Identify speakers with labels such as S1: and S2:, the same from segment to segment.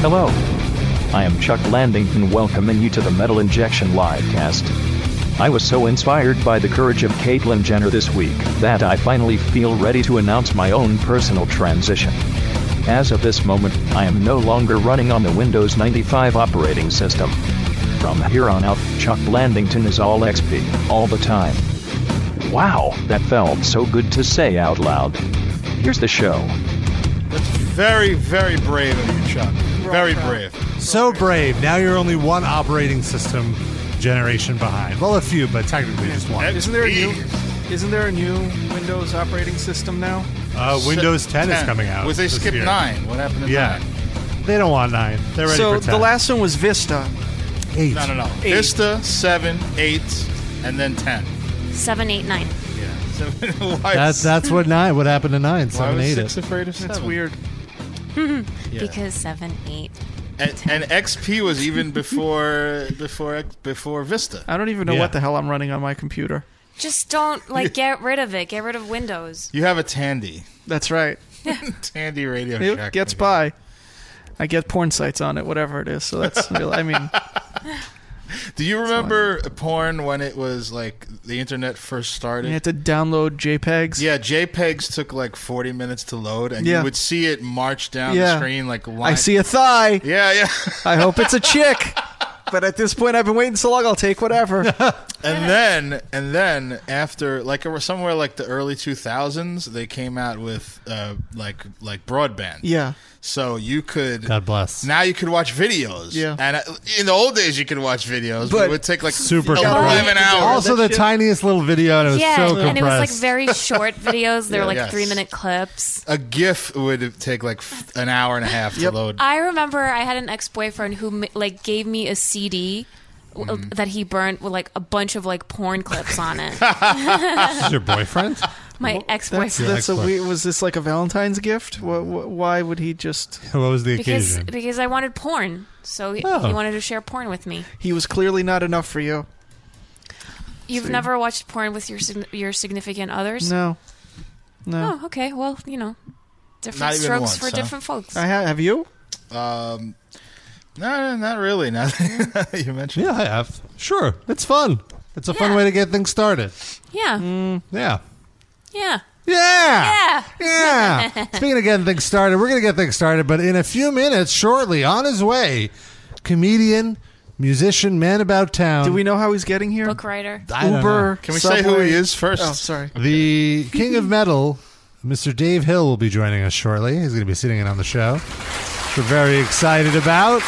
S1: Hello. I am Chuck Landington welcoming you to the Metal Injection Livecast. I was so inspired by the courage of Caitlyn Jenner this week that I finally feel ready to announce my own personal transition. As of this moment, I am no longer running on the Windows 95 operating system. From here on out, Chuck Landington is all XP, all the time. Wow, that felt so good to say out loud. Here's the show.
S2: That's very, very brave of you, Chuck. Very brave.
S3: So brave. Now you're only one operating system generation behind. Well, a few, but technically just one.
S4: Isn't there a new? Isn't there a new Windows operating system now?
S3: Uh, Windows
S2: Se-
S3: 10, is coming out.
S2: Was they
S3: this
S2: skip
S3: year.
S2: nine? What happened to
S3: Yeah.
S2: nine?
S3: They don't want nine. They're ready
S4: So
S3: for 10.
S4: the last one was Vista.
S3: eight.
S2: No, no, no.
S4: Eight.
S2: Vista, seven, eight, and then ten.
S5: Seven, eight, nine.
S2: Yeah. Seven, why
S3: That's
S2: is-
S3: that's what nine. What happened to nine?
S2: why
S3: Seven,
S2: was
S3: eight.
S2: six afraid of seven?
S4: That's weird.
S2: Yeah.
S5: Mm-hmm. Because seven, eight.
S2: and, and XP was even before before X- before Vista.
S4: I don't even know
S3: Yeah.
S4: what the hell I'm running on my computer.
S5: Just don't like get rid of it. Get rid of Windows.
S2: You have a Tandy,
S4: That's right.
S2: Tandy Radio
S4: It
S2: Shack.
S4: gets by. I get porn sites on it, whatever it is. So that's real. I mean,
S2: Do you remember porn when it was like the internet first started?
S4: you had to download JPEGs.
S2: Yeah, JPEGs took like 40 minutes to load, and
S4: Yeah.
S2: you would see it march down
S4: Yeah.
S2: the screen like line.
S4: I see a thigh.
S2: Yeah, yeah.
S4: I hope it's a chick. But at this point, I've been waiting so long. I'll take whatever.
S2: and then, and then after like it was somewhere like the early 2000s, they came out with uh, like like broadband.
S4: yeah.
S2: So you could.
S3: God bless.
S2: Now you could watch videos.
S4: Yeah.
S2: And uh, in the old days, you could watch videos, but,
S4: But
S2: it would take like
S3: super
S2: 11
S4: compressed.
S2: hours.
S3: also,
S4: that
S3: the
S4: shit-
S3: tiniest little video, and it was
S5: yeah,
S3: so compressed.
S5: and it was like very short videos. They're
S2: Yeah.
S5: like
S2: Yes.
S5: three minute clips.
S2: A GIF would take like f- an hour and a half to
S4: Yep.
S2: load.
S5: I remember I had an ex boyfriend who ma- like gave me a CD. w That he burnt with like a bunch of like porn clips on it.
S3: This is your boyfriend?
S5: My ex
S4: That's,
S5: boyfriend,
S4: that's a weird. Was this like a Valentine's gift? Wha wha why would he just.
S3: what was the
S5: because
S3: occasion?
S5: because I wanted porn, so he,
S3: Oh.
S5: he wanted to share porn with me.
S4: He was clearly not enough for you.
S5: You've
S4: See.
S5: never watched porn with your sig- your significant others?
S4: No. No.
S5: Oh, okay. Well, you know,
S2: Not
S5: different
S2: even
S5: strokes
S2: once,
S5: for
S2: huh?
S5: different folks.
S4: I ha- have you?
S2: Um, no, no, not really. Now that you mentioned
S3: Yeah, I have. Sure. It's fun. It's a fun
S5: Yeah.
S3: way to get things started.
S5: yeah,
S4: Mm,
S3: Yeah.
S5: yeah,
S3: Yeah.
S5: Yeah.
S3: Yeah. Speaking of getting things started, we're going to get things started, but in a few minutes, shortly, on his way, comedian, musician, man about town.
S4: Do we know how he's getting here?
S5: book writer.
S3: I don't
S4: Uber.
S2: Can we say who
S4: Subway.
S2: he is first?
S4: Oh, sorry.
S3: know. The king of metal, Mr. Dave Hill, will be joining us shortly. He's going to be sitting in on the show, which we're very excited about.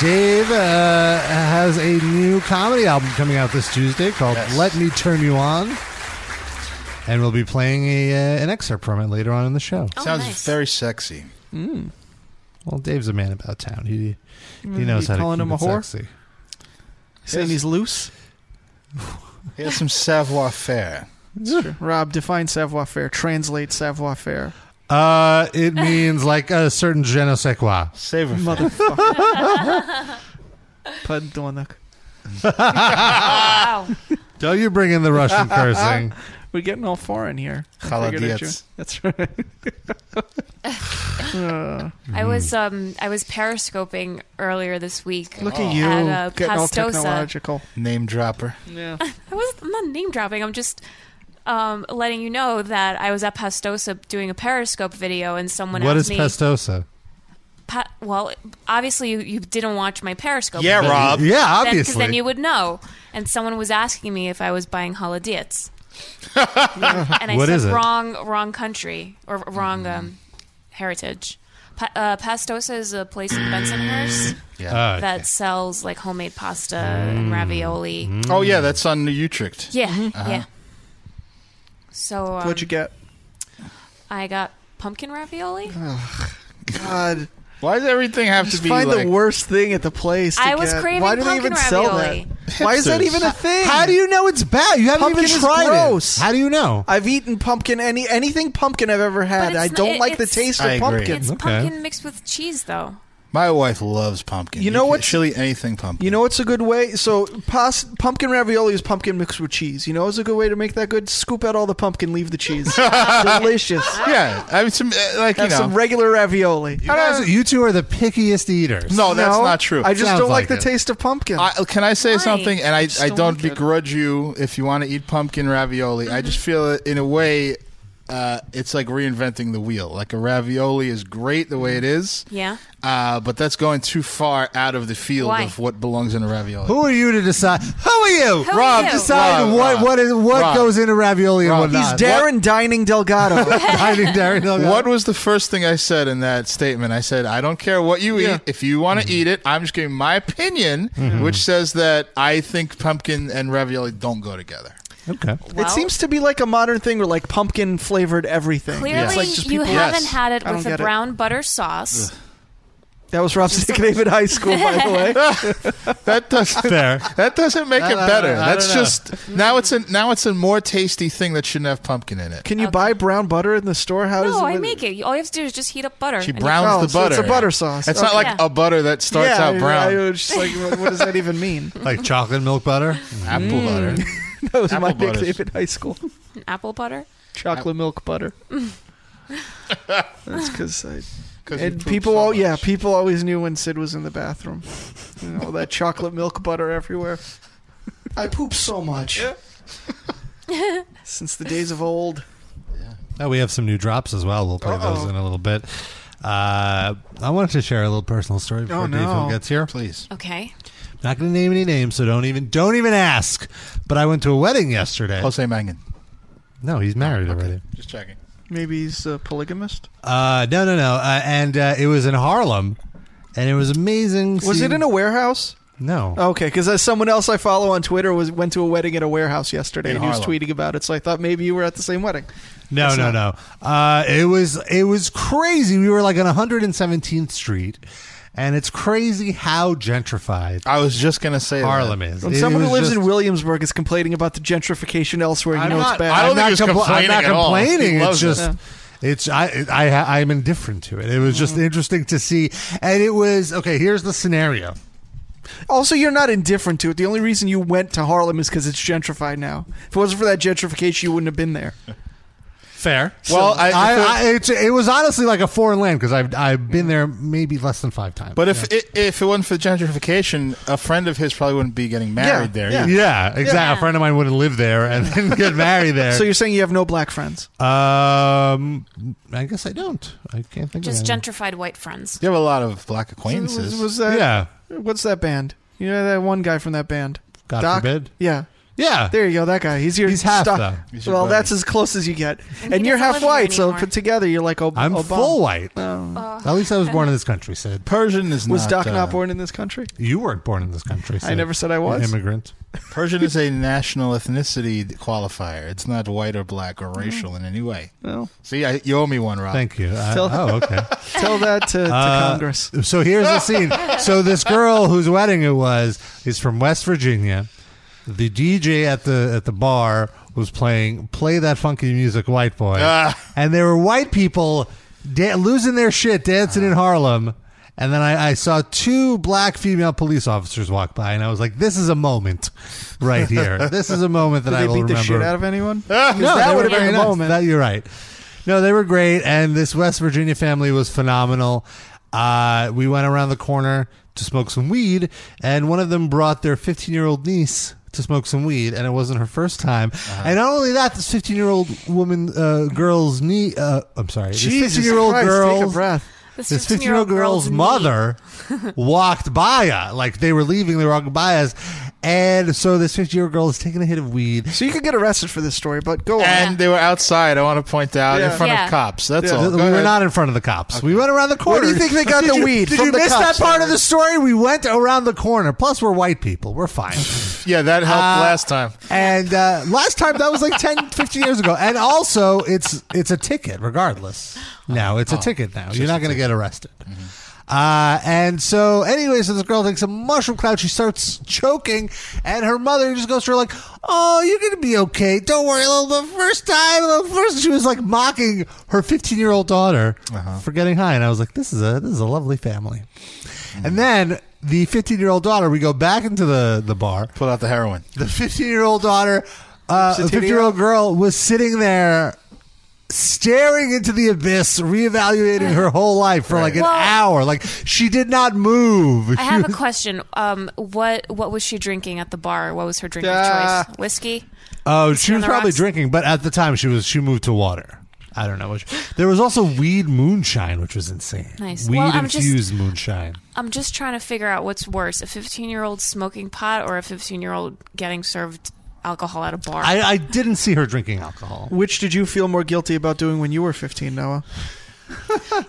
S3: Dave uh, has a new comedy album coming out this Tuesday called
S2: Yes.
S3: Let Me Turn You On. And we'll be playing a, uh, an excerpt from it later on in the show.
S5: Oh,
S2: Sounds
S5: nice.
S2: very sexy.
S3: Hmm. Well, Dave's a man about town. He he knows
S4: You
S3: how
S4: Mm,
S3: to
S4: calling
S3: keep
S4: him a
S3: it
S4: whore?
S3: sexy.
S4: Saying he's loose.
S2: He has some savoir faire.
S4: Rob, define savoir faire. Translate savoir faire.
S3: Uh, it means like a certain je ne sais quoi.
S2: Savoir faire.
S4: Motherfucker. Podonok.
S5: wow.
S3: Don't you bring in the Russian cursing?
S4: We're getting all foreign here. I figured at you.
S2: Chaladiets.
S4: That's right. Uh,
S5: I
S2: Mm-hmm.
S5: was um I was periscoping earlier this week.
S4: look at you
S5: At, uh,
S4: getting all
S5: Pastosa.
S4: technological.
S2: Oh. Name dropper.
S4: Yeah.
S5: I was I'm not name dropping. I'm just um letting you know that I was at Pastosa doing a periscope video, and someone
S3: what
S5: asked
S3: is
S5: me.
S3: pestosa?
S5: Pa- well, obviously you, you didn't watch my periscope.
S2: Yeah,
S5: video.
S2: Rob.
S3: Yeah,
S5: Then- 'cause
S3: obviously.
S5: Then, you would know. And someone was asking me if I was buying holodiettes. and I
S3: What
S5: said
S3: is it?
S5: wrong, wrong country or wrong
S2: Mm.
S5: um, heritage. Pa- uh, Pastosa is a place in Bensonhurst
S2: Yeah.
S3: Oh,
S5: that sells like homemade pasta Uh,
S3: Mm.
S5: and ravioli.
S2: Mm. oh yeah, that's Uh-huh. on New Utrecht.
S5: Yeah, yeah. So um,
S4: Mm-hmm. What'd you get?
S5: I got pumpkin ravioli.
S2: Oh.
S4: God.
S2: Why does everything have
S4: Just
S2: to be
S4: find
S2: like?
S4: the worst thing at the place. to
S5: I was
S4: get.
S5: craving
S4: Why do they
S5: pumpkin
S4: even sell that?
S5: ravioli.
S4: Why is that
S2: Hipsters.
S4: even a thing?
S3: How do you know it's bad? You haven't
S4: Pumpkin
S3: even
S4: is
S3: tried
S4: gross.
S3: it. How do you know?
S4: I've eaten pumpkin any anything pumpkin I've ever had.
S5: it's
S4: I
S5: not-
S4: don't
S5: it-
S4: like the
S5: it's-
S4: taste
S2: I
S4: of
S2: agree.
S4: pumpkin.
S5: It's
S3: Okay.
S5: pumpkin mixed with cheese, though.
S2: My wife loves pumpkin.
S4: You know
S2: can-
S4: what's-
S2: She'll eat anything pumpkin.
S4: You know what's a good way? So pas- pumpkin ravioli is pumpkin mixed with cheese. You know what's a good way to make that good? Scoop out all the pumpkin, leave the cheese. Delicious.
S2: Yeah, I mean, some, uh, like
S4: Have
S2: you know,
S4: some regular ravioli.
S3: You, guys, you two are the pickiest eaters.
S2: no, that's not true.
S4: I just
S3: Sounds
S4: don't
S3: like
S4: like,
S3: it.
S4: the taste of pumpkin.
S2: I, uh, can I say
S5: Why?
S2: something? And I, I
S5: don't
S2: don't
S5: like it. Mm-hmm.
S2: begrudge you if you want to eat pumpkin ravioli. I just feel it in a way, uh, it's like reinventing the wheel. Like a ravioli is great the way it is.
S5: Mm-hmm. Yeah.
S2: Uh, but that's going too far out of the field
S5: Why?
S2: of what belongs in a ravioli.
S3: Who are you to decide? Who are you?
S5: Who are you?
S3: decide
S2: Rob,
S3: what
S2: Rob,
S3: what is what
S2: Rob.
S3: goes into ravioli
S2: Rob.
S3: and what
S4: He's
S3: not.
S4: Darren Dining Delgado.
S3: Dining Darren Delgado.
S2: What was the first thing I said in that statement? I said, I don't care what you
S4: Yeah. Mm-hmm.
S2: eat. If you want to eat it, I'm just giving my opinion, which says that I think pumpkin and ravioli don't go together.
S3: Okay.
S5: Well,
S4: it seems to be like a modern thing where like pumpkin flavored everything.
S5: clearly
S2: It's like
S4: just
S5: you
S4: people-
S5: haven't
S2: Yes.
S5: had it
S4: I don't
S5: with the
S4: get it.
S5: brown butter sauce.
S4: That was Rob's Dick David High School, by the way.
S2: That doesn't.
S3: Fair.
S2: That doesn't make
S3: I
S2: it
S3: don't
S2: better.
S3: know. I
S2: That's
S3: don't know.
S2: just now it's a now it's a more tasty thing that shouldn't have pumpkin in it.
S4: Can you buy brown butter in the store? How does
S5: No,
S4: it,
S5: Oh, I make it. All you have to do is just heat up butter.
S2: She
S5: and-
S2: browns
S4: Oh,
S2: the
S4: so
S2: butter.
S4: it's a butter sauce.
S2: It's not
S4: Okay.
S2: like
S5: Yeah.
S2: a butter that starts
S4: yeah,
S2: out brown.
S4: I, I was just like, what, what does that even mean?
S3: Like chocolate milk butter.
S2: Apple butter.
S4: That was
S2: Apple
S4: my Dick
S2: butters.
S4: David High School.
S5: apple butter.
S4: Chocolate milk butter. That's because I.
S2: 'Cause you
S4: And
S2: poop
S4: people,
S2: so
S4: all, yeah,
S2: much.
S4: people always knew when Sid was in the bathroom. You know, all that chocolate milk butter everywhere. I poop so much. Since the days of old.
S3: Oh, we have some new drops as well. We'll play those
S4: Uh-oh.
S3: in a little bit. Uh, I wanted to share a little personal story before
S4: Oh,
S3: Dave Hill
S4: no.
S3: gets here.
S2: Please.
S5: Okay.
S3: Not going to name any names, so don't even don't even ask. But I went to a wedding yesterday.
S2: Jose Mangan.
S3: No, he's married already.
S2: Just checking.
S4: Maybe he's a polygamist.
S3: Uh, no, no, no. Uh, and uh, it was in Harlem, and it was amazing.
S4: Was
S3: seeing-
S4: it in a warehouse?
S3: no?
S4: Okay, because someone else I follow on Twitter was went to a wedding at a warehouse yesterday,
S2: In
S4: and he was
S2: Harlem.
S4: tweeting about it. So I thought maybe you were at the same wedding.
S3: No, no, no. Uh, it was it was crazy. We were like on 117th Street, and it's crazy how gentrified
S2: I was just gonna say that.
S3: Harlem is.
S4: When
S3: It
S4: someone who
S3: was
S4: lives
S3: just-
S4: in Williamsburg is complaining about the gentrification elsewhere, you know it's bad.
S2: I don't think
S3: I'm
S2: he was
S3: compla-
S2: complaining
S3: I'm not
S2: at all. He
S3: complaining. It's
S2: loves it.
S3: just. It's I I I- I'm indifferent to it. It was
S2: Mm-hmm.
S3: just interesting to see, and it was okay. Here's the scenario.
S4: Also, you're not indifferent to it. The only reason you went to Harlem is because it's gentrified now. If it wasn't for that gentrification, you wouldn't have been there.
S3: Fair.
S2: Well,
S3: So
S2: I-
S3: I, I, it's, it was honestly like a foreign land because I've I've been there maybe less than five times.
S2: But if it, if it wasn't for gentrification, a friend of his probably wouldn't be getting married there.
S4: yeah.
S2: either.
S3: yeah, exactly. A friend of mine wouldn't live there and then get married there.
S4: So you're saying you have no black friends?
S3: Um, I guess I don't. I can't think
S5: Just
S3: of any.
S5: gentrified white friends.
S2: You have a lot of black
S4: Was,
S2: acquaintances.
S4: was that?
S3: Yeah,
S4: What's that band? You know that one guy from that band?
S3: God
S4: Doc?
S3: forbid.
S4: Yeah.
S3: Yeah,
S4: There you go. That guy. He's your.
S3: He's half,
S4: stock-
S3: though.
S2: He's your
S4: Well,
S2: buddy.
S4: that's as close as you get. And
S5: he
S4: you're
S5: doesn't
S4: half
S5: live here
S4: white, so
S5: anymore.
S4: put together, you're like Ob-
S3: I'm
S4: Obama.
S3: full white.
S4: Oh.
S3: At least I was born in this country, Sid.
S2: Persian is
S4: was
S2: not,
S4: Doc
S2: uh,
S4: not born in this country?
S3: You weren't born in this country. Sid.
S4: I never said I
S3: You're an
S4: was.
S3: immigrant.
S2: Persian is a national ethnicity qualifier. It's not white or black or racial in any way.
S4: Mm. Well,
S2: See, I, you owe me one, Rob.
S3: Thank you. I-
S4: Tell-
S3: oh, okay.
S4: tell that to, to
S3: Uh,
S4: Congress.
S3: So here's the scene. So this girl whose wedding it was is from West Virginia. The DJ at the at the bar was playing "Play That Funky Music, White Boy,"
S4: Oh,
S2: Ah.
S3: and there were white people da- losing their shit dancing in Harlem. And then I, I saw two black female police officers walk by, and I was like, "This is a moment, right here. This is a moment that
S4: Did
S3: I
S4: they
S3: will
S4: beat the
S3: remember."
S4: shit out of anyone?
S3: Ah, No,
S4: that
S3: they
S4: would
S3: were
S4: have been
S3: very
S4: the
S3: nice.
S4: moment.
S3: That- you're right. No, they were great, and this West Virginia family was phenomenal. Uh, we went around the corner to smoke some weed, and one of them brought their 15 year old niece to smoke some weed, and it wasn't her first time.
S4: Uh-huh.
S3: And not only that, this 15 year old woman, uh, girl's knee. Uh, I'm sorry, this 15 year old
S4: Christ,
S3: girl.
S4: Take a breath.
S5: This
S3: This 15 year old girl's mother walked by us. Like they were leaving, they were walking by us. And so this 15 year old girl is taking a hit of weed.
S4: So you could get arrested for this story, but go on.
S2: And they were outside. I want to point out in
S4: Yeah.
S2: front
S5: Yeah.
S2: of cops. That's
S4: Yeah.
S2: all. Go
S3: we were
S2: ahead.
S3: not in front of the cops. We went around the corner.
S4: do you think they got
S3: Did
S4: the
S3: you-
S4: weed?
S3: Did
S4: From
S3: you
S4: the
S3: miss
S4: cops,
S3: that part of
S4: Howard.
S3: the story? We went around the corner. Plus, we're white people. We're fine.
S2: Yeah, that helped
S3: Uh,
S2: last time.
S3: and uh, last time that was like 10, 15 years ago. And uh,
S4: Oh.
S3: also, it's it's a ticket. Regardless, now it's a ticket. Now you're not going to get arrested. Uh, and so, anyway, so this girl takes a mushroom cloud. She starts choking, and her mother just goes to her like, "Oh, you're gonna be okay. Don't worry." Little the first time, the first she was like mocking her 15 year old daughter
S2: Uh-huh.
S3: for getting high, and I was like, "This is a this is a lovely family."
S2: Mm.
S3: And then the 15 year old daughter, we go back into the the bar.
S2: Pull out the heroin.
S3: The 15 year old daughter, uh,
S4: Oops, a
S3: the
S4: titty
S3: 15 year old girl was sitting there staring into the abyss, reevaluating her whole life for like an
S5: Well-
S3: hour. Like she did not move.
S5: I
S3: She
S5: have a
S3: was-
S5: question. Um, what what was she drinking at the bar? What was her drink
S4: Ah.
S5: of choice? Whiskey.
S3: oh, she was
S5: the
S3: probably
S5: rocks?
S3: drinking, but at the time she was she moved to water. I don't know which. There was also weed moonshine, which was insane.
S5: Nice.
S3: Weed
S5: Well, I'm just-
S3: infused moonshine.
S5: I'm just trying to figure out what's worse: a 15 year old smoking pot or a 15 year old getting served alcohol at a bar.
S3: I, I didn't see her drinking alcohol.
S4: Which did you feel more guilty about doing when you were 15, Noah?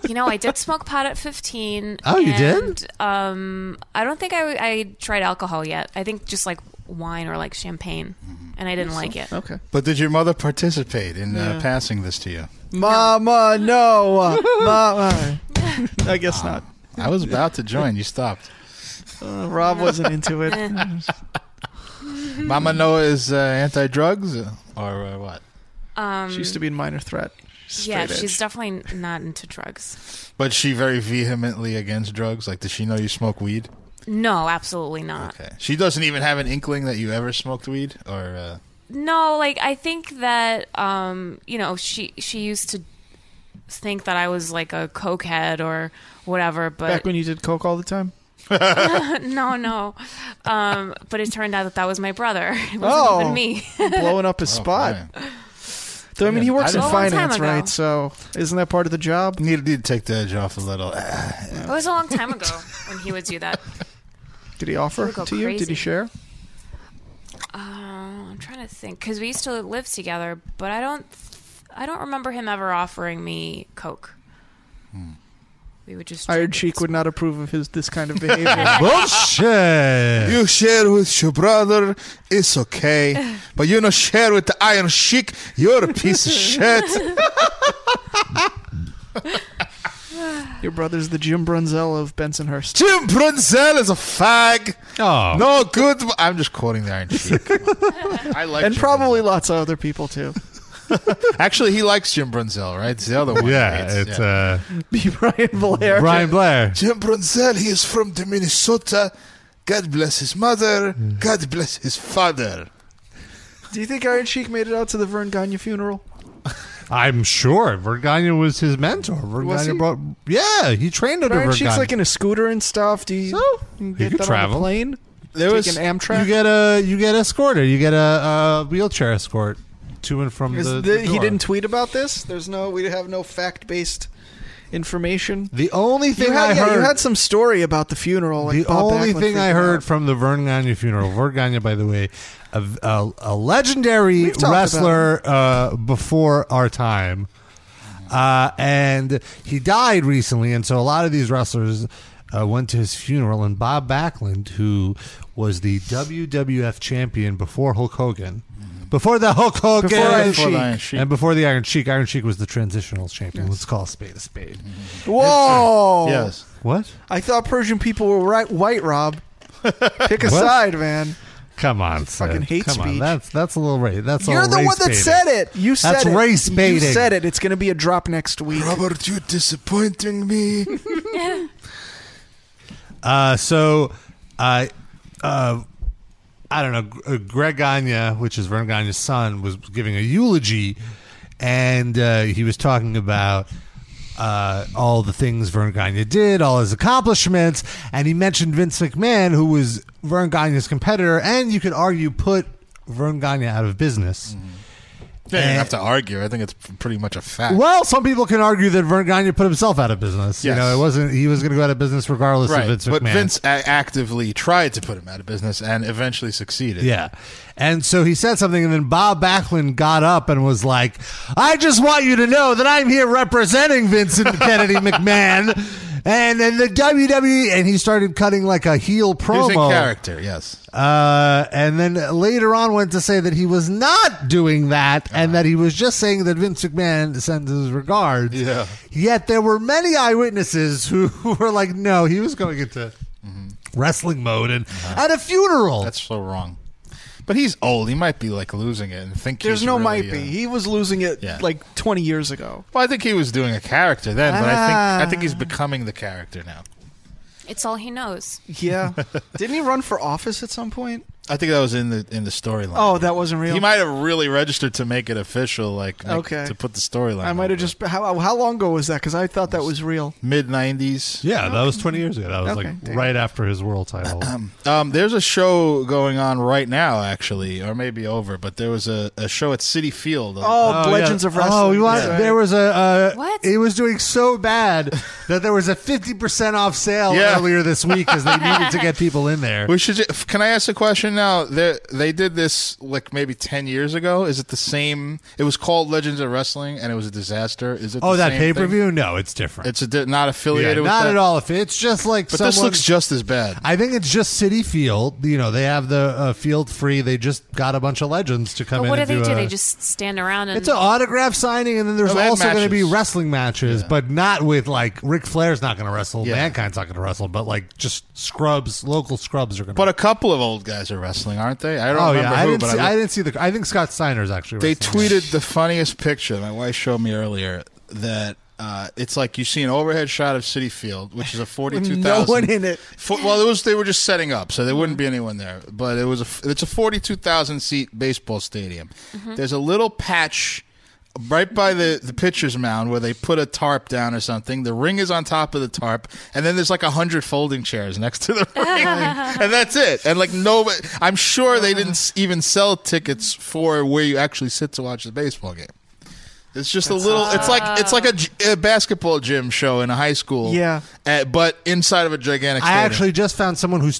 S5: you know, I did smoke pot at 15.
S3: Oh, you did?
S5: and, Um, I don't think I, I tried alcohol yet. I think just like wine or like champagne,
S3: Mm-hmm.
S5: and I didn't like it.
S4: Okay.
S2: But did your mother participate in
S4: Yeah.
S2: uh, passing this to you?
S4: Mama, no. Mama. I guess not.
S2: I was about to join. You stopped.
S4: Uh, Rob wasn't into it.
S2: Eh,
S5: Mm-hmm.
S2: Mama Noah is uh, anti-drugs or uh, what?
S5: Um,
S4: She used to be in minor threat. Straight
S5: yeah,
S4: edge.
S5: she's definitely not into drugs.
S2: But she very vehemently against drugs. Like, does she know you smoke weed?
S5: No, absolutely not.
S2: Okay. She doesn't even have an inkling that you ever smoked weed, or uh,
S5: No, like I think that um, you know, she she used to think that I was like a cokehead or whatever, but
S4: Back when you did coke all the time.
S5: no, no. Um, but it turned out that that was my brother. It wasn't
S4: Oh.
S5: even me.
S4: blowing up his spot.
S2: man.
S4: Though I mean, he
S2: Yeah,
S4: works
S2: I
S4: in
S2: didn't-
S5: A long time
S4: finance,
S5: ago.
S4: right? So isn't that part of the job?
S2: Need, need to take the edge off a little. Ah,
S5: It was a long time ago when he would do that.
S4: Did he offer
S5: would go
S4: to you? Did he
S5: crazy.
S4: share?
S5: Uh, I'm trying to think because we used to live together, but I don't, I don't remember him ever offering me coke. We would just
S4: Iron
S5: drink it.
S4: Cheek would not approve of his this kind of behavior.
S3: Bullshit.
S2: You share with your brother, it's okay. But you don't share with the Iron Sheik, you're a piece of shit.
S4: Your brother's the Jim Brunzel of Bensonhurst.
S2: Jim Brunzel is a fag.
S3: Oh.
S2: No good. I'm just quoting the Iron Sheik. I like
S4: And
S2: Jim
S4: probably
S2: Brunzel.
S4: lots of other people too.
S2: Actually, he likes Jim Brunzel, right? It's the other one.
S3: Yeah,
S2: right?
S3: it's uh,
S4: Be Brian Blair.
S3: Brian Blair.
S2: Jim Brunzel, he is from the Minnesota. God bless his mother.
S3: Mm.
S2: God bless his father.
S4: Do you think Iron Cheek made it out to the Vern Gagne funeral?
S3: I'm sure Vergagna was his mentor.
S4: Was he?
S3: Vergagna brought. Yeah, he trained under
S4: Iron Cheek's
S3: Vergagna.
S4: like in a scooter and stuff. Do you,
S3: So?
S4: you
S3: He
S4: get
S3: could
S4: that
S3: travel.
S4: on a plane?
S2: There
S4: Take an Amtrak.
S3: you get a you get escorted. You get a, uh wheelchair escort to and from
S4: Is
S3: the,
S4: the,
S3: the
S4: he
S3: door.
S4: didn't tweet about this. There's no. We have no fact based information.
S3: The only
S4: You
S3: thing I
S4: had, yeah,
S3: heard.
S4: you had some story about the funeral. Like
S3: the
S4: Bob
S3: only
S4: Backlund
S3: thing I
S4: freaking
S3: heard
S4: out.
S3: from the Vergagna funeral. Vergagna, by the way, a, a, a legendary
S4: We've talked about
S3: wrestler uh, before our time, uh, and he died recently. And so a lot of these wrestlers. Uh, went to his funeral, and Bob Backlund, who was the WWF champion before Hulk Hogan, before the Hulk Hogan,
S4: Mm-hmm. Before Iron Sheik.
S3: And before the Iron Cheek, Iron Cheek was the transitional champion. Let's call a spade a spade.
S4: Whoa!
S2: yes.
S3: What?
S4: I thought Persian people were right, white, Rob. Pick a
S3: What?
S4: side, man.
S3: Come on, Sid.
S4: fucking hate
S3: Come On.
S4: speech.
S3: That's that's a little race. That's a
S4: You're
S3: little
S4: the
S3: race
S4: one that
S3: baiting.
S4: said it. You said
S3: That's
S4: it.
S3: race baiting.
S4: You said it. It's going to be a drop next week.
S2: Robert, you're disappointing me.
S3: Uh, so, uh, uh, I don't know. Gr- uh, Greg Gagne, which is Vern Gagne's son, was giving a eulogy, and uh, he was talking about uh, all the things Vern Gagne did, all his accomplishments, and he mentioned Vince McMahon, who was Vern Gagne's competitor, and you could argue put Vern Gagne out of business.
S4: Mm-hmm.
S2: Yeah, you don't
S3: Eh.
S2: have to argue. I think it's pretty much a fact.
S3: Well, some people can argue that Vern Gagne put himself out of business.
S2: Yes.
S3: You know, it wasn't he was going to go out of business regardless
S2: Right.
S3: of Vince
S2: but
S3: McMahon.
S2: Vince a- actively tried to put him out of business and eventually succeeded.
S3: Yeah. And so he said something, and then Bob Backlund got up and was like, I just want you to know that I'm here representing Vincent Kennedy McMahon. and then the WWE, and he started cutting like a heel
S2: He
S3: promo.
S2: was in character, yes.
S3: Uh, and then later on went to say that he was not doing that and that he was just saying that Vince McMahon sends his regards.
S2: Yeah.
S3: Yet there were many eyewitnesses who were like, no, he was going into wrestling mode and at a funeral.
S2: That's so wrong. But he's old. He might be like losing it and think
S4: There's
S2: he's
S4: no
S2: really,
S4: might be.
S2: uh,
S4: He was losing it
S2: Yeah.
S4: like 20 years ago.
S2: well, I think he was doing a character then, but I think I think he's
S4: Ah.
S2: becoming the character now.
S5: It's all he knows.
S4: Yeah. Didn't he run for office at some point?
S2: I think that was in the in the storyline.
S4: Oh, that wasn't real.
S2: He might have really registered to make it official, like make-
S4: Okay.
S2: to put the storyline.
S4: I might have just how, how long ago was that? Because I thought that was real.
S2: mid nineties.
S3: yeah, that was 20 years ago. That was
S4: Okay,
S3: like
S4: damn.
S3: right after his world title.
S2: Um, there's a show going on right now, actually, or maybe over, but there was a, a show at City Field.
S4: Oh,
S3: Oh,
S4: Legends
S3: yeah.
S4: of Wrestling.
S3: Oh, you want,
S4: That's right.
S3: there was a uh,
S5: What?
S3: It was doing so bad that there was a fifty percent off sale
S2: Yeah.
S3: earlier this week because they needed to get people in there.
S2: we should. ju- Can I ask a question now? They they did this like maybe ten years ago. Is it the same? It was called Legends of Wrestling, and it was a disaster. Is it?
S3: Oh,
S2: the
S3: that
S2: same thing?
S3: pay per view? No, it's different.
S2: It's a, di- not
S3: Yeah,
S2: affiliated with
S3: not
S2: that?
S3: at all. If it's just like
S2: But
S3: someone,
S2: this looks just as bad.
S3: I think it's just City Field. You know, they have the uh, field free. They just got a bunch of legends to come
S5: But
S3: in.
S5: what do
S3: and
S5: they do? uh,
S3: a-
S5: They just stand around and
S3: It's an autograph signing, and then
S2: No,
S3: there's
S2: Oh, they had
S3: also going to be
S2: matches.
S3: wrestling matches, but not with like Ric Flair's not going to wrestle,
S2: Yeah.
S3: Mankind's not going to wrestle, but like just scrubs, local scrubs are going to.
S2: But a couple of old guys are wrestling, aren't they? I don't
S3: oh
S2: remember
S3: yeah, I
S2: who,
S3: didn't.
S2: but
S3: See,
S2: I
S3: I, didn't see the. I think Scott Steiner's actually.
S2: They
S3: wrestling.
S2: tweeted the funniest picture my wife showed me earlier that uh, it's like you see an overhead shot of City Field, which is a forty-two thousand.
S4: no one in it.
S2: Fo- well, it was they were just setting up, so there wouldn't be anyone there. But it was a, it's a forty-two thousand seat baseball stadium.
S4: Mm-hmm.
S2: There's a little patch right by the the pitcher's mound where they put a tarp down or something. The ring is on top of the tarp, and then there's like a hundred folding chairs next to the ring, and that's it. And like nobody, I'm sure they didn't s- even sell tickets for where you actually sit to watch the baseball game. It's just a little. It's like it's like a, gy- a basketball gym show in a high school.
S4: Yeah.
S2: uh, but inside of a gigantic.
S3: I
S2: stadium.
S3: actually just found someone who's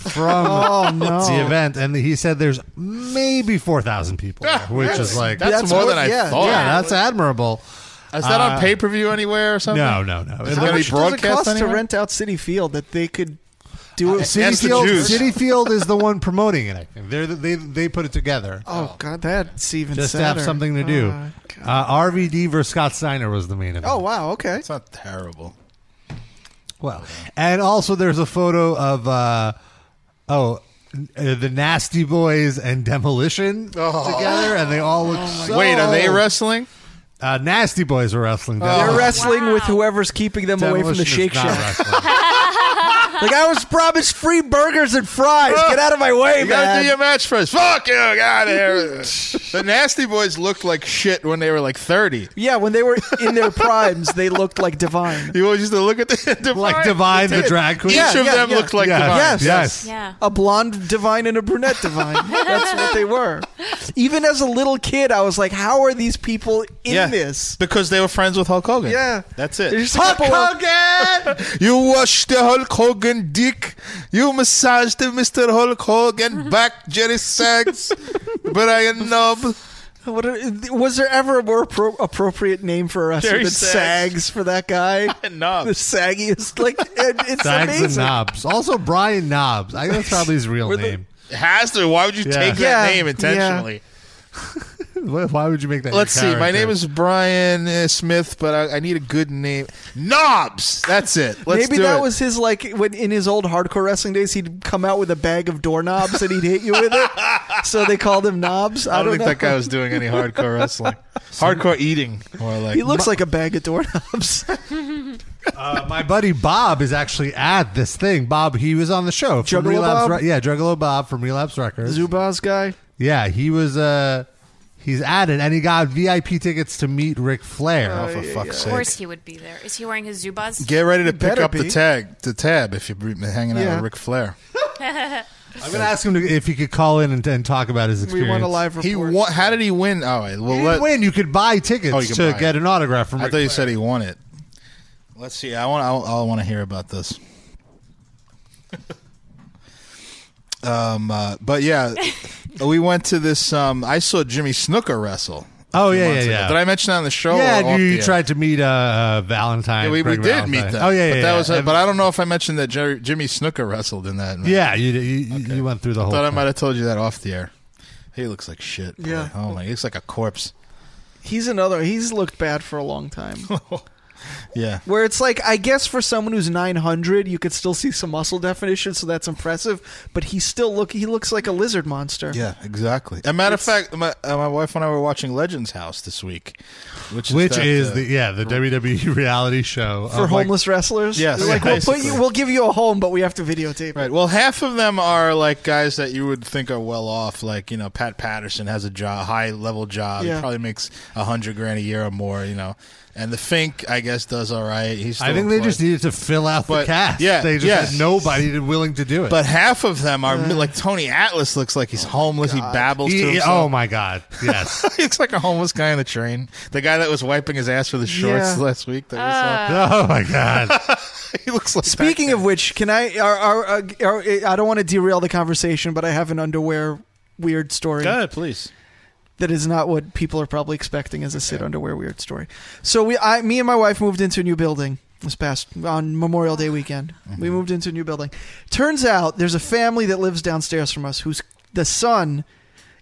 S3: from
S4: Oh,
S3: the event, and he said there's maybe four thousand people, there, which is like
S2: Ah, That's,
S4: That's
S2: more
S4: more-
S2: than I
S4: yeah,
S2: thought.
S3: yeah, that's admirable. Uh,
S2: Is that on pay per view anywhere or something?
S3: No, no, no.
S2: Is it
S4: How
S2: gonna be
S4: much does it
S2: broadcast
S4: cost to
S2: anywhere?
S4: rent out City Field that they could do it?
S3: City
S2: Ask the
S3: Field,
S2: Jews.
S3: City Field is the one promoting it. I think They're the, they they put it together
S4: oh God, that's even
S3: just to
S4: sadder.
S3: have something to do.
S4: Oh, God.
S3: Uh, RVD versus Scott Steiner was the main event.
S4: Oh, wow, okay.
S2: It's not terrible.
S3: Well, and also there's a photo of uh, oh. Uh, the Nasty Boys and Demolition together, and they all
S4: Oh
S3: look so.
S2: Oh. Wait, are they wrestling?
S3: Uh, Nasty Boys were wrestling.
S4: They're wrestling
S5: Wow.
S4: with whoever's keeping them away from the Shake Shack.
S3: Shack.
S4: Like I was promised free burgers and fries. Get out of my way,
S2: You gotta
S4: man.
S2: do your match first. Fuck you, get out of here. the Nasty Boys looked like shit when they were like 30.
S4: yeah, when they were in their primes, they looked like divine.
S2: You always used to look at the Divine.
S3: like Divine the drag queen.
S2: Each
S4: Yeah,
S2: of
S4: yeah,
S2: them
S4: yeah.
S2: looked like
S3: Yes,
S2: Divine.
S4: Yes.
S3: yes.
S5: yeah.
S4: A blonde divine and a brunette divine. That's what they were. Even as a little kid, I was like, "How are these people in
S2: Yeah.
S4: this?"
S2: Because they were friends with Hulk Hogan.
S4: Yeah,
S2: That's
S4: There's
S2: it.
S4: just a couple of-
S2: You wash the Hulk Hogan dick. You massage the Mr. Hulk Hogan back, Jerry Sacks, Brian Knob.
S4: What are- was there ever a more appro- appropriate name for a wrestler
S2: Jerry
S4: than
S2: Sags.
S4: Sags. for that guy?
S2: Knob.
S4: the saggiest, like it, it's
S3: Sags and
S4: amazing.
S3: Knobs. Also, Brian Knobs. I think that's probably his real
S4: Were the-
S3: name.
S2: Has to. Why would you
S3: Yeah.
S2: take
S4: Yeah,
S2: that name intentionally?
S3: Why why would you make that? your
S2: Let's see. My
S3: character?
S2: name is Brian uh, Smith, but I, I need a good name. Knobs. That's it. Let's
S4: Maybe
S2: do
S4: that
S2: it.
S4: was his like when in his old hardcore wrestling days he'd come out with a bag of doorknobs and he'd hit you with it. So they called him knobs. I
S2: I
S4: don't,
S2: don't think
S4: know.
S2: that guy was doing any hardcore wrestling. hardcore eating, more like.
S4: He looks like a bag of doorknobs.
S3: Uh, my buddy Bob is actually at this thing. Bob, he was on the show. From
S4: Juggalo
S3: Relapse
S4: Bob?
S3: Re- yeah, Juggalo Bob from Relapse Records.
S4: Zubaz guy.
S3: Yeah, he was. Uh, hehe's at it, and he got VIP tickets to meet Ric Flair.
S2: Oh, for fuck's
S5: Of course
S2: sake.
S5: he would be there. Is he wearing his Zubaz?
S2: Get ready to pick
S4: better
S2: up the
S4: be.
S2: tag, the tab, if you're hanging out
S4: Yeah.
S2: with Ric Flair.
S3: I'm gonna ask him to, if he could call in and, and talk about his
S4: We
S3: experience.
S4: want a live report.
S2: He won. How did he win? All right. Well,
S3: If you
S2: let,
S3: win, you could buy tickets
S2: Oh, you can
S3: to
S2: buy
S3: get
S2: it.
S3: an autograph from.
S2: I
S3: Ric
S2: thought you
S3: Flair.
S2: said he won it. Let's see. I want. I, I want to hear about this. um, uh, but yeah, we went to this. Um, I saw Jimmy Snooker wrestle
S3: Oh yeah, yeah,
S2: months ago.
S3: yeah.
S2: Did I mention that on the show? or
S3: Yeah,
S2: off
S3: you, you
S2: the air?
S3: tried to meet uh, uh, Valentine.
S2: Yeah, we, we
S3: Greg
S2: did
S3: Valentine.
S2: meet that.
S3: Oh yeah, yeah.
S2: But that
S3: yeah.
S2: was.
S3: Uh,
S2: A, but I don't know if I mentioned that Jerry, Jimmy Snooker wrestled in that. match.
S3: yeah, you, you, you- you went through the whole.
S2: Thought I
S3: thing.
S2: might have told you that off the air. He looks like shit. boy.
S4: Yeah.
S2: Oh my, he looks like a corpse.
S4: He's another. He's looked bad for a long time.
S2: Yeah.
S4: Where it's like, I guess for someone who's 900, you could still see some muscle definition, so that's impressive. But he still look. He looks like a lizard monster.
S2: Yeah, exactly. A matter of fact, my, uh, my wife and I were watching Legends House this week, which is
S3: Which
S2: that,
S3: is
S2: uh,
S3: the yeah the WWE reality show
S4: For
S3: of, like,
S4: homeless wrestlers,
S2: Yes,
S4: They're like
S2: yeah,
S4: we'll put
S2: basically.
S4: you, we'll give you a home, but we have to videotape. it.
S2: Right. Well, half of them are like guys that you would think are well off. Like you know, Pat Patterson has a job, high level job. He
S4: Yeah.
S2: probably makes a hundred grand a year or more. You know, and the Fink, I guess, does all right. He's. Still
S3: I think they
S2: employed.
S3: just needed to fill out the
S2: But-
S3: cast.
S2: yeah,
S3: they just
S2: yes.
S3: had nobody willing to do it.
S2: But half of them are
S4: Uh.
S2: like Tony Atlas looks like
S4: Oh
S2: he's homeless. He babbles
S3: He-
S2: to
S3: oh
S2: himself.
S3: my god, yes.
S2: he looks like a homeless guy on the train. The guy that was wiping his ass with his shorts
S4: Yeah.
S2: last week. That we saw.
S3: oh my god.
S2: he looks like. that
S4: Speaking
S2: guy.
S4: of which, can I? Our, our, uh, our, I don't want to derail the conversation, but I have an underwear weird story
S2: Go ahead, please.
S4: that is not what people are probably expecting as a sit underwear weird story. So we, I, me and my wife moved into a new building this past on Memorial Day weekend.
S2: Mm-hmm.
S4: We moved into a new building. Turns out there's a family that lives downstairs from us who's the son.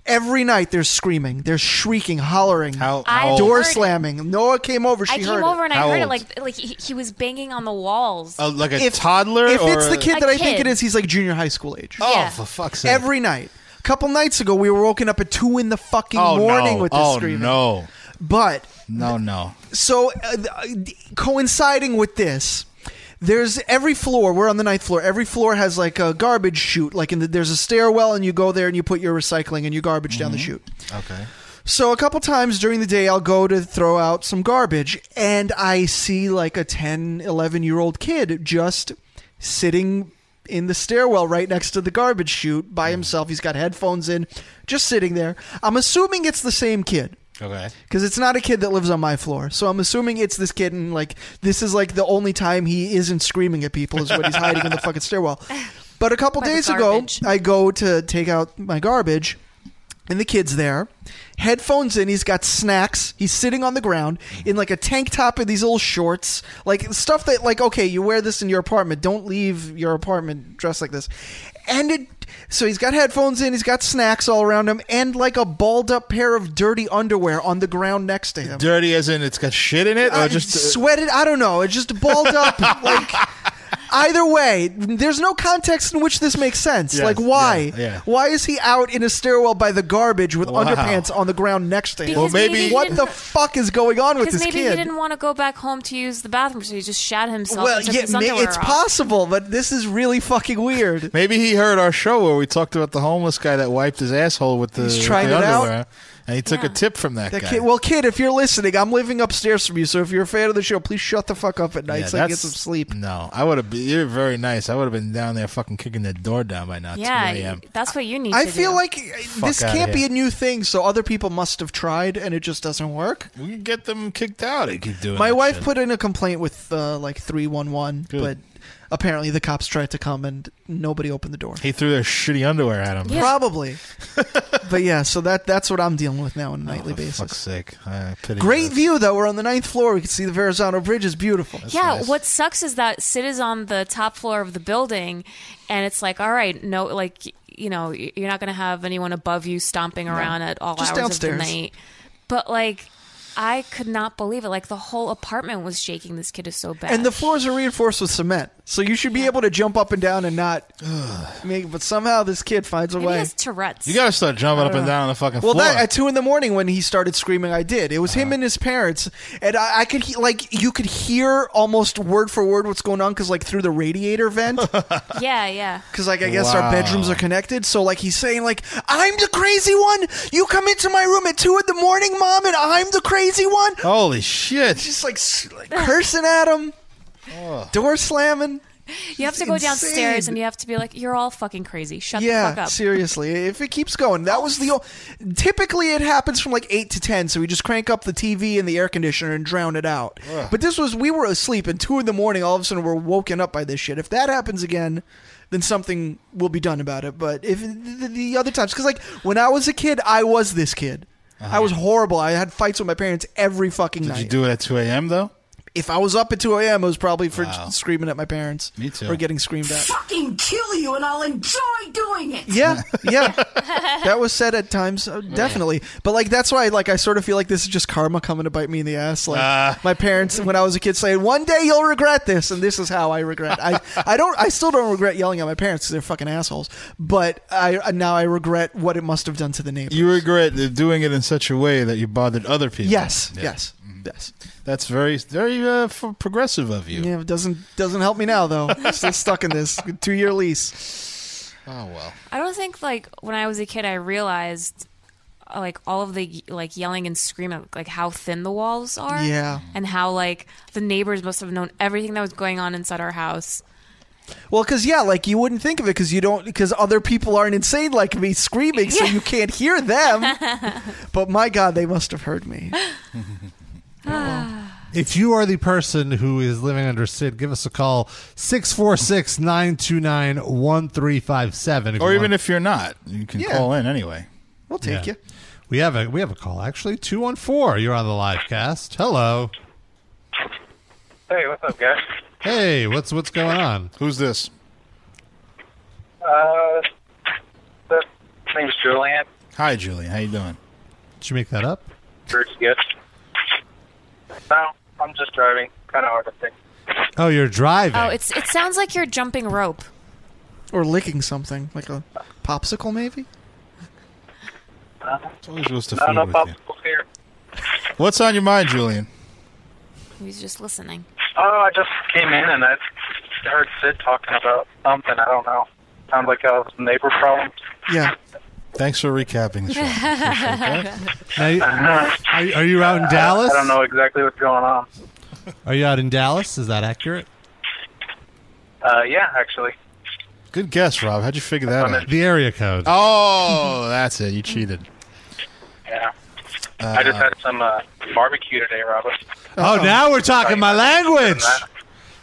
S4: Every night they're screaming, they're shrieking, hollering,
S2: How,
S5: I
S2: how old?
S5: adore-
S4: door
S5: Heard it.
S4: slamming. Noah came over. She
S5: I came
S4: heard
S5: over
S4: it.
S5: and
S2: How
S5: I heard
S2: old?
S5: it like like he, he was banging on the walls.
S2: Uh, like a
S4: If-
S2: toddler?
S4: If
S2: or
S4: it's the
S2: a-
S4: kid
S5: A
S4: that I think
S5: kid.
S4: it is, he's like junior high school age.
S2: Oh,
S5: Yeah.
S2: for fuck's sake!
S4: every night. A couple nights ago, we were woken up at two in the fucking
S2: oh,
S4: morning
S2: no.
S4: with this
S2: oh,
S4: screaming.
S2: no.
S4: But
S2: No, no.
S4: so uh, th- uh, coinciding with this. There's every floor. We're on the ninth floor. Every floor has like a garbage chute. Like in the, there's a stairwell, and you go there and you put your recycling and your garbage down
S2: Mm-hmm.
S4: the chute.
S2: Okay.
S4: So a couple times during the day, I'll go to throw out some garbage, and I see like a 10, 11 year old kid just sitting in the stairwell right next to the garbage chute by
S5: Hmm.
S4: himself. He's got headphones in, just sitting there. I'm assuming it's the same kid.
S2: Okay.
S4: Because it's not a kid that lives on my floor, so I'm assuming it's this kid, and like this is like the only time he isn't screaming at people is when he's hiding in the fucking stairwell. But a couple
S5: By the
S4: days ago,
S5: garbage.
S4: I go to take out my garbage, and the kid's there, headphones in. He's got snacks. He's sitting on the ground in like a tank top and these little shorts, like stuff that like okay, you wear this in your apartment. Don't leave your apartment dressed like this. And it, so he's got headphones in. He's got snacks all around him, and like a balled up pair of dirty underwear on the ground next to him.
S2: Dirty as in it's got shit in it, or
S4: I
S2: just uh,
S4: sweated. I don't know. It just balled up. like either way, there's no context in which this makes sense.
S2: Yes,
S4: like why?
S2: yeah, yeah.
S4: Why is he out in a stairwell by the garbage with
S2: Wow.
S4: underpants on the ground next to him?
S5: Because
S2: maybe-
S5: he
S4: what
S5: didn't-
S4: the fuck is going on with
S5: Because
S4: this
S5: maybe
S4: kid?
S5: he didn't want to go back home to use the bathroom, so he just shat himself.
S4: well,
S5: and took
S4: yeah,
S5: his
S4: ma-
S5: underwear
S4: it's
S5: off.
S4: possible, but this is really fucking weird.
S2: maybe he heard our show where we talked about the homeless guy that wiped his asshole with the,
S4: He's
S2: with
S4: trying
S2: the
S4: it out.
S2: underwear, and he took a
S5: Yeah.
S2: tip from that,
S4: That
S2: guy.
S4: kid, well, kid, if you're listening, I'm living upstairs from you, so if you're a fan of the show, please shut the fuck up at night
S2: Yeah,
S4: so I can get
S2: that's-
S4: some sleep.
S2: No, I would have. been You're very nice. I would have been down there fucking kicking the door down by now. 2
S5: Yeah,
S2: a.m.
S5: that's what you need.
S4: I
S5: to
S4: feel
S5: do.
S4: like uh, this
S2: outta
S4: can't be
S2: here.
S4: a new thing, so other people must have tried and it just doesn't work.
S2: We could get them kicked out. They keep doing.
S4: My
S2: that
S4: wife
S2: shit.
S4: put in a complaint with uh, like 311,
S2: Good.
S4: but apparently the cops tried to come and nobody opened the door.
S2: He threw their shitty underwear at him.
S5: Yeah.
S4: Probably. but yeah, so that that's what I'm dealing with now on a nightly
S2: Oh, For fuck's
S4: basis.
S2: sake! I pity
S4: Great
S2: this.
S4: view though. We're on the ninth floor. We can see the Verrazano Bridge. It's beautiful.
S5: Yeah,
S2: nice.
S5: what sucks is that Sid is on the top floor of the building, and it's like, all right, no, like y- you know, y- you're not going to have anyone above you stomping around at all
S4: Just
S5: hours
S4: downstairs.
S5: of the night. But like, I could not believe it. Like the whole apartment was shaking. This kid is so bad.
S4: And the floors are reinforced with cement, so you should be able to jump up and down and not make. But somehow this kid finds a
S5: Maybe he
S4: way.
S5: has Tourette's.
S2: You gotta start jumping up and down on the fucking
S4: Well,
S2: floor. Uh-huh.
S4: that at two in the morning when he started screaming, I did. It was him and his parents, and I, I could he, like you could hear almost word for word what's going on because like through the radiator vent,
S5: yeah, yeah.
S4: because like I guess our
S2: Wow.
S4: bedrooms are connected. So like he's saying like I'm the crazy one. You come into my room at two in the morning, mom, and I'm the crazy one.
S2: Holy shit!
S4: Just like, s- like cursing at him, door slamming.
S5: You have to go downstairs
S4: insane.
S5: and you have to be like, you're all fucking crazy. Shut the fuck
S4: Yeah,
S5: up.
S4: seriously. If it keeps going, that was the. o- Typically, it happens from like eight to ten, so we just crank up the TV and the air conditioner and drown it out. But this was we were asleep, and two in the morning, all of a sudden, we're woken up by this shit. If that happens again, then something will be done about it. But if the, the other times, because like when I was a kid, I was this kid. I was horrible. I had fights with my parents every fucking
S2: Uh-huh. Did
S4: night.
S2: you do it at 2 a.m. though?
S4: if I was up at 2 a.m., it was probably for
S2: Wow.
S4: screaming at my parents.
S2: Me too.
S4: Or getting screamed at.
S6: fucking kill you and I'll enjoy doing it.
S4: Yeah, yeah. that was said at times, uh, definitely. But like that's why, like I sort of feel like this is just karma coming to bite me in the ass. Like
S2: Ah.
S4: my parents, when I was a kid, saying, "One day you'll regret this," and this is how I regret. I, I don't, I still don't regret yelling at my parents because they're fucking assholes. But I uh, now I regret what it must have done to the neighbor.
S2: You regret doing it in such a way that you bothered other people.
S4: yes,
S2: Yeah.
S4: yes, yes.
S2: That's very, very uh, f- progressive of you.
S4: Yeah, it doesn't doesn't help me now though. Still stuck in this two year lease.
S2: Oh, well.
S5: I don't think like when I was a kid, I realized uh, like all of the like yelling and screaming, like how thin the walls are.
S4: Yeah.
S5: and how like the neighbors must have known everything that was going on inside our house.
S4: Well, because yeah, like you wouldn't think of it because you don't because other people aren't insane like me screaming, so you can't hear them. but my God, they must have heard me.
S3: If you are the person who is living under Sid, give us a call 646 929 1357.
S2: Or even if you're not, you can
S4: Yeah.
S2: call in anyway.
S4: We'll take
S3: Yeah.
S4: you.
S3: We have a we have a call actually 214 you're on the live cast. Hello.
S7: Hey, what's up, guys?
S3: Hey, what's what's going on?
S2: Who's this?
S7: Uh, the name's Julian.
S2: Hi, Julie. How you doing?
S3: Did you make that up?
S7: Church gift. No, I'm just driving. Kind of hard to think.
S3: Oh, you're driving.
S5: Oh, it's it sounds like you're jumping rope.
S4: Or licking something like a popsicle, maybe.
S2: It's always supposed to
S7: No,
S2: food
S7: no
S2: with you.
S7: popsicles here.
S2: What's on your mind, Julian?
S5: He's just listening.
S7: Oh, I just came in and I heard Sid talking about something. I don't know. Sounds like a neighbor problem.
S4: Yeah.
S2: Thanks for recapping the show. Appreciate that.
S3: Now, you- are, you- are you out in Dallas?
S7: I don't know exactly what's going on.
S3: Are you out in Dallas? Is that accurate?
S7: Uh, yeah, actually.
S2: Good guess, Rob. How'd you figure that out?
S3: The area code.
S2: Oh, that's it. You cheated.
S7: Yeah. I just had some uh, barbecue today, Robert.
S3: Oh, now we're talking my language.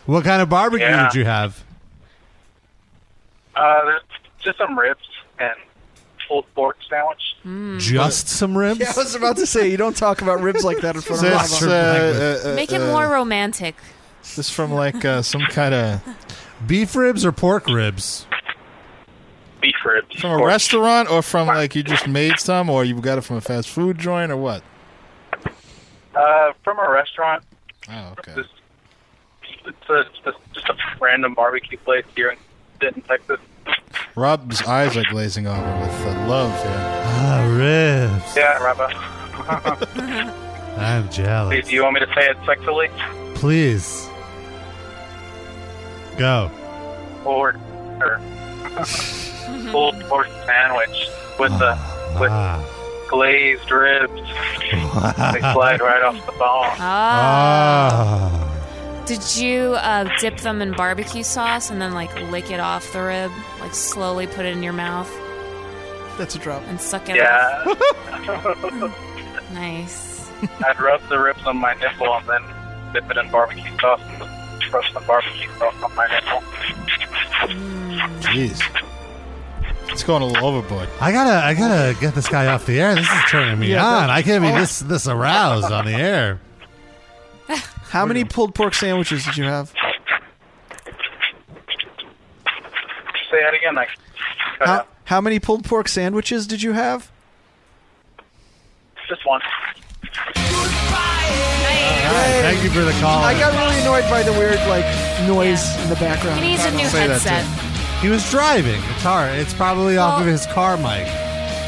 S3: What kind of barbecue
S7: Yeah.
S3: did you have?
S7: Uh, there's just some ribs and pulled pork sandwich.
S3: Just some ribs?
S4: Yeah, I was about to say you don't talk about ribs like that in front of
S2: This,
S4: Lava.
S3: Sir-
S2: uh, uh, uh,
S5: Make it
S2: uh,
S5: more romantic.
S2: This from like uh, some kind of
S3: Beef ribs or pork ribs?
S7: Beef ribs.
S2: from a
S7: pork.
S2: restaurant or from like you just made some or you got it from a fast food joint or what?
S7: Uh, from a restaurant.
S2: Oh, okay.
S7: This, it's a, it's a- just a random barbecue place here in Denton, Texas.
S2: Rob's eyes are glazing over with uh, love here.
S3: Ah, ribs.
S7: Yeah, Rabbi.
S3: I'm
S7: Do
S3: jealous.
S7: you want me to say it sexually?
S3: Please. Go.
S7: Or, or pulled pork sandwich with the with
S3: Ah.
S7: glazed ribs. they slide right off the bone.
S6: Uh,
S5: Ah.
S3: Ah.
S5: Did you uh, dip them in barbecue sauce and then like lick it off the rib, like slowly put it in your mouth
S4: That's a drop.
S5: and suck it
S7: Yeah,
S5: off? Nice.
S7: I'd rub the ribs on my nipple and then dip it in barbecue sauce and rub some barbecue sauce on my nipple.
S2: Jeez. It's going a little overboard.
S3: I gotta, I gotta get this guy off the air. This is turning me
S4: Yeah, Oh.
S3: on. I can't be this this aroused on the air. uh,
S4: How many pulled pork sandwiches did you have?
S7: Say that again. Like, cut
S4: How,
S7: out.
S4: how many pulled pork sandwiches did you have?
S7: just one.
S3: Thank you for the call.
S4: I got really annoyed by the weird like noise in the background.
S5: He needs a new
S2: Say that
S5: headset.
S3: he was driving. It's hard. It's probably off of
S5: Well-
S3: his car mic.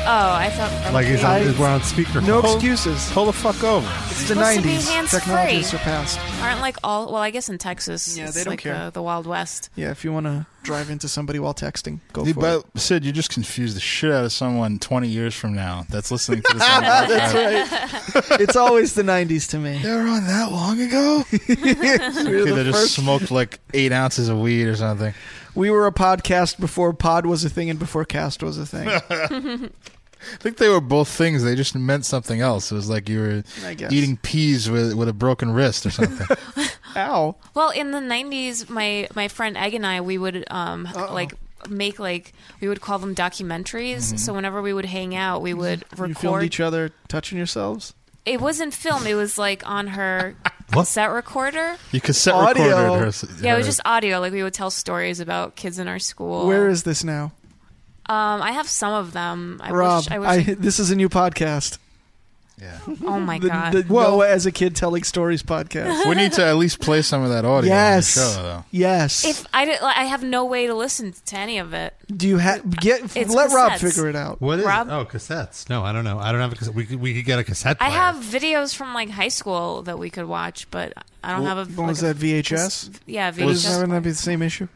S5: Oh, I thought.
S3: Like he's on,
S4: I-
S3: we're on speakerphone.
S4: no excuses.
S2: Pull the fuck over.
S4: It's the
S5: supposed to be
S4: 90s.
S5: hands-free.
S4: Technology has surpassed.
S5: aren't like all. Well, I guess in Texas,
S4: Yeah,
S5: it's
S4: they don't
S5: like
S4: care.
S5: The, the Wild West.
S4: Yeah, if you want to drive into somebody while texting, go
S2: Yeah,
S4: for it.
S2: but Sid, you just confused the shit out of someone 20 years from now that's listening to this. on the archive.
S4: It's always the '90s to me.
S2: They were on that long ago?
S4: We were,
S2: Kid
S4: the
S2: that just
S4: first,
S2: smoked like eight ounces of weed or something.
S4: we were a podcast before pod was a thing and before cast was a thing.
S2: Ah. I think they were both things. They just meant something else. It was like you were
S4: I guess.
S2: eating peas with, with a broken wrist or something.
S4: Ow!
S5: Well, in the '90s, my my friend Egg and I, we would um like like make like we would call them documentaries. So whenever we would hang out, we would
S4: Mm-hmm. You filmed
S5: record.
S4: each other touching yourselves.
S5: it wasn't film. It was like on her cassette recorder.
S2: You cassette
S4: Audio.
S2: recorded her.
S5: Yeah, it was just audio. Like we would tell stories about kids in our school.
S4: Where is this now,
S5: Um, I have some of them. I
S4: Rob?
S5: wish. I wish.
S4: I,
S5: I-
S4: this is a new podcast.
S2: Yeah.
S5: oh my
S4: The,
S5: god.
S4: the
S2: Well-
S4: Noah as a kid telling stories podcast.
S2: we need to at least play some of that audio.
S4: yes.
S2: On the show, though.
S4: Yes.
S5: if I did, like, I have no way to listen to any of it.
S4: Do you have get?
S5: It's
S4: let Rob
S5: cassettes.
S4: figure it out.
S3: What is it?
S5: Rob?
S3: Oh, cassettes. No, I don't know. I don't have a cassette. We could, we could get a cassette.
S5: I
S3: player.
S5: have videos from like high school that we could watch, but I don't have a.
S4: What
S5: like,
S4: was
S5: a-
S4: that VHS?
S5: Yeah,
S4: Doesn't
S5: VHS.
S4: that be the same issue?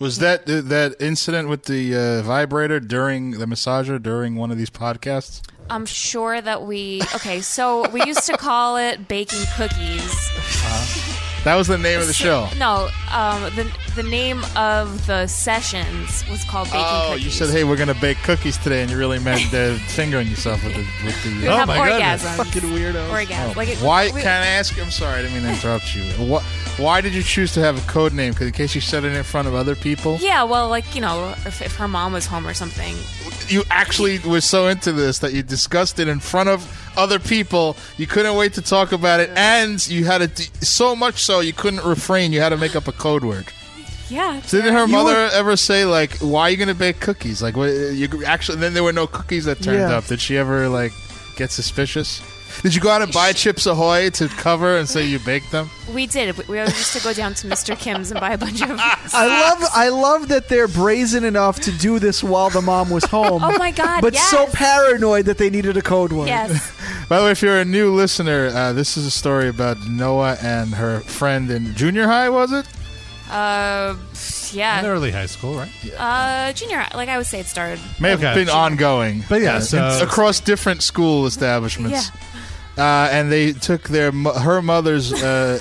S2: Was that uh, that incident with the uh, vibrator during the massager during one of these podcasts?
S5: I'm sure that we okay. So we used to call it baking cookies. Uh-huh.
S2: That was the name of the show.
S5: No, um, the the name of the sessions was called baking
S2: Oh,
S5: cookies.
S2: you said, "Hey, we're gonna bake cookies today," and you really meant uh, fingering yourself with the with the. Oh
S5: we have
S3: Oh my goodness. Oh.
S5: orgasms.
S4: Fucking weirdos.
S5: Orgasm. Like it-
S2: Why
S5: we-
S2: can I ask? I'm sorry, I didn't mean to interrupt you. What? Why did you choose to have a code name? Because in case you said it in front of other people,
S5: Yeah, well, like you know, if, if her mom was home or something.
S2: you actually were so into this that you discussed it in front of other people. You couldn't wait to talk about it, and you had it so much so you couldn't refrain. You had to make up a code word.
S5: Yeah.
S2: So didn't her mother ever say like, "Why are you gonna bake cookies?" Like, what, you actually then there were no cookies that turned
S4: Yeah.
S2: up. Did she ever like get suspicious? Did you go out and buy Chips Ahoy to cover and say you baked them?
S5: We did. We, we always used to go down to Mr. Kim's and buy a bunch of.
S4: I love I love that they're brazen enough to do this while the mom was home.
S5: Oh my God,
S4: But so
S5: yes.
S4: paranoid that they needed a code word.
S5: Yes.
S2: By the way, if you're a new listener, uh, this is a story about Noah and her friend in junior high. Was it?
S5: Uh,
S3: in
S5: yeah.
S3: early high school, right?
S5: Uh, junior. high- Like I would say, it started.
S2: May have
S3: Okay.
S2: been ongoing,
S3: But yeah,
S2: uh,
S3: so-
S2: it's across different school establishments. Uh, and they took their mo- her mother's uh,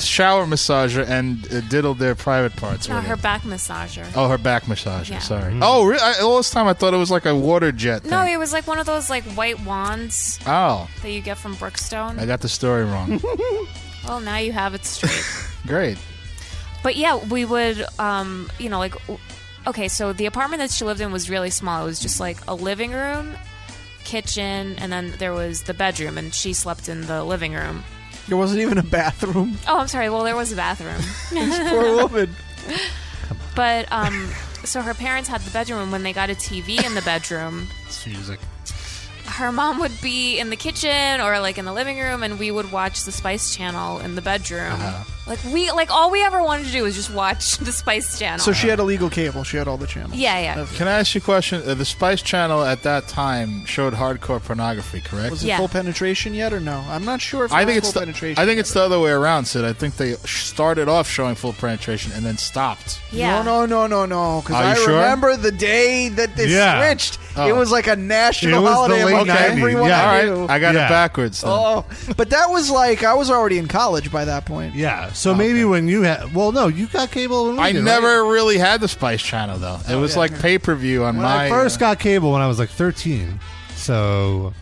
S2: shower massager and uh, diddled their private parts.
S5: No,
S2: with it.
S5: her back massager.
S2: Oh, her back massager.
S5: Yeah.
S2: Sorry.
S3: Mm.
S2: Oh, re- I, all this time I thought it was like a water jet. Thing.
S5: No, it was like one of those like white wands
S2: oh,
S5: that you get from Brookstone.
S2: I got the story wrong.
S5: Well, now you have it straight.
S2: Great.
S5: but yeah, we would, um, you know, like, w- okay, so the apartment that she lived in was really small. It was just like a living room, kitchen, and then there was the bedroom, and she slept in the living room.
S4: There wasn't even a bathroom.
S5: Oh, I'm sorry. Well, there was a bathroom.
S4: Poor woman.
S5: But, um, so her parents had the bedroom. When they got a TV in the bedroom,
S2: It's music.
S5: her mom would be in the kitchen or like in the living room and we would watch the spice channel in the bedroom like we like all we ever wanted to do was just watch the spice channel
S4: So she had illegal cable. She had all the channels.
S5: yeah yeah
S2: Can I ask you a question? Uh, the Spice Channel at that time showed hardcore pornography, correct?
S4: Was it
S5: Yeah.
S4: full penetration yet or no? I'm not sure if
S2: I
S4: it was
S2: think it's
S4: full
S2: the,
S4: penetration.
S2: I think it's the other way around, Sid. I think they sh- started off showing full penetration and then stopped.
S5: yeah
S4: No, no, no, no, no. Because
S2: Are
S4: I
S2: you sure?
S4: remember the day that they
S3: Yeah.
S4: switched.
S2: Oh.
S4: It was like a national
S3: It was the
S4: holiday
S3: late
S4: among
S3: 90s.
S4: everyone.
S3: Yeah.
S2: All
S4: I
S2: right,
S4: knew.
S2: I got
S3: Yeah.
S2: it backwards. Then.
S4: Oh, but that was like I was already in college by that point.
S3: Yeah. So maybe when you had, well, no, you got cable. When we
S2: I
S3: did,
S2: never really had the Spice Channel though. It was like pay per view on
S3: Right? When
S2: my
S3: I first
S2: uh,
S3: got cable when I was like 13, so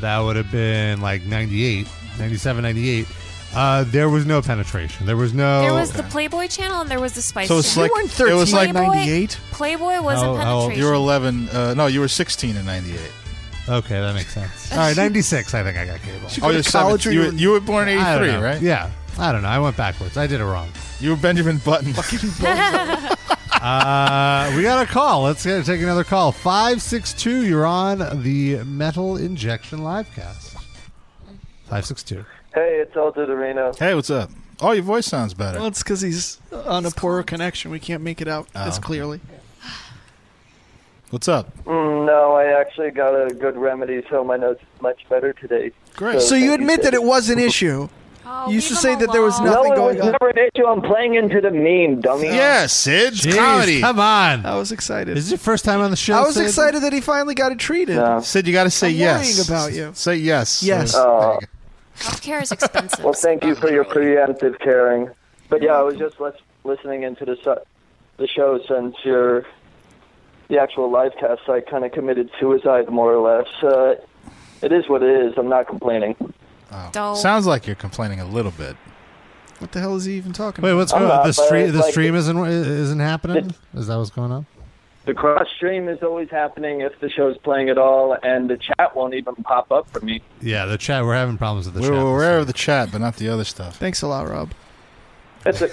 S3: that would have been like 98, 97, 98. Uh, there was no penetration. There was no.
S5: there was the playboy channel and there was the spice
S2: So it's
S5: channel
S2: like
S4: weren't
S2: it was
S4: 13.
S2: like
S5: playboy,
S4: 98?
S5: playboy wasn't
S3: How- how old-
S5: penetration
S2: you were 11. Uh, no, you were 16 in 98.
S3: okay, that makes sense. All right, 96. I think I got cable.
S4: go
S2: oh,
S4: to
S2: you're
S4: college or
S2: 17. You were,
S4: you-
S2: you were born in
S3: I don't
S2: 83,
S3: know.
S2: right?
S3: Yeah. I don't know. I went backwards. I did it wrong.
S2: You were Benjamin Button.
S3: Uh, we got a call. Let's get, take another call. 562, you're on the Metal Injection Livecast. 562.
S7: Hey, it's El Dorino.
S2: hey, what's up? Oh, your voice sounds better.
S4: Well, it's because he's on a poorer connection. We can't make it out as
S3: Oh.
S4: clearly.
S2: What's up?
S7: Mm, no, I actually got a good remedy, so my notes much better today.
S2: Great.
S4: So you admit that it was an issue.
S5: Oh,
S4: You used to
S5: leave
S4: say
S5: him
S4: that there was
S5: alone.
S7: No,
S4: nothing
S7: it was
S4: going on.
S7: never an issue. I'm playing into the meme, dummy.
S2: Yeah, Sid. it's
S3: Jeez,
S2: comedy.
S3: Come on.
S4: I was excited.
S3: Is this your first time on the show?
S4: I was
S3: Sid?
S4: excited that he finally got it treated.
S7: No.
S2: Sid, you got to say
S4: I'm
S2: yes.
S4: worrying about you.
S2: Say yes.
S4: Yes.
S7: Uh,
S5: healthcare is expensive
S7: well, thank you for your preemptive caring. But yeah, I was just lis- listening into the su- the show since your the actual live cast. I kind of committed suicide, more or less. Uh, it is what it is. I'm not complaining.
S3: Oh.
S5: Don't-
S2: Sounds like you're complaining a little bit.
S4: What the hell is he even talking
S3: Wait,
S4: about?
S3: what's going
S7: I'm
S3: on?
S7: not,
S3: The
S7: but
S3: stream,
S7: it's
S3: the
S7: like-
S3: stream isn't isn't happening. Is that what's going on?
S7: the cross stream is always happening if the show's playing at all, and the chat won't even pop up for me.
S3: Yeah, the chat. We're having problems with the
S2: We're
S3: chat.
S2: aware of the chat, but not the other stuff.
S4: Thanks a lot, Rob.
S7: It's a,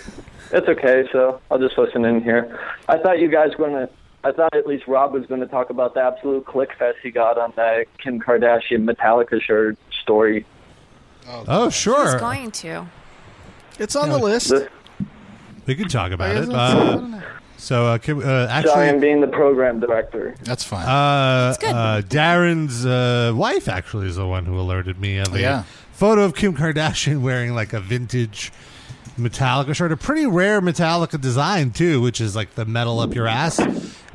S7: it's okay. So I'll just listen in here. I thought you guys were gonna. I thought at least Rob was going to talk about the absolute click fest he got on that Kim Kardashian Metallica shirt story.
S3: Oh,
S5: He's
S3: sure.
S5: going to.
S4: It's on the list.
S7: The
S3: We could talk about it. Uh, so, uh, can, we- uh,
S7: Zion
S3: actually,
S7: being the program director.
S2: That's fine.
S3: uh,
S5: good.
S3: uh, Darren's uh, wife actually is the one who alerted me of the
S2: Oh, yeah.
S3: photo of Kim Kardashian wearing like a vintage Metallica shirt, a pretty rare Metallica design too, which is like the metal up your ass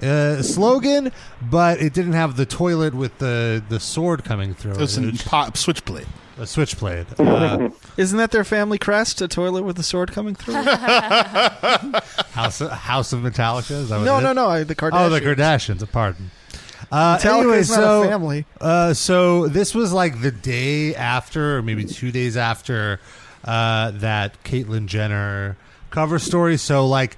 S3: uh, slogan, but it didn't have the toilet with the the sword coming through.
S2: it was
S3: it
S2: in pop switchblade.
S3: a switchblade. Uh,
S4: Isn't that their family crest? A toilet with a sword coming through?
S3: Uh, House of, House of Metallica. Is that what
S4: no,
S3: it
S4: no,
S3: is?
S4: no.
S2: uh,
S4: I- The Kardashians.
S3: Oh, the Kardashians. Pardon. Uh,
S4: Metallica
S3: anyway,
S4: is not
S3: so
S4: a family.
S3: Uh, so this was like the day after, or maybe two days after, uh, that Caitlyn Jenner cover story. So like,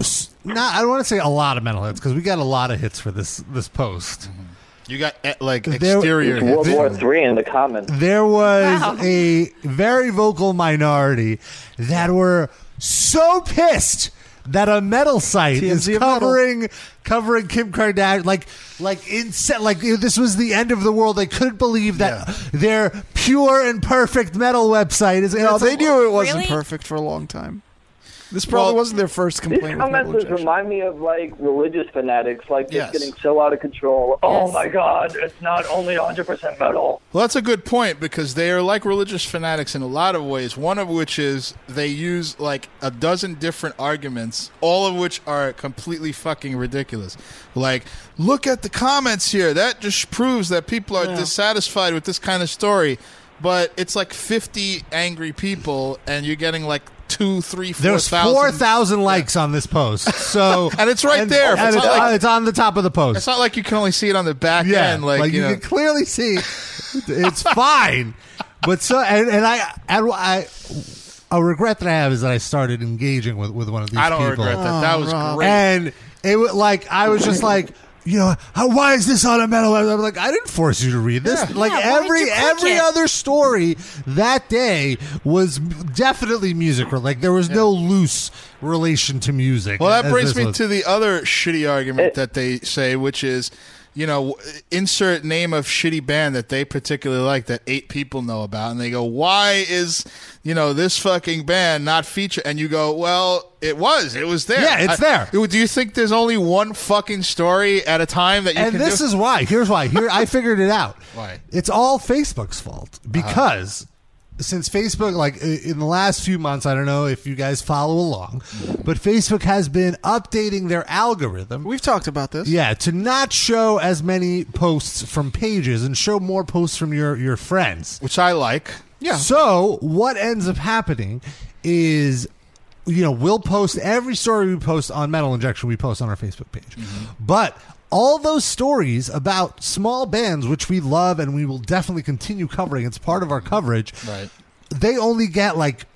S3: s- not I don't want to say a lot of mental hits because we got a lot of hits for this this post.
S4: Mm-hmm.
S2: You got eh, like
S3: There-
S2: exterior.
S3: It's
S2: hits.
S7: World War Three in the comments.
S3: There was
S5: Wow.
S3: a very vocal minority that were so pissed that a metal site
S4: TMZ
S3: is
S4: of metal.
S3: covering covering Kim Kardashian like like inset like you know, this was the end of the world. They couldn't believe that their pure and perfect metal website is.
S4: No, they knew it wasn't
S5: Really?
S4: perfect for a long time. This probably
S2: Well,
S4: wasn't their first
S7: These
S4: complaint. With
S7: comments
S4: metal
S7: just
S4: injection.
S7: remind me of like religious fanatics, like just
S2: Yes.
S7: getting so out of control. Oh
S5: Yes.
S7: my God! It's not only 100% metal.
S2: Well, that's a good point because they are like religious fanatics in a lot of ways. One of which is they use like a dozen different arguments, all of which are completely fucking ridiculous. Like, look at the comments here. That just proves that people are dissatisfied with this kind of story. But it's like 50 angry people, and you're getting like two, three, four
S3: There's
S2: thousand.
S3: four thousand likes on this post, so
S2: And it's right there.
S3: and
S2: It's
S3: it's,
S2: not like-
S3: uh, it's on the top of the post.
S2: It's not like you can only see it on the back
S3: yeah,
S2: end. Like, you,
S3: you,
S2: know,
S3: can clearly see it's fine. But so and, and I and I a regret that I have is that I started engaging with with one of these.
S2: I don't
S3: people.
S2: regret that. That was
S3: Oh,
S4: Rob.
S2: great.
S3: And it was like I was just like. You know, how, why is this on a metal? website?" I'm like, I didn't force you to read this. Like
S5: Yeah, why did
S3: every
S5: you click
S3: every
S5: it?
S3: other story that day was definitely musical. Like there was no loose relation to music.
S2: Well, that
S3: as
S2: brings
S3: this
S2: me
S3: was.
S2: to the other shitty argument
S7: It-
S2: that they say, which is, you know, w- insert name of shitty band that they particularly like that eight people know about, and they go, "Why is you know this fucking band not featured?" And you go, "Well, it was, it was there.
S3: Yeah, it's there."
S2: Do you think there's only one fucking story at a time that you
S3: and
S2: can
S3: this
S2: do?
S3: is why. Here's why. Here I figured it out.
S2: Why? Uh-huh.
S3: It's all Facebook's fault because since Facebook, like i- in the last few months, I don't know if you guys follow along, but Facebook has been updating their algorithm.
S4: We've talked about this.
S3: Yeah, to not show as many posts from pages and show more posts from your your friends.
S2: which I like."
S4: Yeah.
S3: So what ends up happening is, you know, we'll post every story we post on Metal Injection. We post on our Facebook page, but all those stories about small bands, which we love and we will definitely continue covering. It's part of our coverage.
S2: Right.
S3: They only get like,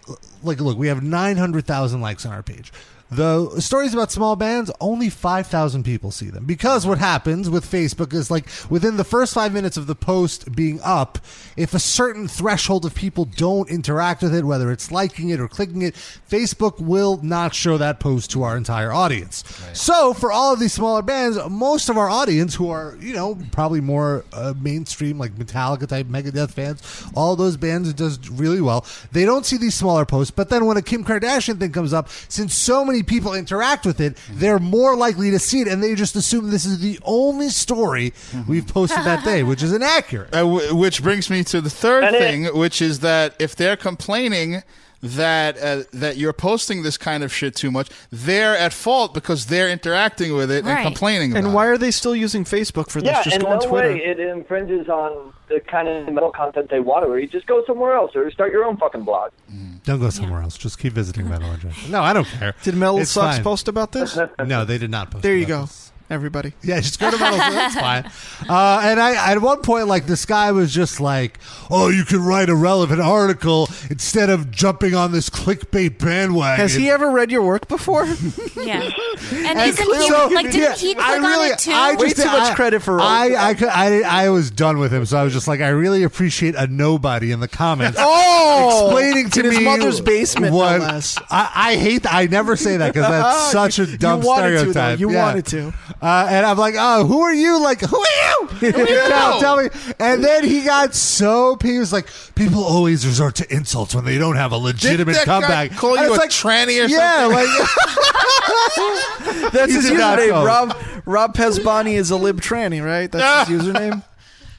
S3: like look, we have nine hundred thousand likes on our page. The stories about small bands, only 5,000 people see them. Because what happens with Facebook is like within the first five minutes of the post being up, if a certain threshold of people don't interact with it, whether it's liking it or clicking it, Facebook will not show that post to our entire audience. So for all of these smaller bands, most of our audience who are, you know, probably more uh, mainstream, like Metallica type, Megadeth fans, all those bands it does really well. They don't see these smaller posts, but then when a Kim Kardashian thing comes up, since so many people interact with it,
S4: Mm-hmm.
S3: they're more likely to see it, and they just assume this is the only story
S4: Mm-hmm.
S3: we've posted that day, which is inaccurate.
S2: Uh, w- which brings me to the third
S7: And it-
S2: thing, which is that if they're complaining that uh, that you're posting this kind of shit too much, they're at fault because they're interacting with it
S5: Right.
S2: and complaining about
S4: And why
S2: it.
S4: are they still using Facebook for this?
S7: Yeah,
S4: Just
S7: in
S4: go on
S7: no
S4: Twitter.
S7: way it infringes on the kind of metal content they want to read. Just go somewhere else or start your own fucking blog.
S3: Don't go somewhere else. Just keep visiting Metal Injection. No, I don't care.
S4: Did Mel
S3: It's
S4: Sucks
S3: fine.
S4: post about this?
S3: No, they did not post.
S4: There you
S3: about
S4: go.
S3: this.
S4: everybody.
S3: Yeah, just go to metal. that's fine. Uh, and I at one point, like this guy was just like, "Oh, you can write a relevant article instead of jumping on this clickbait bandwagon."
S4: Has he ever read your work before?
S5: Yeah.
S3: And
S5: And isn't he
S3: so-
S5: like? Didn't he
S3: yeah,
S5: click
S3: I really-
S5: on it too?
S3: I just-
S4: Way too much
S3: I-
S4: credit for
S3: I, I, could- I, I was done with him, so I was just like, I really appreciate a nobody in the comments.
S4: Oh!
S3: explaining to
S4: In
S3: me
S4: his mother's basement, no
S3: what-
S4: less.
S3: I, I hate. I never say that because that's such a
S4: You- you
S3: dumb
S4: wanted to, though.
S3: stereotype.
S4: You
S3: Yeah.
S4: wanted to.
S3: uh, and I'm like, oh, who are you? Like, who are you? tell, tell me. And then he got so he was like, people always resort to insults when they don't have a legitimate
S2: that guy
S3: comeback.
S2: call
S3: And
S2: you
S3: it's
S2: a
S3: like,
S2: tranny or
S3: yeah,
S2: something?
S3: like.
S4: That's
S3: He
S4: his
S3: did not
S4: username.
S3: know.
S4: Rob Rob Pesbani is a lib tranny, right? That's his username.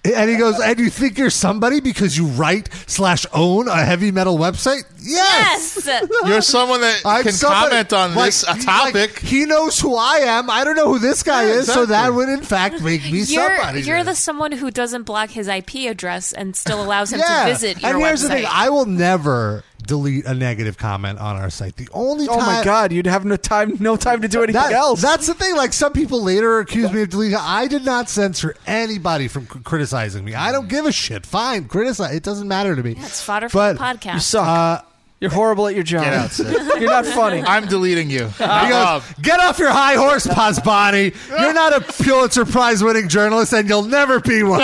S3: And he goes, and you think you're somebody because you write slash own a heavy metal website? Yes.
S5: yes.
S2: You're someone that
S3: I'm
S2: can
S3: somebody-
S2: comment on
S3: like,
S2: this a
S3: he-
S2: topic.
S3: like, he knows who I am. I don't know who this guy
S2: Yeah,
S3: is, so that
S2: exactly.
S3: would in fact make me
S5: You're,
S3: somebody.
S5: you're
S3: then.
S5: the someone who doesn't block his IP address and still allows him
S3: yeah.
S5: to visit your
S3: and here's
S5: website.
S3: the thing: I will never delete a negative comment on our site. The only
S4: Oh
S3: time
S4: my god, you'd have no time no time to do anything
S3: That-
S4: else.
S3: That's the thing. Like some people later accuse me of deleting. I did not censor anybody from c- criticizing me. I don't give a shit. Fine, criticize. It doesn't matter to me.
S5: yeah, it's fodder for
S3: But
S5: the
S4: you
S5: podcast.
S4: suck. You're horrible at your job.
S2: Uh, Get out, Sid.
S4: You're not funny.
S2: I'm deleting you.
S3: He goes, Get off your high horse, Pazbani. You're not a Pulitzer Prize winning journalist, and you'll never be one.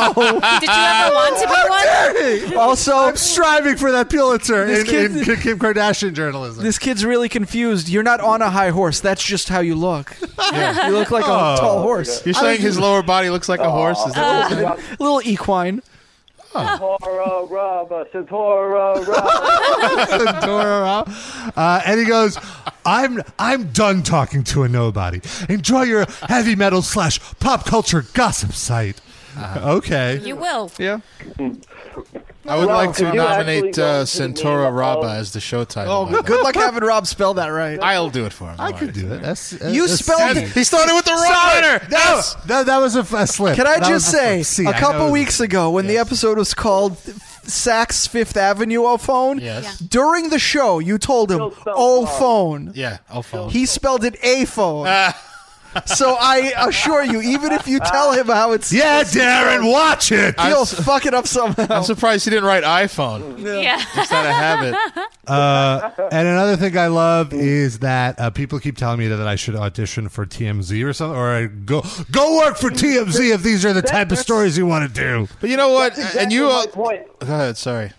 S5: Did you ever want to be one?
S4: also,
S3: I'm striving for that Pulitzer
S4: This
S3: in,
S4: kid-
S3: in Kim Kardashian journalism.
S4: this kid's really confused. You're not on a high horse. That's just how you look. You look like a tall horse.
S2: Oh. You're saying his lower body looks like a horse? Is that what you're saying?
S4: A little equine.
S7: Centauro Rob, Centauro Rob.
S3: Dora Rao. Uh, and he goes, I'm I'm done talking to a nobody. Enjoy your heavy metal slash pop culture gossip site.
S2: Uh-huh.
S3: okay.
S5: You will.
S4: Yeah.
S2: I would like to
S7: could you actually
S2: nominate
S7: go
S2: uh,
S7: into the name
S2: Centauro
S7: of-
S2: Rabba as the show title.
S4: Oh,
S2: Why
S4: good
S2: not?
S4: luck having Rob spell that right.
S2: I'll do it for him.
S3: I
S2: Don't
S3: could
S2: worry.
S3: do it. That's, uh,
S4: You
S3: that's
S4: spelled
S3: easy.
S4: it.
S2: He started with the wrong letter. Yes.
S3: No, that was a, f- a slip.
S4: Can I
S3: That
S4: just
S3: was a
S4: say,
S3: slip. See,
S4: a
S3: I
S4: couple
S3: know-
S4: weeks ago, when the episode was called Saks Fifth Avenue O Phone,
S2: Yes.
S5: Yeah.
S4: during the show, you told him
S7: Still spelled
S4: O
S7: wrong.
S4: Phone.
S2: Yeah, I'll follow.
S4: He spelled it A Phone.
S3: Ah.
S4: so I assure you, even if you tell him how it's,
S3: Yeah, Darren, watch it.
S4: he'll fuck it up somehow.
S2: I'm surprised he didn't write iPhone.
S5: Yeah.
S2: It's not a habit.
S3: Uh, And another thing I love is that uh, people keep telling me that, I should audition for TMZ or something, or I go go work for TMZ if these are the type of stories you want to do.
S2: But you know what? and you.
S7: my
S2: Uh,
S7: point.
S2: go ahead. Sorry.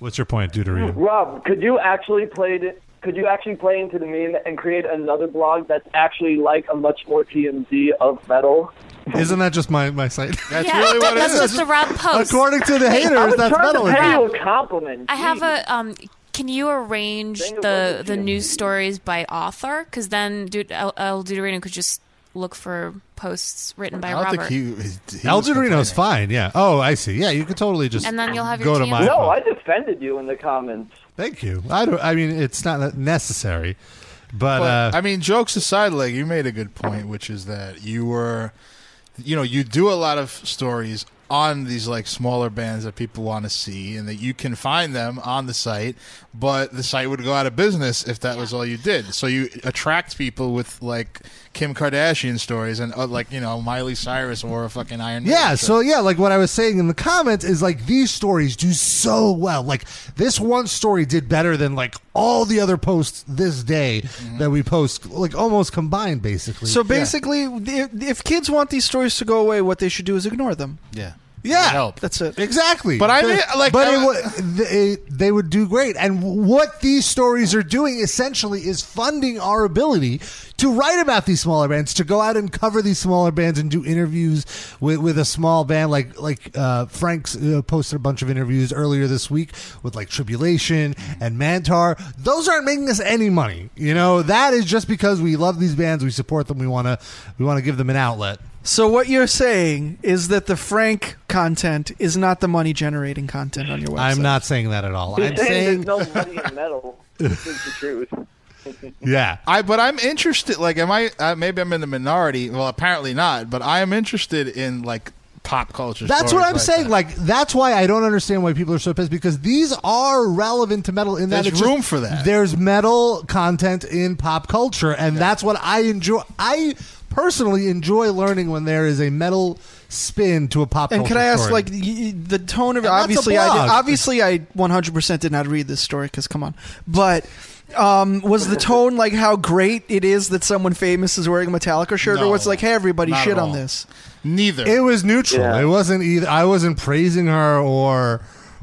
S3: What's your point, Deuterino?
S7: Rob, could you actually play it? Could you actually play into the meme and create another blog that's actually like a much more TMZ of metal?
S3: Isn't that just my, my site?
S2: That's
S5: yeah.
S2: really what
S5: That's
S2: it is.
S5: just a round post.
S3: According to the
S7: I
S3: haters,
S7: was
S3: that's
S7: trying
S3: metal.
S7: to pay
S3: again.
S7: you a compliment.
S5: I have
S7: Jeez.
S5: a. Um, can you arrange
S7: Think of
S5: the
S7: what
S5: the
S7: you-
S5: news stories by author? Because then Dude, El, El Deuterino could just look for posts written by
S2: I don't
S5: Robert.
S2: think he. he- he
S3: El
S2: was
S3: Dorino's
S2: complaining.
S3: fine. Yeah. Oh, I see. Yeah, you could totally just
S5: And then you'll have
S3: go
S5: your
S3: to
S5: TMZ.
S3: my.
S7: No, I defended you in the comments.
S3: Thank you. I don't. I mean, it's not necessary, but,
S2: But,
S3: uh,
S2: I mean, jokes aside, like you made a good point, which is that you were, you know, you do a lot of stories on these like smaller bands that people want to see, and that you can find them on the site. But the site would go out of business if that was all you did. So you attract people with like Kim Kardashian stories and uh, like you know Miley Cyrus or a fucking Iron. Maiden
S3: Yeah,
S2: show.
S3: so yeah, like what I was saying in the comments is like these stories do so well. Like this one story did better than like all the other posts this day that we post, like almost combined basically.
S4: So basically, if, if kids want these stories to go away, what they should do is ignore them.
S2: yeah,
S3: yeah,
S2: help.
S4: That's it.
S3: Exactly.
S2: But I
S3: The-
S2: did- like,
S3: but
S2: I-
S3: it would- they, they would do great. And what these stories are doing essentially is funding our ability to write about these smaller bands, to go out and cover these smaller bands and do interviews with, with a small band. Like, like, uh, Frank's uh, posted a bunch of interviews earlier this week with like Tribulation and Mantar. Those aren't making us any money. You know, that is just because we love these bands. We support them. We want to, we want to give them an outlet.
S4: So what you're saying is that the Frank content is not the money generating content on your website.
S3: I'm not saying that at all. I'm
S7: You're
S3: saying,
S7: there's no money in metal. It's the truth.
S3: yeah.
S2: I but I'm interested. Like, am I? Uh, maybe I'm in the minority. Well, apparently not. But I am interested in like pop culture.
S3: That's
S2: stories
S3: what I'm saying.
S2: that.
S3: Like that's why I don't understand why people are so pissed because these are relevant to metal in that
S2: There's
S3: it's just-
S2: room for that.
S3: There's metal content in pop culture, and that's what I enjoy. I personally enjoy learning when there is a metal spin to a pop.
S4: And
S3: culture
S4: can I ask,
S3: story.
S4: like, y- y- the tone of
S3: And that's
S4: obviously,
S3: a
S4: I
S3: blog.
S4: did, obviously, I 100% did not read this story because come on, but um, was the tone like how great it is that someone famous is wearing a Metallica shirt,
S3: No,
S4: or was it like, hey, everybody,
S3: not
S4: shit
S3: at
S4: on
S3: all.
S4: this?
S2: Neither.
S3: It was neutral.
S2: Yeah.
S3: It wasn't either. I wasn't praising her or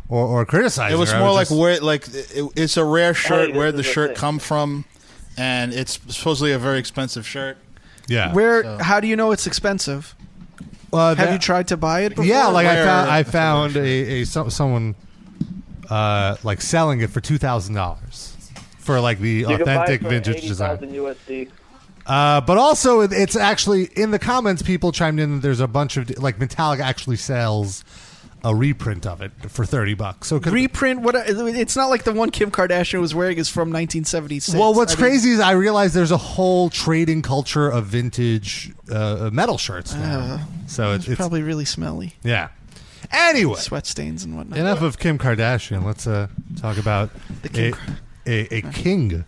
S3: or, or criticizing.
S2: It was
S3: her. I
S2: more like
S3: just-
S2: where, like it, it's a rare shirt.
S3: this
S2: Where'd
S3: is
S2: the
S3: the
S2: shirt
S3: thing.
S2: come from? And it's supposedly a very expensive shirt.
S3: yeah.
S4: Where?
S2: So-
S4: How do you know it's expensive?
S3: Uh,
S4: Have
S3: that-
S4: you tried to buy it? Before?
S3: Yeah, like I found I found a, a so, someone uh, like selling it for two thousand dollars for like the
S7: You can buy it
S3: authentic
S7: for
S3: vintage design.
S7: 80,000 USD.
S3: Uh, but also, it- it's actually in the comments. People chimed in that there's a bunch of like Metallica actually sells a reprint of it for thirty bucks. So it could be-
S4: reprint. What? It's not like the one Kim Kardashian was wearing is from 1976.
S3: Well, what's
S4: I mean-
S3: crazy is I realize there's a whole trading culture of vintage uh, metal shirts now.
S4: Uh,
S3: so it's,
S4: It's,
S3: it's
S4: probably really smelly.
S3: yeah. Anyway,
S4: sweat stains and whatnot.
S3: Enough of Kim Kardashian. Let's uh, talk about
S4: Kim
S3: a, a, a king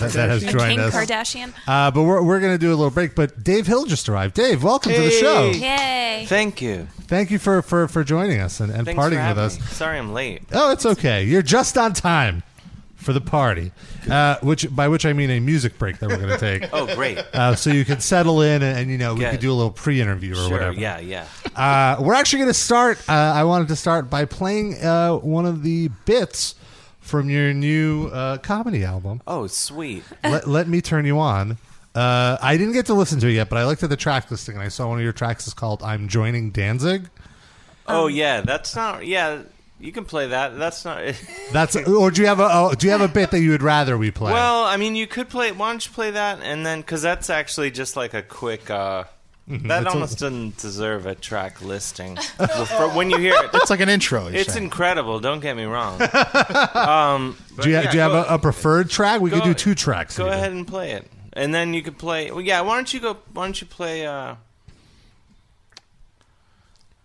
S3: that, that has
S5: A
S3: joined
S5: King
S3: us.
S5: Kardashian?
S3: Uh, but we're, we're going to do a little break. But Dave Hill just arrived. Dave, welcome to the show.
S5: Yay.
S8: Thank you.
S3: Thank you for, for, for joining us and, and
S8: Thanks for
S3: partying with
S8: having
S3: us.
S8: me. Sorry I'm late.
S3: Oh, it's okay. You're just on time for the party, uh, which by which I mean a music break that we're going to take.
S8: Oh, great.
S3: Uh, so you can settle in, and, and, you know we
S8: Good.
S3: could do a little pre-interview or
S8: sure.
S3: whatever.
S8: Yeah, yeah.
S3: Uh, we're actually going to start. Uh, I wanted to start by playing uh, one of the bits from your new uh, comedy album.
S8: Oh, sweet.
S3: let, let me turn you on. Uh, I didn't get to listen to it yet, but I looked at the track listing and I saw one of your tracks is called "I'm Joining Danzig."
S8: Oh, yeah. That's not. Yeah, you can play that. That's not.
S3: That's or do you have a oh, do you have a bit that you would rather we play?
S8: Well, I mean, you could play. Why don't you play that and then? Because that's actually just like a quick. uh
S3: Mhm,
S8: That
S3: it's a-
S8: almost doesn't deserve a track listing. Well, for when you hear it,
S2: It's like an
S3: Oh,
S2: intro. you're
S8: it's
S2: saying.
S8: incredible. Don't get me wrong. Um, but
S3: do you,
S8: yeah,
S3: do you have
S8: go-
S3: a, a preferred track? We could
S8: go-
S3: do two tracks.
S8: Go
S3: even.
S8: ahead and play it, and then you could play. Well, yeah, why don't you go? Why don't you play? Uh,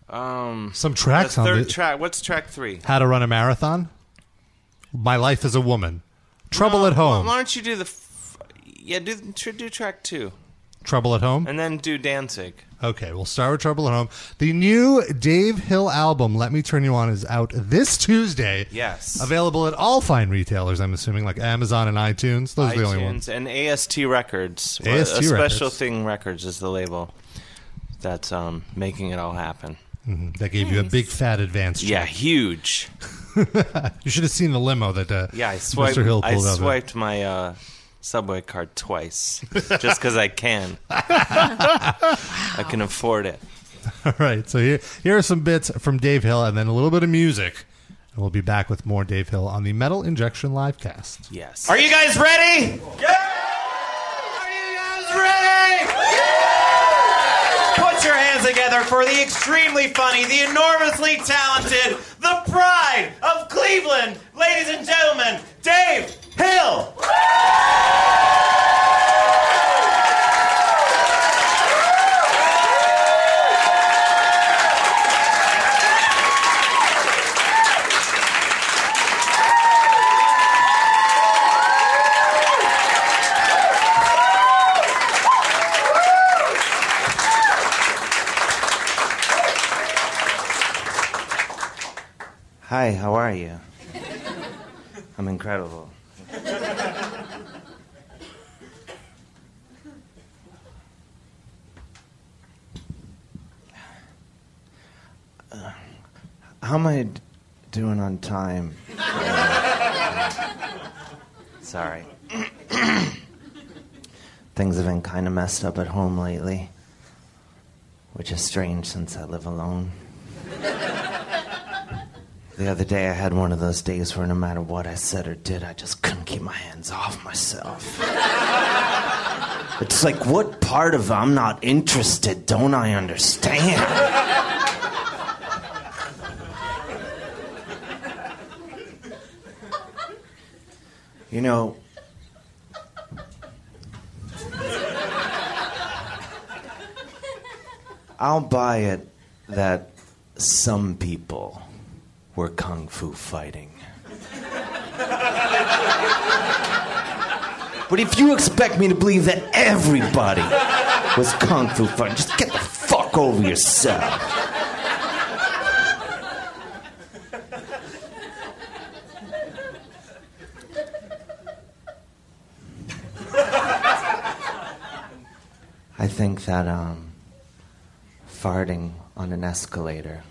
S8: um,
S3: Some tracks
S8: the
S3: on
S8: third
S3: the-
S8: track. What's track three?
S3: How to run a marathon? My life as a woman. Trouble at
S8: Why,
S3: home.
S8: why don't you do the? F- yeah, do tr- do track two,
S3: Trouble at home.
S8: and then do Danzig.
S3: Okay, we'll start with Trouble at Home. The new Dave Hill album, Let Me Turn You On, is out this Tuesday.
S8: Yes.
S3: Available at all fine retailers, I'm assuming, like Amazon and iTunes. Those are the only ones.
S8: iTunes and AST Records.
S3: AST
S8: A special
S3: Records.
S8: thing records is the label that's um, making it all happen.
S3: hmm That gave you a big fat advance.
S8: Yeah, huge.
S3: You should have seen the limo that uh,
S8: Yeah, I swiped.
S3: Mr. Hill
S8: I
S3: pulled up.
S8: swiped my uh, subway card twice, just because I can. I can afford it.
S3: All right, so here, here are some bits from Dave Hill and then a little bit of music. And we'll be back with more Dave Hill on the Metal Injection Livecast.
S8: Yes. Are you guys ready?
S9: guys ready? Put your hands together for the extremely funny, the enormously talented, the pride of Cleveland, ladies and gentlemen, Dave Hill.
S8: Hi, how are you? I'm incredible. How am I d- doing on time? Sorry. Things have been kind of messed up at home lately, which is strange since I live alone. The other day, I had one of those days where no matter what I said or did, I just couldn't keep my hands off myself. it's like, what part of I'm not interested don't I understand? you know, I'll buy it that some people were kung fu fighting. But if you expect me to believe that everybody was kung fu fun. Just get the fuck over yourself. I think that um, farting on an escalator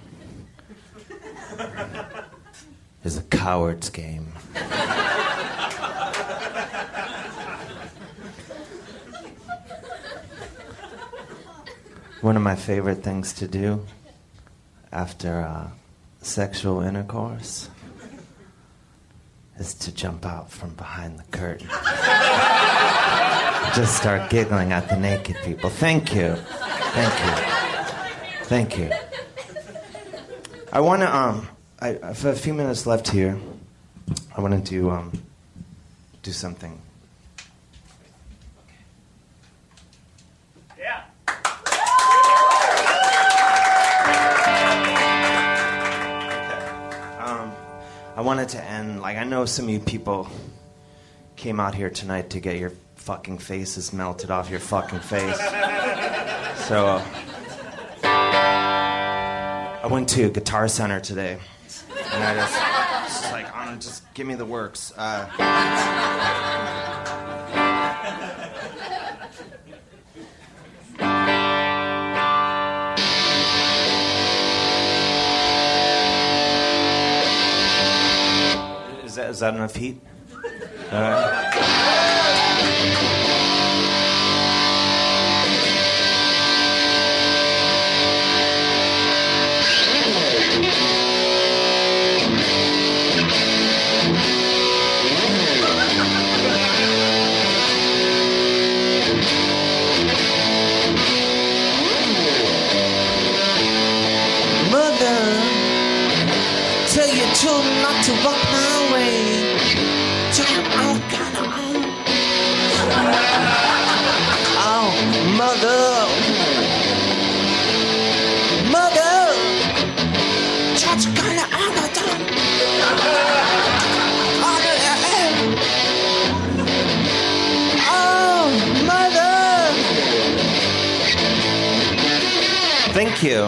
S8: is a coward's game. One of my favorite things to do after uh, sexual intercourse is to jump out from behind the curtain. Just start giggling at the naked people. Thank you. Thank you. Thank you. I want to, um, I, I have a few minutes left here. I want to do, um, do something. Um, I wanted to end, like, I know some of you people came out here tonight to get your fucking faces melted off your fucking face. So, uh, I went to Guitar Center today. And I just, just like, I don't know, just give me the works. Uh, is, that, is that enough heat? All right.
S6: Mother, tell your children not to walk my way. Children all kinda on. Oh, mother. Mother, church kinda on the top. On the- eh, eh. Oh, mother.
S8: Thank you.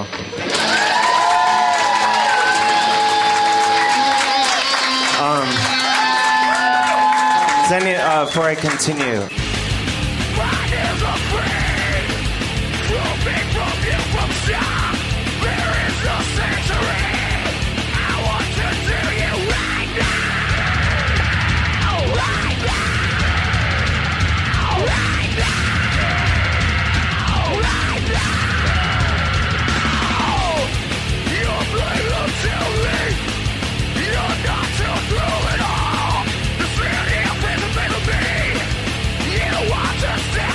S8: Um, does any, uh, before I continue,
S6: You're not so through it all. The spirit of me. Yeah.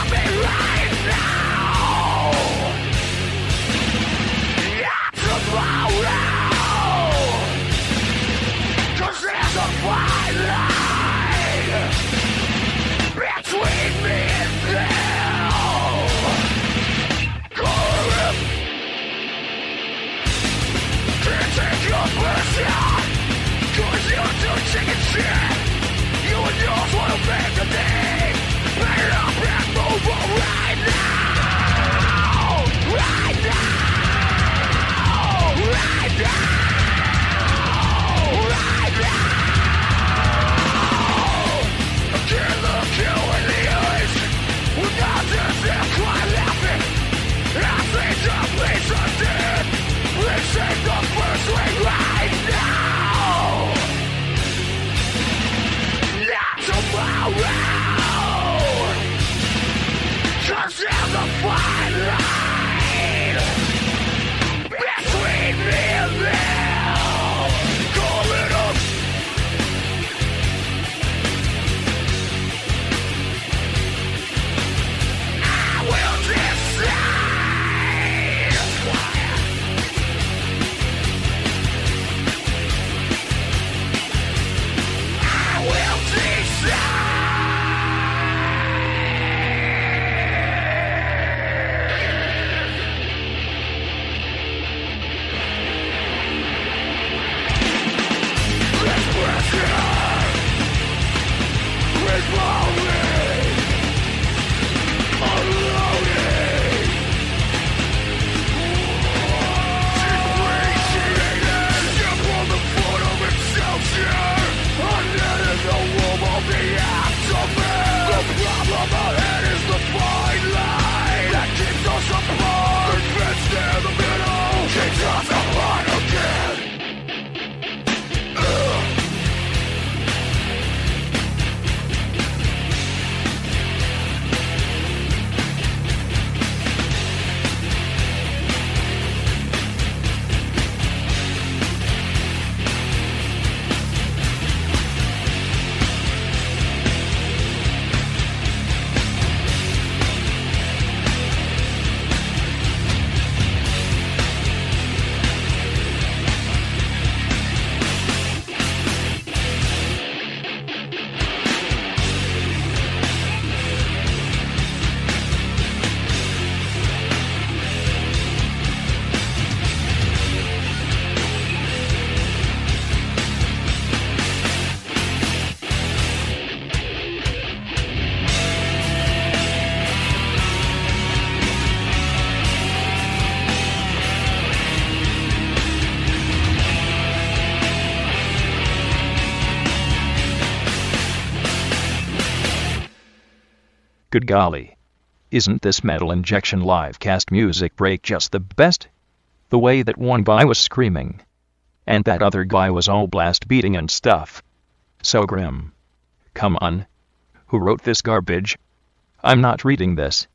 S1: Good golly. Isn't this metal injection live cast music break just the best? The way that one guy was screaming. And that other guy was all blast beating and stuff. So grim. Come on. Who wrote this garbage? I'm not reading this.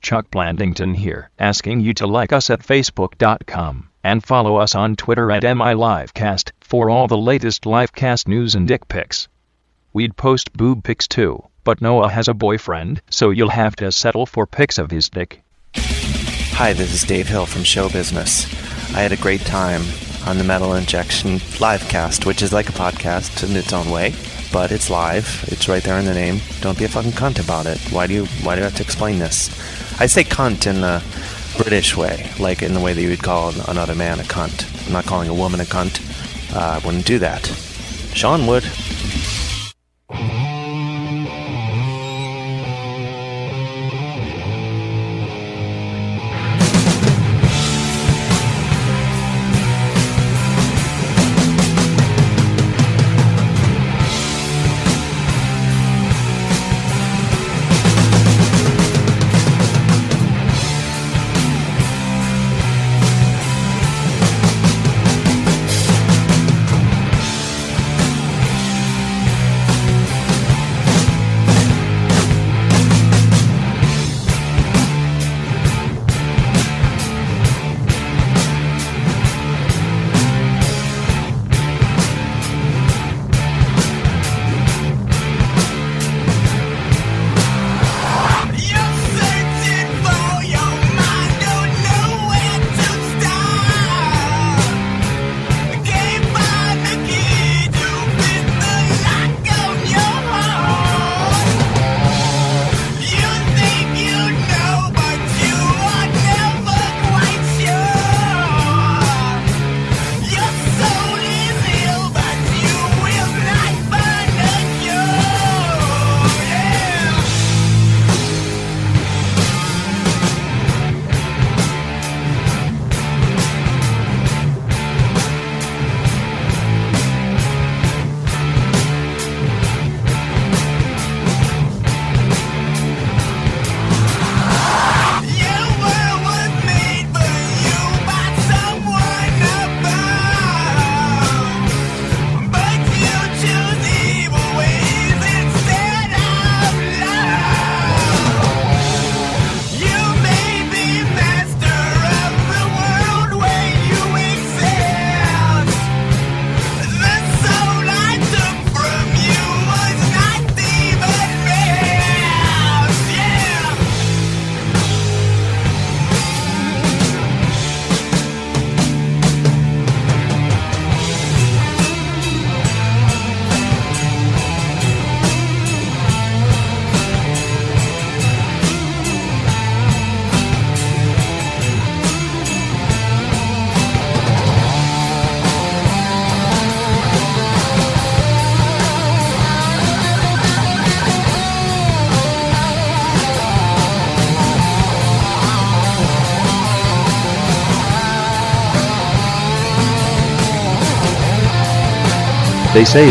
S1: Chuck Blandington here, asking you to like us at facebook.com and follow us on Twitter at MILivecast for all the latest livecast news and dick pics. We'd post boob pics too, but Noah has a boyfriend, so you'll have to settle for pics of his dick.
S8: Hi, this is Dave Hill from Show Business. I had a great time on the Metal Injection livecast, which is like a podcast in its own way, but it's live. It's right there in the name. Don't be a fucking cunt about it. Why do you why do I have to explain this? I say cunt in the British way, like in the way that you would call another man a cunt. I'm not calling a woman a cunt. Uh, I wouldn't do that. Sean would.
S1: they say.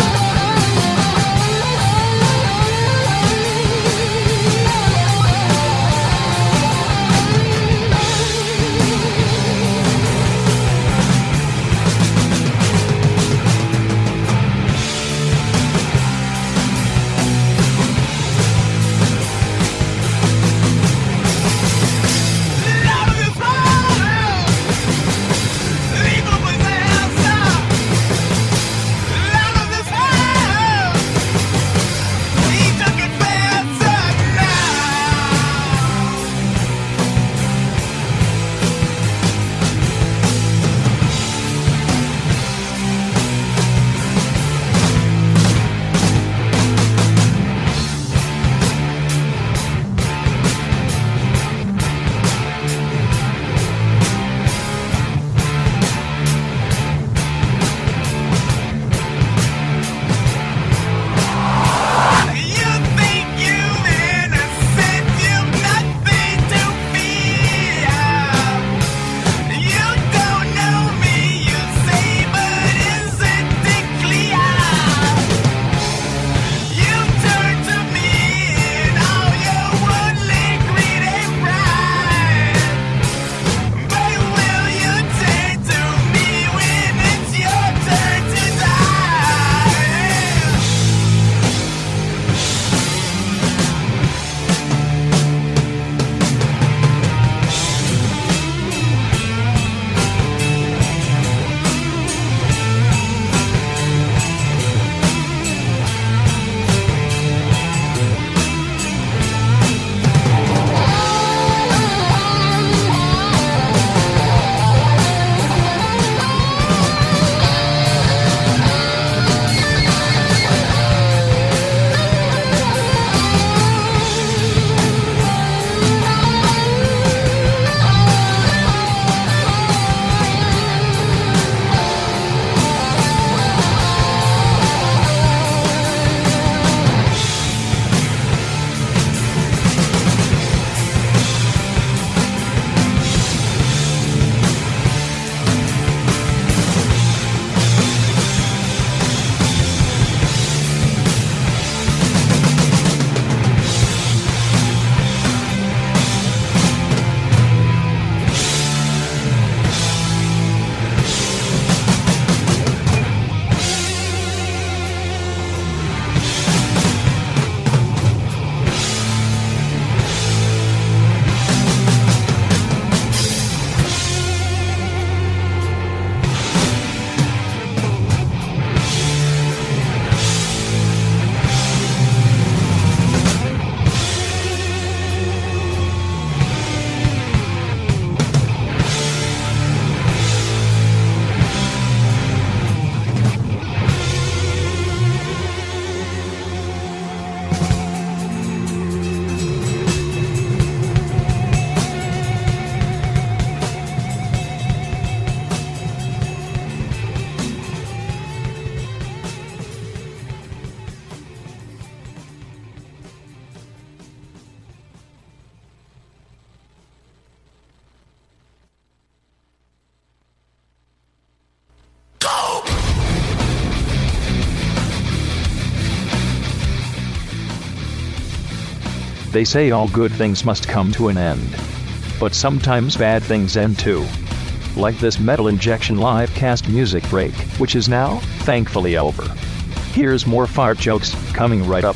S1: They say all good things must come to an end. But sometimes bad things end too. Like this Metal Injection live cast music break, which is now, thankfully, over. Here's more fart jokes, coming right up.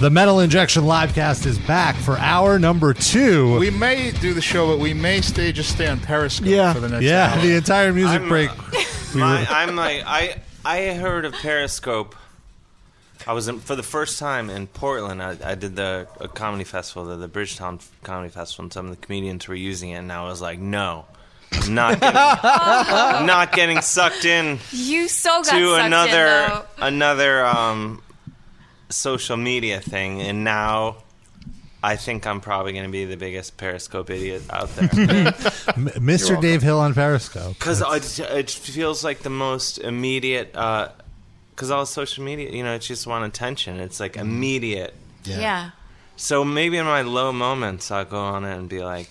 S3: The Metal Injection Livecast is back for hour number two.
S2: We may do the show, but we may stay just stay on Periscope for the next
S3: yeah,
S2: hour.
S3: the entire music
S2: I'm,
S3: break. we were-
S9: My, I'm like I I heard of Periscope. I was in, for the first time in Portland. I, I did the a comedy festival, the, the Bridgetown Comedy Festival, and some of the comedians were using it, and I was like, no, I'm not getting, I'm not getting sucked
S5: Oh,
S9: in
S5: You so got
S9: to
S5: sucked in,
S9: another
S5: though.
S9: another um, social media thing, and now. I think I'm probably going to be the biggest Periscope idiot out there.
S3: M- Mr. Dave Hill on Periscope.
S9: Because it, it feels like the most immediate. Because all social media, you know, it's just want attention. It's like immediate.
S5: Yeah.
S9: So maybe in my low moments, I'll go on it and be like,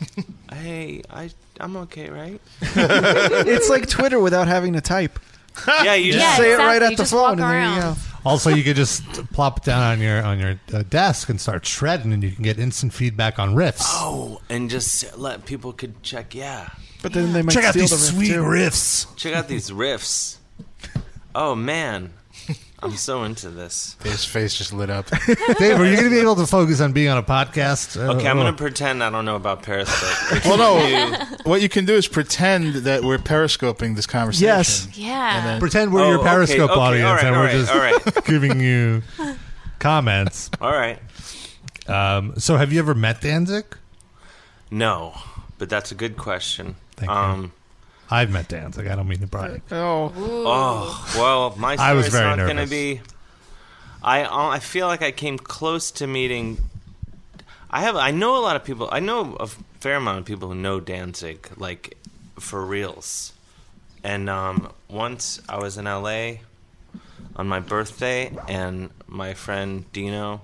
S9: "Hey, I I'm okay, right?"
S4: it's like Twitter without having to type.
S9: yeah, you just
S4: say it right at the phone, and there you go.
S3: Also, you could just plop down on your on your uh, desk and start shredding, and you can get instant feedback on riffs.
S9: Oh, and just let people could check. Yeah,
S4: But then they might
S3: Check out
S4: steal
S3: these
S4: the riff,
S3: sweet
S4: too.
S3: riffs.
S9: check out these riffs. Oh man, I'm so into this.
S2: His face just lit up.
S3: Dave, are you going to be able to focus on being on a podcast? Uh,
S9: Okay, I'm gonna
S3: uh,
S9: pretend I don't know about Periscope.
S2: well, no. what you can do is pretend that we're periscoping this conversation.
S3: Yes.
S5: Yeah.
S3: pretend we're
S9: Oh,
S3: your
S9: okay,
S3: Periscope
S9: okay, all
S3: audience,
S9: right,
S3: and
S9: all
S3: we're
S9: right,
S3: just
S9: all right.
S3: giving you comments.
S9: All right.
S3: Um, so, have you ever met Danzig?
S9: No, but that's a good question.
S3: Thank you.
S9: um,
S3: I've met Danzig. I don't mean to brag.
S2: Oh.
S9: Oh well, my
S3: I was
S9: story's
S3: very
S9: not going
S3: nervous.
S9: to be. I uh, I feel like I came close to meeting. I have I know a lot of people. I know a fair amount of people who know Danzig, like for reals. And um, once I was in LA on my birthday, and my friend Dino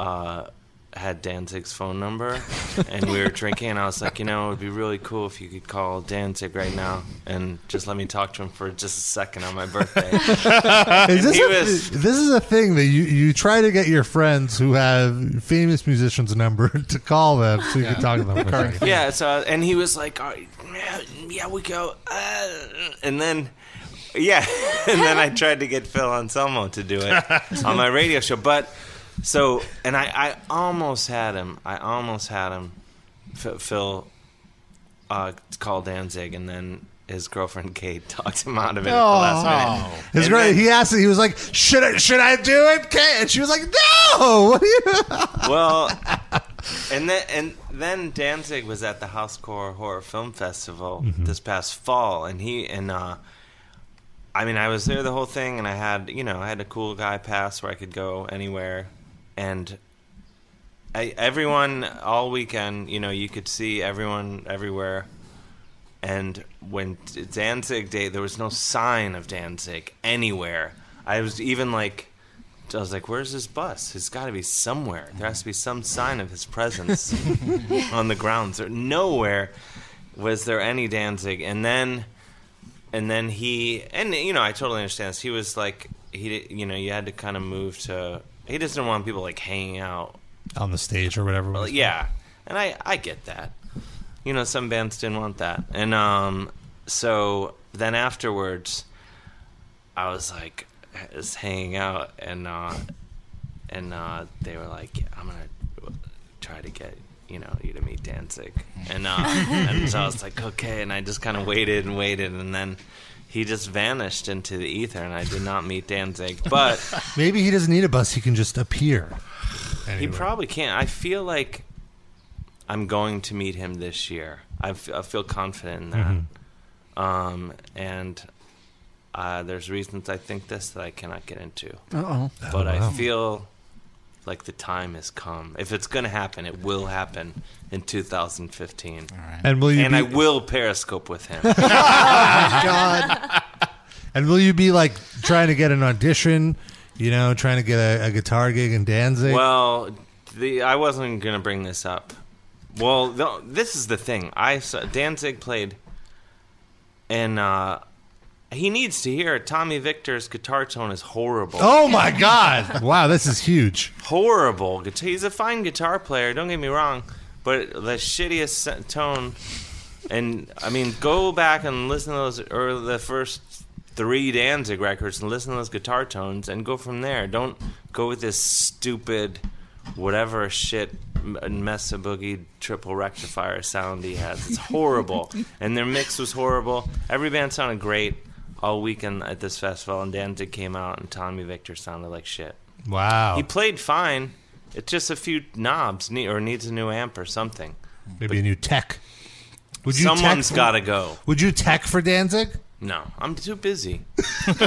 S9: uh, had Danzig's phone number, and we were drinking. And I was like, you know, it would be really cool if you could call Danzig right now and just let me talk to him for just a second on my birthday.
S3: is
S9: And
S3: this,
S9: he
S3: a,
S9: was-
S3: this is a thing that you, you try to get your friends who have famous musicians' number to call them so you can talk to them. For a second.
S9: yeah. So and he was like, All right, yeah, yeah, we go, uh, and then. Yeah, and then I tried to get Phil Anselmo to do it on my radio show, but so and I, I almost had him. I almost had him. F- Phil uh, called Danzig, and then his girlfriend Kate talked him out of it at the last minute.
S3: His
S9: And
S3: girl-
S9: then-
S3: he asked. He was like, "Should I? Should I do it?" Kate? And she was like, "No." What are you?
S9: well, and then and then Danzig was at the Housecore Horror Film Festival this past fall, and he and uh, I mean, I was there the whole thing, and I had you know I had a cool guy pass where I could go anywhere, and I, everyone all weekend, you know, you could see everyone everywhere. And when D- Danzig Day, there was no sign of Danzig anywhere. I was even like, I was like, "Where's his bus? It's got to be somewhere. There has to be some sign of his presence on the grounds." There, nowhere was there any Danzig, and then, and then he, and you know, I totally understand this. He was like, he, di- you know, you had to kind of move to. He just didn't want people like hanging out
S3: On the stage or whatever.
S9: well, yeah, and I I get that. You know, some bands didn't want that, and um, so then afterwards, I was like, just hanging out, and uh, and uh, they were like, I'm gonna try to get you know you to meet Danzig, and uh, and so I was like, okay, and I just kind of waited and waited, and then. He just vanished into the ether, and I did not meet Danzig. But
S3: Maybe he doesn't need a bus. He can just appear.
S9: he probably can't. I feel like I'm going to meet him this year. I f- I feel confident in that.
S3: Mm-hmm.
S9: Um, and uh, there's reasons I think this that I cannot get into.
S4: Uh-oh.
S9: But
S3: Oh, wow.
S9: I feel like the time has come. If it's going to happen, it will happen in 2015.
S3: And will you?
S9: And
S3: be,
S9: I will Periscope with him.
S3: And will you be like trying to get an audition? You know, trying to get a, a guitar gig in Danzig.
S9: Well, the, I wasn't going to bring this up. Well, th this is the thing. I saw Danzig played, and uh, he needs to hear it. Tommy Victor's guitar tone is horrible.
S3: oh my God! Wow, this is huge.
S9: Horrible. guitar- He's a fine guitar player. Don't get me wrong, but the shittiest se- tone. And I mean, go back and listen to those or the first three Danzig records and listen to those guitar tones and go from there. Don't go with this stupid whatever shit m- mess a boogie triple rectifier sound he has. It's horrible. and their mix was horrible. Every band sounded great all weekend at this festival and Danzig came out and Tommy Victor sounded like shit.
S3: Wow.
S9: He played fine. It's just a few knobs ne- or needs a new amp or something.
S3: Maybe a new tech. Would you
S9: Someone's
S3: tech-
S9: got to go.
S3: Would you tech for Danzig?
S9: No, I'm too busy.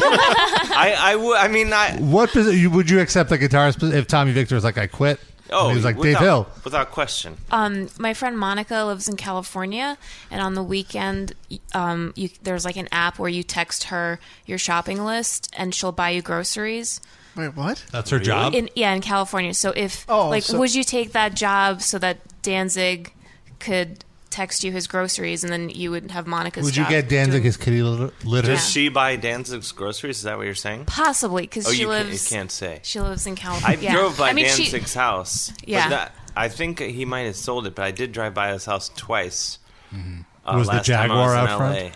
S9: I, I, w- I mean, I.
S3: What posi- you, would you accept the guitarist posi- if Tommy Victor was like, I quit?
S9: Oh,
S3: and he was like,
S9: without,
S3: Dave Hill.
S9: Without question.
S5: Um, my friend Monica lives in California, and on the weekend, y- um, you, there's like an app where you text her your shopping list, and she'll buy you groceries.
S4: Wait, what?
S3: That's her job.
S5: In yeah, in California. So if
S4: Oh,
S5: like,
S4: so-
S5: would you take that job so that Danzig could text you his groceries, and then you would have Monica's.
S3: Would you
S5: job.
S3: get Danzig his kitty litter? litter?
S9: Does she buy Danzig's groceries? Is that what you're saying?
S5: Possibly, 'cause
S9: oh,
S5: she
S9: you can't-
S5: lives-
S9: you can't say.
S5: She lives in
S9: I
S5: California. yeah.
S9: drove by
S5: I mean, she-
S9: Danzig's house. but
S5: Yeah.
S9: that- I think he might have sold it, but I did drive by his house twice. uh,
S3: Mm-hmm. Was the
S9: last time I
S3: Jaguar
S9: was in
S3: out front?
S9: LA.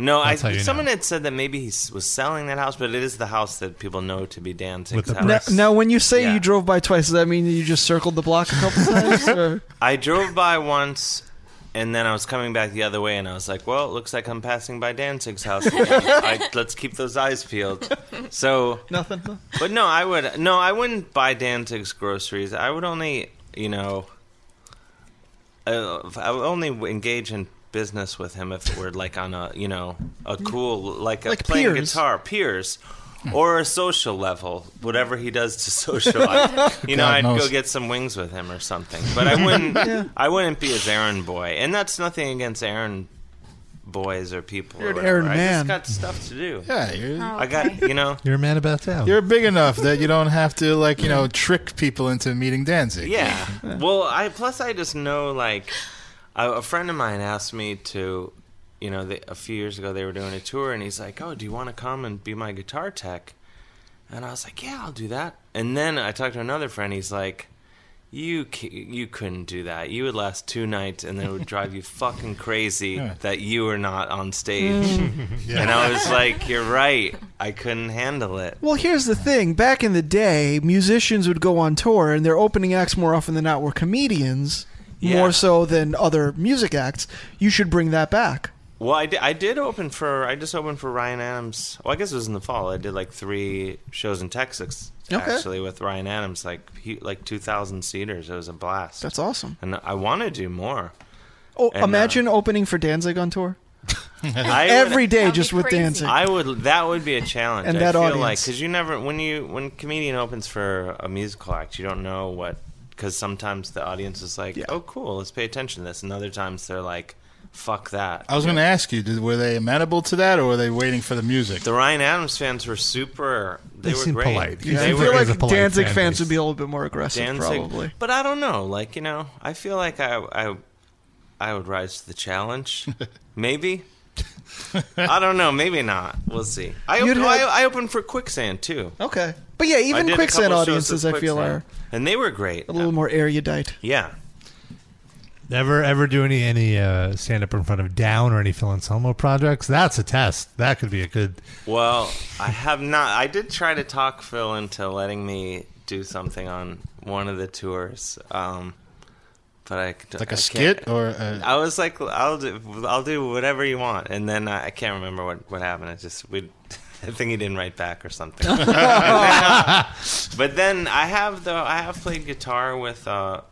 S9: No, I,
S3: That's how you know.
S9: someone had said that maybe he s- was selling that house, but it is the house that people know to be Danzig's house.
S4: Now, now, when you say you drove by twice, does that mean that you just circled the block a couple times? or-
S9: I drove by once, and then I was coming back the other way, and I was like, "Well, it looks like I'm passing by Danzig's house. again. I, let's keep those eyes peeled." So
S4: nothing.
S9: But no, I would no, I wouldn't buy Danzig's groceries. I would only, you know, uh, I would only engage in business with him if we're like on a, you know, a cool like a
S4: Like
S9: playing
S4: peers.
S9: guitar peers. Or a social level, whatever he does to socialize. You know,
S2: God
S9: I'd
S2: knows.
S9: go get some wings with him or something. But I wouldn't.
S2: Yeah.
S9: I wouldn't be his errand boy, and that's nothing against errand boys or people.
S2: You're
S9: or
S2: an
S9: whatever.
S2: errand
S9: I
S2: man.
S9: just got stuff to do.
S2: Yeah, you're- Oh,
S9: I got you know.
S3: You're a man about town.
S2: You're big enough that you don't have to like you know trick people into meeting Danzig.
S9: Yeah. Well, I plus I just know like a, a friend of mine asked me to, you know, they, a few years ago they were doing a tour and he's like, "Oh, do you want to come and be my guitar tech?" And I was like, "Yeah, I'll do that." And then I talked to another friend. He's like, "You c- you couldn't do that. You would last two nights and then it would drive you fucking crazy
S6: Yeah.
S9: that you were not on stage."
S6: Mm. Yeah.
S9: And I was like, "You're right. I couldn't handle it."
S4: Well, here's the thing. Back in the day, musicians would go on tour, and their opening acts more often than not were comedians, more so than other music acts. You should bring that back.
S9: Well, I did, I did open for I just opened for Ryan Adams. Well, I guess it was in the fall. I did like three shows in Texas
S4: Okay.
S9: actually with Ryan Adams, like he, like two thousand seaters. It was a blast.
S4: That's awesome.
S9: And I want to do more.
S4: Oh,
S9: And, uh,
S4: imagine opening for Danzig on tour.
S9: I would-
S4: Every day, just with Danzig.
S9: I would. That would be a challenge.
S4: And
S9: I
S4: that
S9: feel
S4: audience.
S9: because you never when you when a comedian opens for a musical act, you don't know what because sometimes the audience is like, oh, cool, let's pay attention to this, and other times they're like, fuck that.
S2: I was going to ask you, did, were they amenable to that, or were they waiting for the music?
S9: The Ryan Adams fans were super. They,
S2: They
S9: were
S2: seem
S9: great.
S2: polite.
S9: They
S2: Yeah, I
S9: were,
S2: feel like
S4: Danzig fans would be a little bit more aggressive,
S9: Danzig-
S4: probably.
S9: But I don't know. Like you know, I feel like I I, I would rise to the challenge. maybe. I don't know. Maybe not. We'll see. I
S4: You'd
S9: opened, well,
S4: have-
S9: I, I opened for Quicksand too.
S4: Okay. But yeah,
S9: I
S4: even
S9: did a
S4: Quicksand
S9: couple shows
S4: audiences,
S9: with
S4: I feel,
S9: Quicksand,
S4: are
S9: and they were great.
S4: a little more erudite.
S9: Yeah.
S3: Never ever do any any uh, stand up in front of Down or any Phil Anselmo projects. That's a test. That could be a good.
S9: Well, I have not. I did try to talk Phil into letting me do something on one of the tours, um, but I c-
S2: Like
S9: I
S2: a
S9: can't-
S2: skit or uh, a-
S9: I was like, I'll do, I'll do whatever you want, and then I, I can't remember what what happened. I just we. I think he didn't write back or something. And then, uh, but then I have though I have played guitar with uh,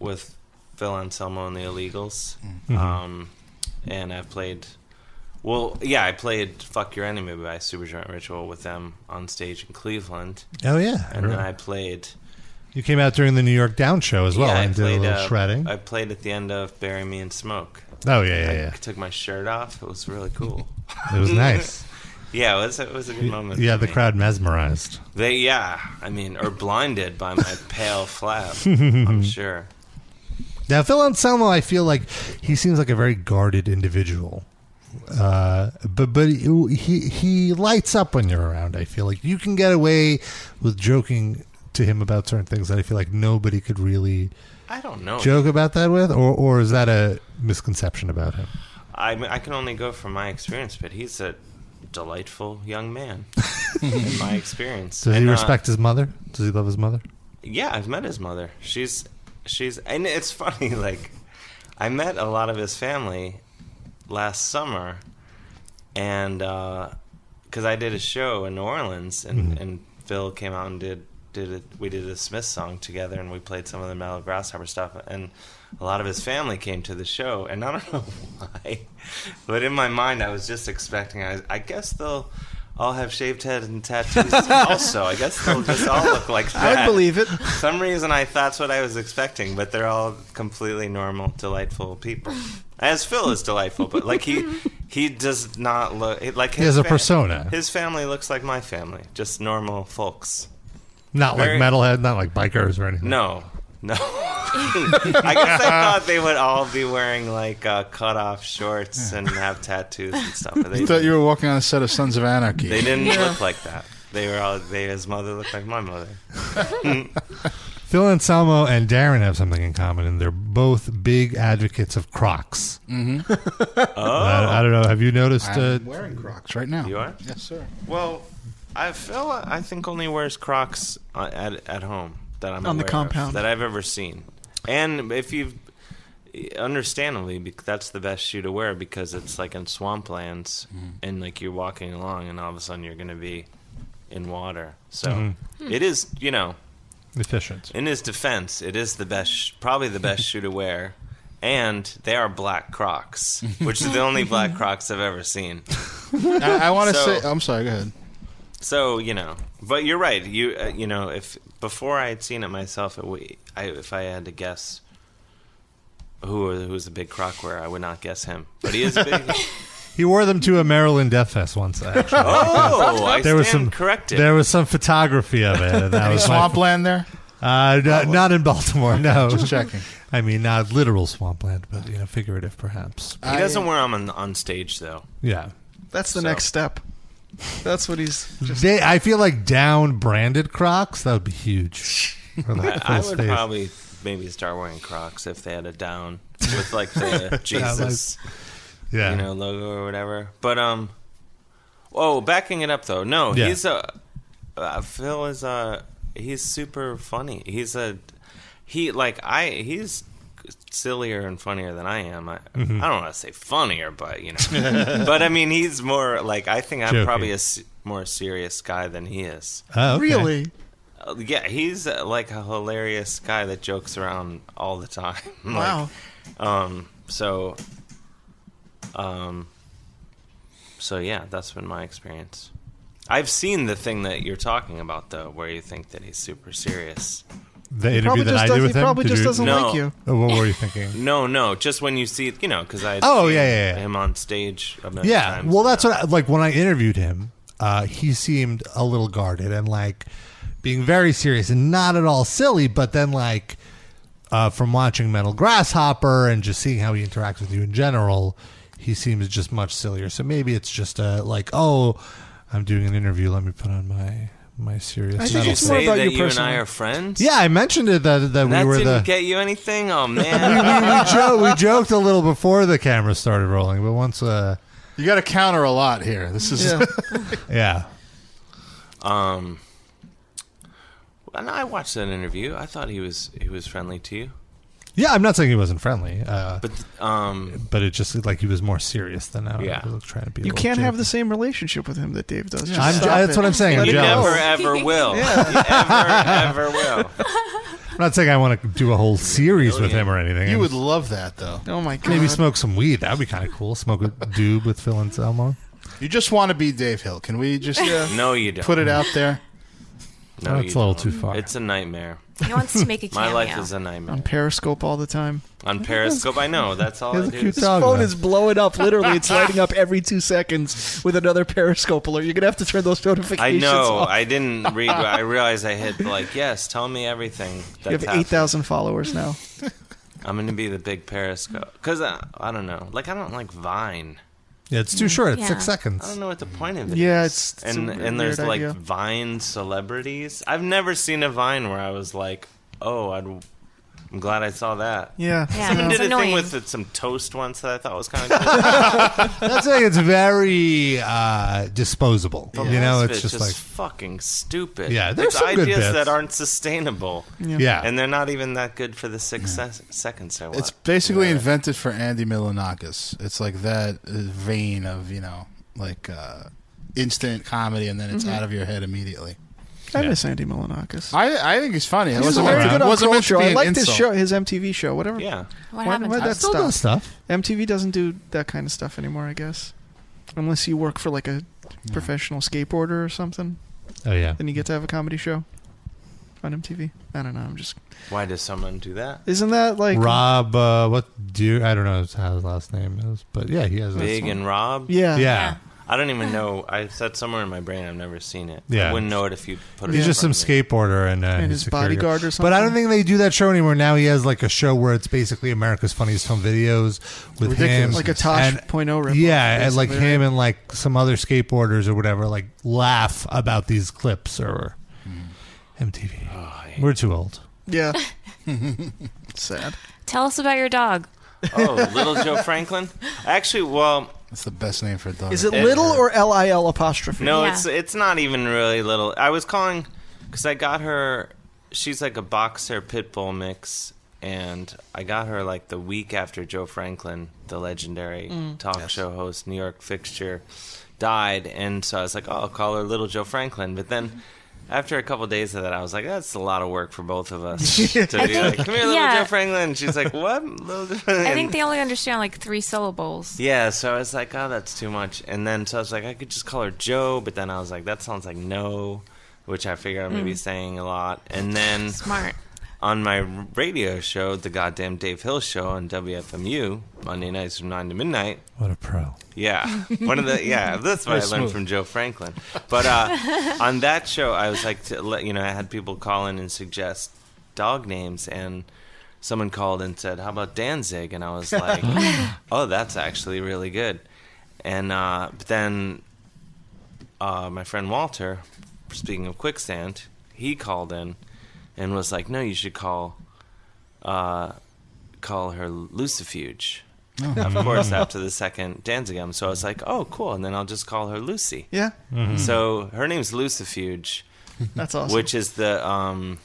S9: with Phil Anselmo and the Illegals,
S3: Mm-hmm.
S6: Mhm.
S9: um, and I've played. Well, yeah, I played "Fuck Your Enemy" by Supergiant Ritual with them on stage in Cleveland.
S3: Oh, yeah.
S9: and then
S3: Right.
S9: I played.
S3: You came out during the New York Down show as well
S9: yeah, I
S3: and did a
S9: played,
S3: little
S9: uh,
S3: shredding.
S9: I played at the end of "Bury Me in Smoke."
S3: Oh, yeah, yeah,
S9: I
S3: yeah.
S9: Took my shirt off. It was really cool.
S3: It was nice.
S9: yeah, it was it was a good moment.
S3: yeah,
S9: for
S3: the
S9: me.
S3: crowd mesmerized.
S9: They yeah, I mean, or blinded by my pale flap. I'm sure.
S3: Now, Phil Anselmo, I feel like he seems like a very guarded individual. Uh, but but he he lights up when you're around. I feel like you can get away with joking to him about certain things that I feel like nobody could really
S9: I don't know.
S3: joke about that with, or or is that a misconception about him?
S9: I mean, I can only go from my experience, but he's a delightful young man. in my experience.
S3: Does he
S9: And, uh,
S3: respect his mother? Does he love his mother?
S9: Yeah, I've met his mother. She's she's and it's funny like I met a lot of his family last summer and uh 'cause cuz I did a show in New Orleans and
S4: Mm-hmm.
S6: Mhm.
S9: and Phil came out and did did it we did a Smith song together and we played some of the Mellow Grasshopper stuff and a lot of his family came to the show and I don't know why but in my mind I was just expecting I, I guess they'll all have shaved heads and tattoos also I guess they'll just all look like
S4: I would
S9: that
S4: believe it.
S9: some reason I that's what I was expecting, but they're all completely normal, delightful people. As Phil is delightful, but like he he does not look it- like
S3: He has a
S9: fam-
S3: persona.
S9: His family looks like my family, just normal folks.
S3: Not
S9: Very-
S3: like metalhead, not like bikers or anything.
S9: No, no. I guess I thought they would all be wearing like uh, cut off shorts and have tattoos and stuff. But they,
S2: I thought you were walking on a set of Sons of Anarchy.
S9: they didn't look like that. They were all. They, his mother looked like my mother.
S3: Phil Anselmo and Darren have something in common, and they're both big advocates of Crocs.
S9: Mm.
S2: Mm-hmm.
S3: I, I don't know. Have you noticed? Uh,
S2: I'm wearing Crocs right now.
S9: You are?
S2: Yes, sir.
S9: Well, I Phil, I think only wears Crocs uh, at at home that I'm
S4: On the
S9: aware of,
S4: compound.
S9: that I've ever seen. And if you understandably, bec- that's the best shoe to wear because it's like in swamplands,
S2: Mm-hmm.
S9: and like you're walking along, and all of a sudden you're going to be in water. So Hmm.
S3: Mhm.
S2: Mm-hmm.
S9: it is, you know,
S3: efficient.
S9: in his defense, it is the best, probably the best shoe to wear. And they are black Crocs, which are the only black Crocs I've ever seen.
S2: I, I want to
S9: So-
S2: say. I'm sorry. Go ahead.
S9: So you know, but you're right. You uh, you know, if before I had seen it myself, it, w- I, if I had to guess who who's a big croc wearer, I would not guess him. But he is big.
S3: He wore them to a Maryland Death Fest once. Actually.
S9: Oh, I
S3: there was
S9: stand
S3: some
S9: corrected.
S3: There was some photography of it. And that
S2: Any
S3: was
S2: swampland there?
S3: Uh, no, not in Baltimore. No,
S2: Just checking.
S3: I mean, not literal swampland, but you know, figurative perhaps.
S9: he doesn't wear them on, on stage though.
S3: Yeah.
S4: That's the next step. That's what he's.
S3: They, I feel like down branded Crocs that would be huge. Or
S9: I,
S3: like
S9: I
S3: full
S9: would
S3: space.
S9: probably maybe start wearing Crocs if they had a down with like the Jesus,
S3: yeah.
S9: you know, logo or whatever. But um, oh, backing it up though, no,
S3: Yeah.
S9: he's a uh, Phil is a he's super funny. He's a he like I he's sillier and funnier than I am. I,
S3: Mm-hmm.
S6: Mhm.
S9: I don't want to say funnier, but you know, but I mean he's more like I think I'm
S6: Joking.
S9: probably a s- more serious guy than he is.
S3: Oh, okay.
S4: Really?
S9: Uh, Yeah, he's uh, like a hilarious guy that jokes around all the time. Like,
S4: Wow.
S9: Um. So. Um. So yeah, that's been my experience. I've seen the thing that you're talking about though, where you think that he's super serious.
S3: The
S4: He probably
S3: interview that
S4: just
S3: I did
S4: does-
S3: with
S4: he
S3: him.
S4: probably
S3: did
S4: just doesn't
S9: No. like you.
S3: Oh, what were you thinking?
S9: No, no, just when you see, you know, because I. had
S3: Oh,
S9: seen
S3: yeah, yeah, yeah.
S9: Him on stage. A million
S3: yeah.
S9: times.
S3: Well, that's what I, like when I interviewed him, uh, he seemed a little guarded and like being very serious and not at all silly. But then like uh, from watching Metal Grasshopper and just seeing how he interacts with you in general, he seems just much sillier. So maybe it's just uh, like, oh, I'm doing an interview. Let me put on my my serious.
S9: Did
S3: metal
S9: you
S3: face.
S9: say that you and I are friends?
S3: Yeah, I mentioned it that that we
S9: that
S3: were
S9: didn't
S3: the.
S9: get you anything. Oh
S3: we,
S9: man.
S3: jo- we joked a little before the camera started rolling, but once, uh,
S2: You got to counter a lot here. This is.
S3: yeah,
S9: Um, and I watched that interview. I thought he was he was friendly to you,
S3: yeah. I'm not saying he wasn't friendly, uh,
S9: but um,
S3: but it just like he was more serious than I
S9: Yeah.
S3: was trying to be. a
S4: You
S3: little
S4: can't
S3: jerk.
S4: have the same relationship with him that Dave does. Just
S3: I'm-
S4: stop
S3: that's
S4: it.
S3: what I'm saying.
S4: Let
S3: I'm
S4: it
S3: jealous.
S4: go.
S9: never ever will.
S4: Yeah.
S9: You ever ever will.
S3: I'm not saying I want to do a whole series with him or anything.
S2: You
S3: I'm
S2: would
S3: just-
S2: love that though.
S4: Oh my
S3: maybe smoke some weed. That would be kind of cool. Smoke a doob with Phil and Selmo.
S2: You just want to be Dave Hill. Can we just uh,
S9: No, you don't.
S2: put it out there?
S9: No,
S3: That's
S9: you
S3: a little
S9: don't.
S3: too far.
S9: It's a nightmare.
S5: He wants to make a
S9: My
S5: cameo.
S9: life is a nightmare.
S4: On Periscope all the time.
S9: On Periscope, I know. That's all I do.
S4: His phone is blowing up. Literally, it's lighting up every two seconds with another Periscope alert. You're gonna have to turn those
S9: I
S4: notifications
S9: know.
S4: off.
S9: I didn't read. but I realized I hit like yes. Tell me everything. That's
S4: you have
S9: happening.
S4: eight thousand followers now.
S9: I'm gonna be the big Periscope because I, I don't know. Like I don't like Vine.
S3: Yeah, it's too short. It's
S9: Yeah.
S3: six seconds.
S9: I don't know what the point of it
S4: Yeah,
S9: is.
S4: it's- it's a
S9: and
S4: weird
S9: and there's like
S4: idea.
S9: Vine celebrities. I've never seen a Vine where I was like, oh, I'd, I'm glad I saw that.
S4: Yeah. Yeah,
S9: someone
S4: it's
S9: did a
S4: annoying.
S9: thing with it, some toast once that I thought was kind of cool.
S3: That's like it's very uh, disposable.
S9: The
S3: You know,
S9: rest of
S3: it's just like
S9: fucking stupid.
S3: Yeah, there's
S9: it's
S3: some good
S9: ideas
S3: bits.
S9: that aren't sustainable.
S3: Yeah. Yeah.
S9: and they're not even that good for the six se- seconds I watch.
S2: It's basically invented for Andy Milonakis. It's like that uh, vein of you know, like uh, instant comedy, and then it's
S4: Mhm.
S2: out of your head immediately.
S4: I miss Andy Milanakis.
S2: I I think he's funny. It
S4: He's
S2: wasn't
S4: very
S2: meant-
S4: good on
S2: wasn't
S4: Kroll
S2: meant to
S4: Show.
S2: be
S4: I
S2: an
S4: liked his
S2: insult.
S4: show, his MTV show, whatever.
S9: Yeah.
S5: What happened
S4: why
S5: to
S4: that
S5: it?
S3: Still
S4: stop?
S3: does stuff.
S4: MTV doesn't do that kind of stuff anymore, I guess. Unless you work for like a professional skateboarder or something.
S3: Oh, yeah.
S4: Then you get to have a comedy show on MTV. I don't know. I'm just.
S9: Why does someone do that?
S4: Isn't that like
S3: Rob, uh, what do I don't know how his last name is, but yeah, he has a-
S9: Big and Rob.
S3: Yeah.
S9: I don't even know. I said somewhere in my brain I've never seen it.
S3: Yeah.
S9: I wouldn't know it if you put it.
S3: He's
S9: in
S3: just some
S9: front
S3: skateboarder and, uh,
S9: And his
S3: security
S9: bodyguard
S3: guard.
S9: or
S3: But I don't think they do that show anymore. Now he has like a show where it's basically America's Funniest Home Videos with him,
S4: Ridiculous. Like a Tosh
S3: and-
S4: point oh ripoff,
S3: Yeah, and like
S4: basically,
S3: him and like some other skateboarders or whatever, like laugh about these clips or
S9: Mm-hmm.
S3: MTV.
S9: Oh,
S3: We're too old.
S4: Yeah. Sad.
S5: Tell us about your dog.
S9: of me. Oh, Little Joe Franklin. Actually, well,
S2: that's the best name for a dog.
S4: Is it little or L I L apostrophe?
S9: No, it's it's not even really little. I was calling because I got her. She's like a boxer pit bull mix, and I got her like the week after Joe Franklin, the legendary
S10: Mm.
S9: talk show host, New York fixture, died, and so I was like, oh, I'll call her Little Joe Franklin. But then. After a couple days of that, I was like, "That's a lot of work for both of us." to be
S5: I think-
S9: like, "Come here, little
S5: yeah.
S9: Joe Franklin." She's like, "What?" Little Joe?
S5: I
S9: And-
S5: think they only understand like three syllables.
S9: yeah, so I was like, oh, that's too much. And then, so I was like, I could just call her Joe, but then I was like, that sounds like no, which I figure I'm going to be
S5: Mm.
S9: saying a lot. And then,
S5: Smart.
S9: on my radio show, the goddamn Dave Hill show on WFMU, Monday nights from 9 to midnight.
S3: What a pro.
S9: Yeah. One of the, yeah, that's what I
S3: Very
S9: learned
S3: smooth.
S9: from Joe Franklin. But uh, on that show, I was like, to let, you know, I had people call in and suggest dog names and. Someone called and said, "How about Danzig?" And I was like, "Oh, that's actually really good." And uh, but then uh, my friend Walter, speaking of quicksand, he called in and was like, "No, you should call, uh, call her Lucifuge."
S4: Oh.
S9: Of course, after the second Danzigum. So I was like, "Oh, cool!" And then I'll just call her Lucy.
S4: Yeah. Mhm.
S9: So her name's Lucifuge.
S4: That's awesome.
S9: Which is the um,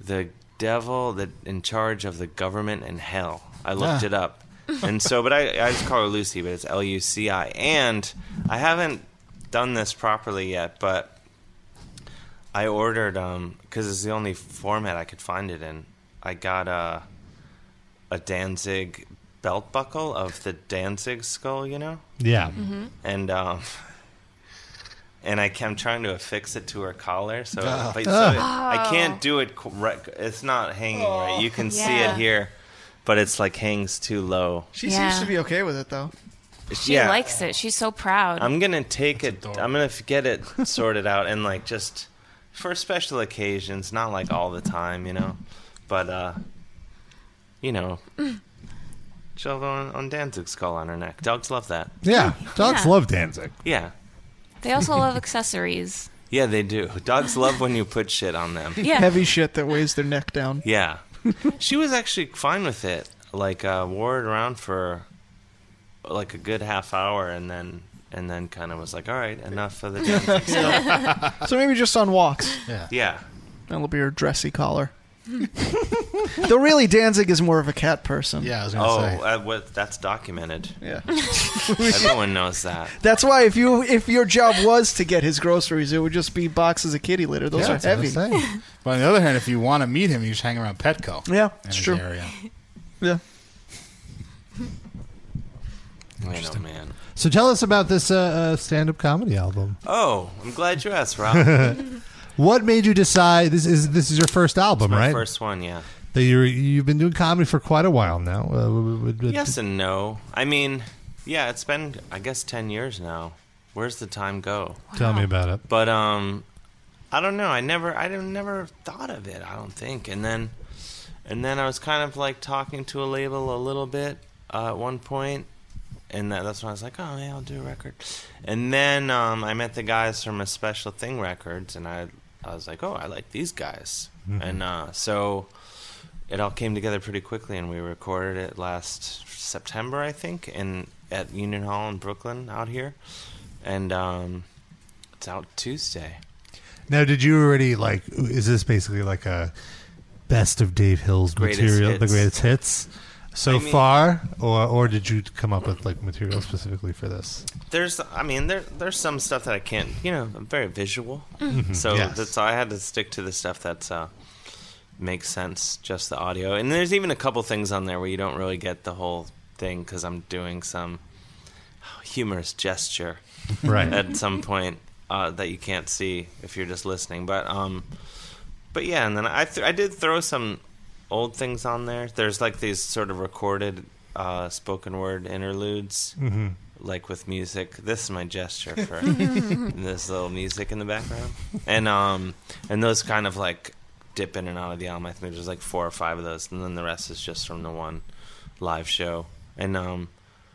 S9: the devil that in charge of the government and hell. I looked
S10: Ah.
S9: it up. And so, but I, I just call her Lucy, but it's L U C I. And I haven't done this properly yet, but I ordered, um, because it's the only format I could find it in. I got a, a Danzig belt buckle of the Danzig skull, you know?
S3: Yeah. Mhm.
S9: And, um, and I am trying to affix it to her collar, so,
S10: Ah.
S9: but- so
S10: Ah.
S9: it- I can't do it. co- Right, it's not hanging right. You can see
S4: Yeah.
S9: it here, but it's like hangs too low.
S4: She
S5: Yeah.
S4: seems to be okay with it though.
S5: She likes it. She's so proud.
S9: I'm gonna take it. I'm gonna f- get it sorted out and like just for special occasions, not like all the time, you know. But uh, you know,
S5: Mm.
S9: she'll have on, on Danzig's skull on her neck. Dogs love that.
S3: Yeah, dogs
S5: Yeah.
S3: love Danzig.
S9: Yeah,
S5: They also love accessories.
S9: yeah, they do. Dogs love when you put shit on them.
S4: Heavy shit that weighs their neck down.
S9: Yeah. she was actually fine with it. Like uh, wore it around for like a good half hour and then and then kind of was like, "All right, enough for the dancing stuff."
S4: so maybe just on walks.
S9: yeah. Yeah.
S4: That'll be her dressy collar. Though really, Danzig is more of a cat person.
S2: Yeah, I
S9: Oh, uh, what, that's documented.
S4: Yeah.
S9: Everyone knows that.
S4: That's why if you if your job was to get his groceries, it would just be boxes of kitty litter. Those
S2: Yeah,
S4: are
S2: that's what I'm
S4: heavy.
S2: saying. But on the other hand, if you want to meet him, you just hang around Petco.
S4: Yeah,
S2: in
S4: it's
S2: his
S4: true.
S2: Area.
S4: Yeah.
S9: Wait, oh man.
S3: So tell us about this uh, uh, stand-up comedy album.
S9: Oh, I'm glad you asked, Rob.
S3: what made you decide this is this is your first album,
S9: My
S3: right?
S9: first one, yeah.
S3: That you you've been doing comedy for quite a while now. Uh, w- w- w-
S9: Yes and no. I mean, yeah, it's been I guess ten years now. Where's the time go?
S3: Tell me about it.
S9: But um, I don't know. I never, I don't- never thought of it. I don't think. And then, and then I was kind of like talking to a label a little bit uh, at one point, and that, that's when I was like, oh yeah, I'll do a record. And then um, I met the guys from a Special Thing Records, and I, I was like, oh, I like these guys,
S10: Mhm.
S9: and uh, so. It all came together pretty quickly, and we recorded it last September, I think, in at Union Hall in Brooklyn, out here, and um, it's out Tuesday.
S3: Now, did you already like? Is this basically like a best of Dave Hill's
S9: Greatest
S3: material, the
S9: hits.
S3: greatest hits so
S9: I mean-
S3: far, or or did you come up with like material specifically for this?
S9: There's, I mean, there there's some stuff that I can't, you know, I'm very visual,
S3: Mhm.
S9: so
S3: Yes.
S9: that's I had to stick to the stuff that's uh, makes sense, just the audio. And there's even a couple things on there where you don't really get the whole thing because I'm doing some humorous gesture
S3: Right.
S9: at some point uh, that you can't see if you're just listening. But um, but yeah, and then I th- I did throw some old things
S3: Mm-hmm.
S9: on there. There's like these sort of recorded uh, spoken word interludes,
S10: Mhm.
S9: like with music. This is my gesture for this little music in the background, and um, and those kind of like dip in and out of the album. I think there's like four or five of those, and then the rest is just from the one live show. And um,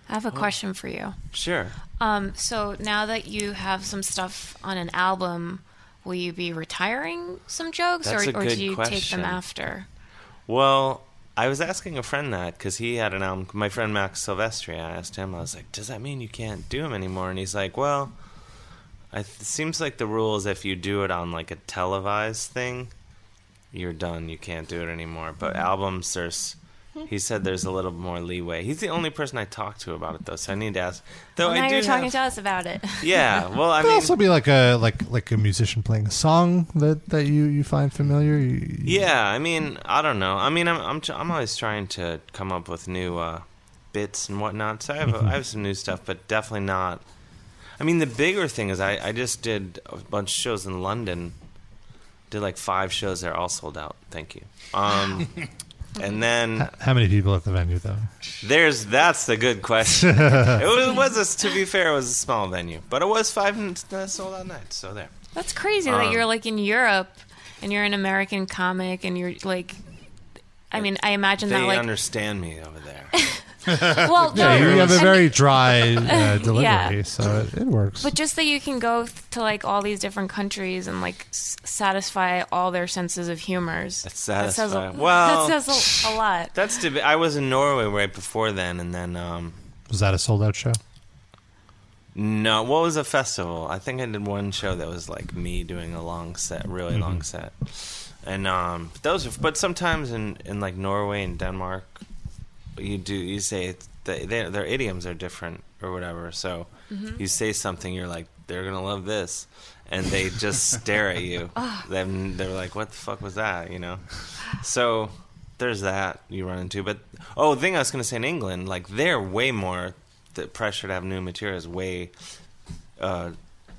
S5: I have a question for you.
S9: sure,
S5: Um, so now that you have some stuff on an album, will you be retiring some jokes,
S9: That's
S5: or,
S9: a
S5: or
S9: good
S5: do you take
S9: question.
S5: them after?
S9: Well, I was asking a friend that because he had an album. My friend Max Silvestri. I asked him. I was like, "Does that mean you can't do them anymore?" And he's like, "Well, I th- it seems like the rule is if you do it on like a televised thing, you're done. You can't do it anymore. But albums, there's." He said there's a little more leeway. He's the only person I talked to about it though, so I need to ask. Though
S5: well, now
S9: I do
S5: you're talking
S9: have-
S5: to us about it.
S9: Yeah, Uh, well, I
S3: Could
S9: mean,
S3: also be like a like like a musician playing a song that that you you find familiar. You,
S9: Yeah, I mean, I don't know. I mean, I'm I'm, tr- I'm always trying to come up with new uh, bits and whatnot. So I have I have some new stuff, but definitely not. I mean, the bigger thing is I I just did a bunch of shows in London. Did like five shows there, all sold out. Thank you. Um, and then
S3: how many people at the venue though?
S9: there's that's the good question. it was, was a, to be fair, it was a small venue, but it was five n- uh, sold out nights. So there.
S5: That's crazy
S9: Um,
S5: that you're like in Europe and you're an American comic and you're like. I mean, I imagine
S9: they
S5: that like
S9: understand me over there.
S5: Well,
S3: yeah,
S5: no,
S3: you have a
S5: and-
S3: very dry uh, delivery,
S5: Yeah.
S3: so it, it works.
S5: But just that you can go th- to like all these different countries and like s- satisfy all their senses of humors. That says
S9: satisfy-
S5: a,
S9: Well-
S5: that says a, a lot.
S9: That's to be, I was in Norway right before then, and then um,
S3: Was that a sold out show?
S9: no, what was a festival? I think I did one show that was like me doing a long set, really long set, and um, but those. Are, but sometimes in in like Norway and Denmark, you do you say it's- they, they, their idioms are different or whatever. So
S6: Mhm.
S9: you say something, you're like, they're gonna love this, and they just stare at you.
S6: Ah.
S9: Then they're like, what the fuck was that? You know. So there's that you run into. But oh, the thing I was gonna say in England, like they're way more the pressure to have new material is way, uh,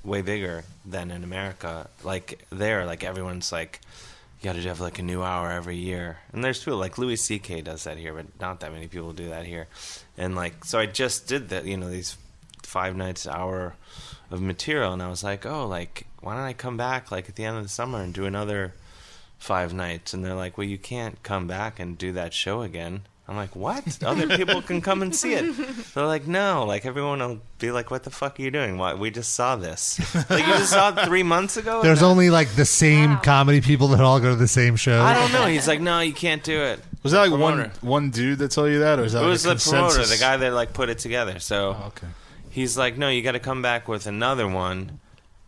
S9: way bigger than in America. Like there, like everyone's like. You got to have like a new hour every year, and there's people like Louis C.K. does that here, but not that many people do that here. And like, so I just did that, you know, these five nights hour of material, and I was like, oh, like why don't I come back like at the end of the summer and do another five nights? And they're like, well, you can't come back and do that show again. I'm like, what? Other people can come and see it. They're like, no, like everyone will be like, what the fuck are you doing? Why we just saw this? Like you just saw it three months ago.
S3: There's only like the same comedy people that all go to the same show.
S9: I don't know. He's like, no, you can't do it.
S2: Was that like
S9: Promoter.
S2: one one dude that told you that, or was that
S9: it was
S2: like
S9: the
S2: a
S9: promoter,
S2: consensus? Oh,
S9: the guy that like put it together. So he's like, no, you got to come back with another one,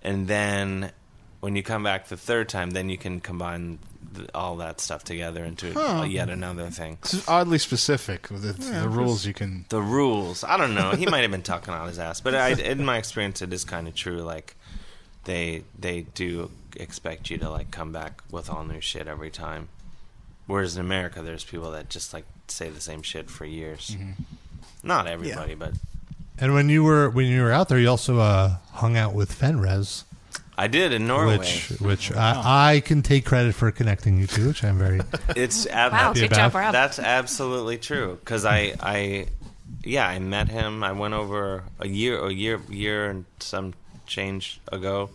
S9: and then when you come back the third time, then you can combine th- all that stuff together into
S2: Huh.
S9: yet another thing.
S2: This is oddly specific with the,
S9: Yeah,
S2: the
S9: just-
S2: rules you can.
S9: The rules. I don't know. He might have been talking out his ass, but I, in my experience, it is kind of true. Like they they do expect you to like come back with all new shit every time. Whereas in America, there's people that just like say the same shit for years. Not everybody, but
S3: And when you were when you were out there, you also uh, hung out with Fenrez,
S9: I did in Norway.
S3: which which I, I can take credit for connecting you to, which I'm very.
S9: It's ab-
S3: Wow, good job, Rob.
S9: That's absolutely true. Because I, I, yeah, I met him. I went over a year, a year, year and some change ago,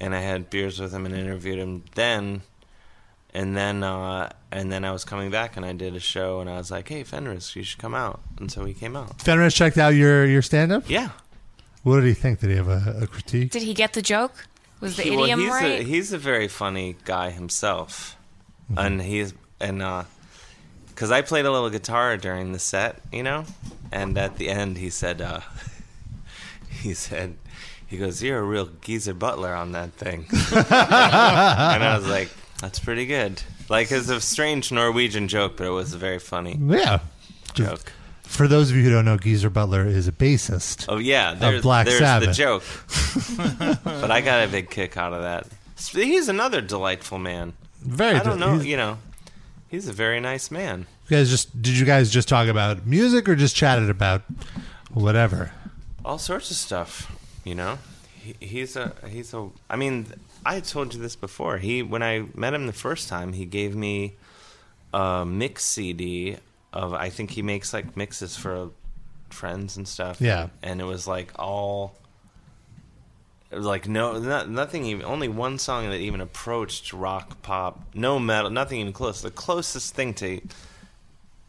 S9: and I had beers with him and interviewed him then. And then, uh, and then I was coming back, and I did a show, and I was like, "Hey, Fenris, you should come out." And so he came out.
S3: Fenrez checked out your your stand up.
S9: Yeah.
S3: What did he think? Did he have a, a critique?
S5: Did he get the joke? Was the
S9: He-
S5: idiom
S9: he's
S5: right?
S9: A, he's a very funny guy himself, and he's and uh, because I played a little guitar during the set, you know, and at the end he said, uh, he said, he goes, "You're a real geezer butler on that thing," and I was like, "That's pretty good." Like it's a strange Norwegian joke, but it was very funny.
S3: Yeah.
S9: Joke.
S3: For those of you who don't know, Geezer Butler is a bassist.
S9: Oh yeah,
S3: of
S9: there's,
S3: Black
S9: there's
S3: Sabbath.
S9: the joke. but I got a big kick out of that. He's another delightful man.
S3: Very
S9: I don't
S3: del-
S9: know.
S3: he's-
S9: You know, he's a very nice man.
S3: You guys just did you guys just talk about music or just chatted about whatever?
S9: All sorts of stuff. You know, he, he's a he's a. I mean, I told you this before. He when I met him the first time, he gave me a mix CD of. I think he makes like mixes for friends and stuff.
S3: Yeah.
S9: and it was like all. It was like no, not, nothing even. Only one song that even approached rock, pop, no metal, nothing even close. The closest thing to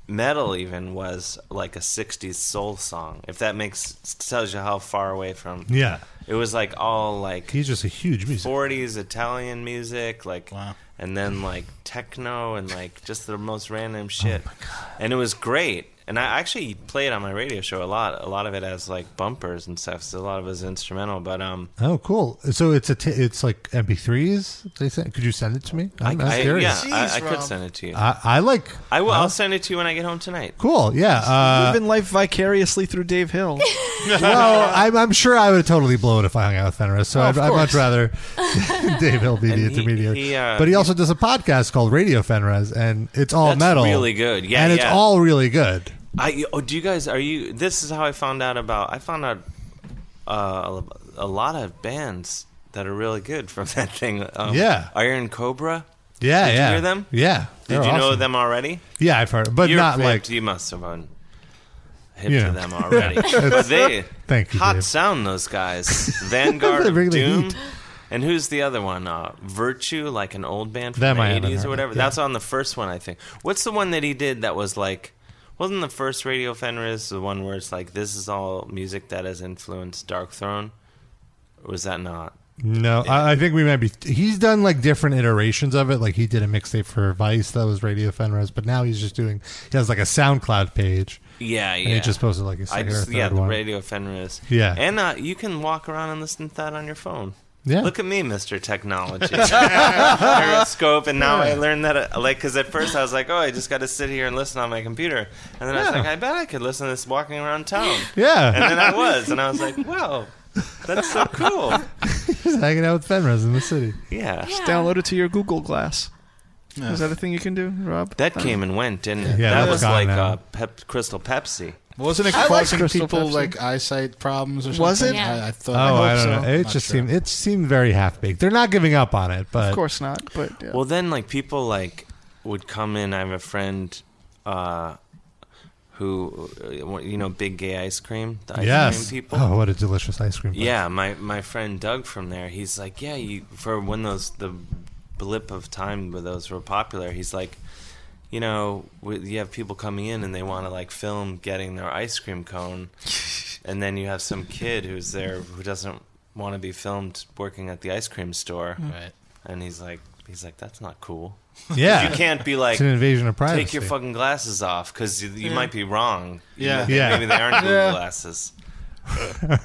S9: metal even was like a '60s soul song. If that makes tells you how far away from.
S3: Yeah.
S9: it was like all like
S3: He's just a huge music.
S9: 40s Italian music, like, and then like techno and like just the most
S3: Oh
S9: random shit. And it was great. And I actually play it on my radio show a lot. A lot of it as like bumpers and stuff. So a lot of it is instrumental. But um,
S3: Oh, cool. So it's a t- it's like MP3s. They send. Could you send it to me? I'm, I'm
S9: I, yeah,
S3: curious.
S9: I, I could send it to you.
S3: I, I like.
S9: I will. I'll send it to you when I get home tonight.
S3: Cool. Yeah. Uh,
S4: Living life vicariously through Dave Hill.
S3: well, I'm, I'm sure I would have totally blown it if I hung out with Fenris. So
S4: Oh,
S3: I'd,
S4: of
S3: I'd much
S4: course.
S3: rather Dave Hill be the intermediary.
S9: he, uh,
S3: but he also does a podcast called Radio Fenris, and it's all
S9: That's
S3: metal.
S9: really good. Yeah,
S3: and it's
S9: yeah.
S3: all really good.
S9: I oh, do you guys are you? This is how I found out about. I found out uh, a lot of bands that are really good from that thing. Um,
S3: Yeah.
S9: Iron Cobra.
S3: Yeah,
S9: Did
S3: yeah.
S9: you hear them?
S3: Yeah,
S9: Did
S3: they're
S9: you know
S3: awesome.
S9: them already?
S3: Yeah, I've heard, but
S9: You're
S3: not
S9: hip,
S3: like
S9: you must have been hip
S3: Yeah.
S9: to them already.
S3: It's-
S9: But they
S3: Thank you,
S9: hot
S3: Dave.
S9: sound those guys.
S3: They
S9: Vanguard,
S3: bring the
S9: Doom,
S3: heat.
S9: and who's the other one? Uh, Virtue, like an old band from
S3: Them
S9: the
S3: I haven't
S9: eighties
S3: heard
S9: or
S3: of,
S9: whatever.
S3: yeah.
S9: That's on the first one, I think. What's the one that he did that was like? Wasn't the first Radio Fenris the one where it's like this is all music that has influenced Dark Throne? Or was that not?
S3: no. I, I think we might be. He's done like different iterations of it. Like he did a mixtape for Vice that was Radio Fenris, but now he's just doing. He has like a SoundCloud page.
S9: Yeah,
S3: and
S9: yeah.
S3: He just posted like a
S9: I
S3: second
S9: just-
S3: or
S9: yeah,
S3: third
S9: the
S3: one.
S9: Radio Fenris.
S3: Yeah.
S9: and uh, you can walk around and listen to that on your phone.
S3: Yeah.
S9: Look at me, Mister Technology. Periscope, and now I learned that. uh, Like, because at first I was like, "Oh, I just got to sit here and listen on my computer," and then I was
S3: Yeah.
S9: like, "I bet I could listen to this walking around town."
S3: Yeah.
S9: and then I was, and I was like, "Wow, that's so cool."
S3: He's hanging out with Fenris in the city.
S9: Yeah.
S4: Just download it to your Google Glass. Is that a thing you can do, Rob?
S9: That came and went, didn't it?
S3: Yeah,
S9: that
S3: that's
S9: was
S3: gone
S9: like
S3: now.
S9: uh, pep- Crystal Pepsi.
S2: Wasn't it
S4: I like
S2: causing
S4: Crystal
S2: people
S4: Pepsi.
S2: like eyesight problems or something?
S4: Was it?
S2: I, I thought.
S3: Oh, I,
S2: hope
S3: don't
S2: so.
S3: know. It
S2: Not
S3: just
S2: sure.
S3: seemed it seemed very half baked. They're not giving up on it, but
S4: Of course not. But yeah.
S9: Well, then, like people like would come in. I have a friend uh, who, uh, you know, big gay ice cream. The ice
S3: yes.
S9: cream people.
S3: Oh, what a delicious ice cream! place.
S9: Yeah, my my friend Doug from there. He's like, yeah, you for when those the blip of time where those were popular. He's like. You know, we- you have people coming in and they want to like film getting their ice cream cone, and then you have some kid who's there who doesn't want to be filmed working at the ice cream store,
S3: Hmm.
S2: Right.
S9: And he's like, he's like, that's not cool.
S3: Yeah.
S9: you can't be like
S3: It's an invasion of
S9: Take your
S3: privacy.
S9: fucking glasses off because you, you might be wrong. You
S3: Yeah.
S9: might think
S3: Yeah.
S9: Maybe they aren't Google
S3: Yeah.
S9: glasses,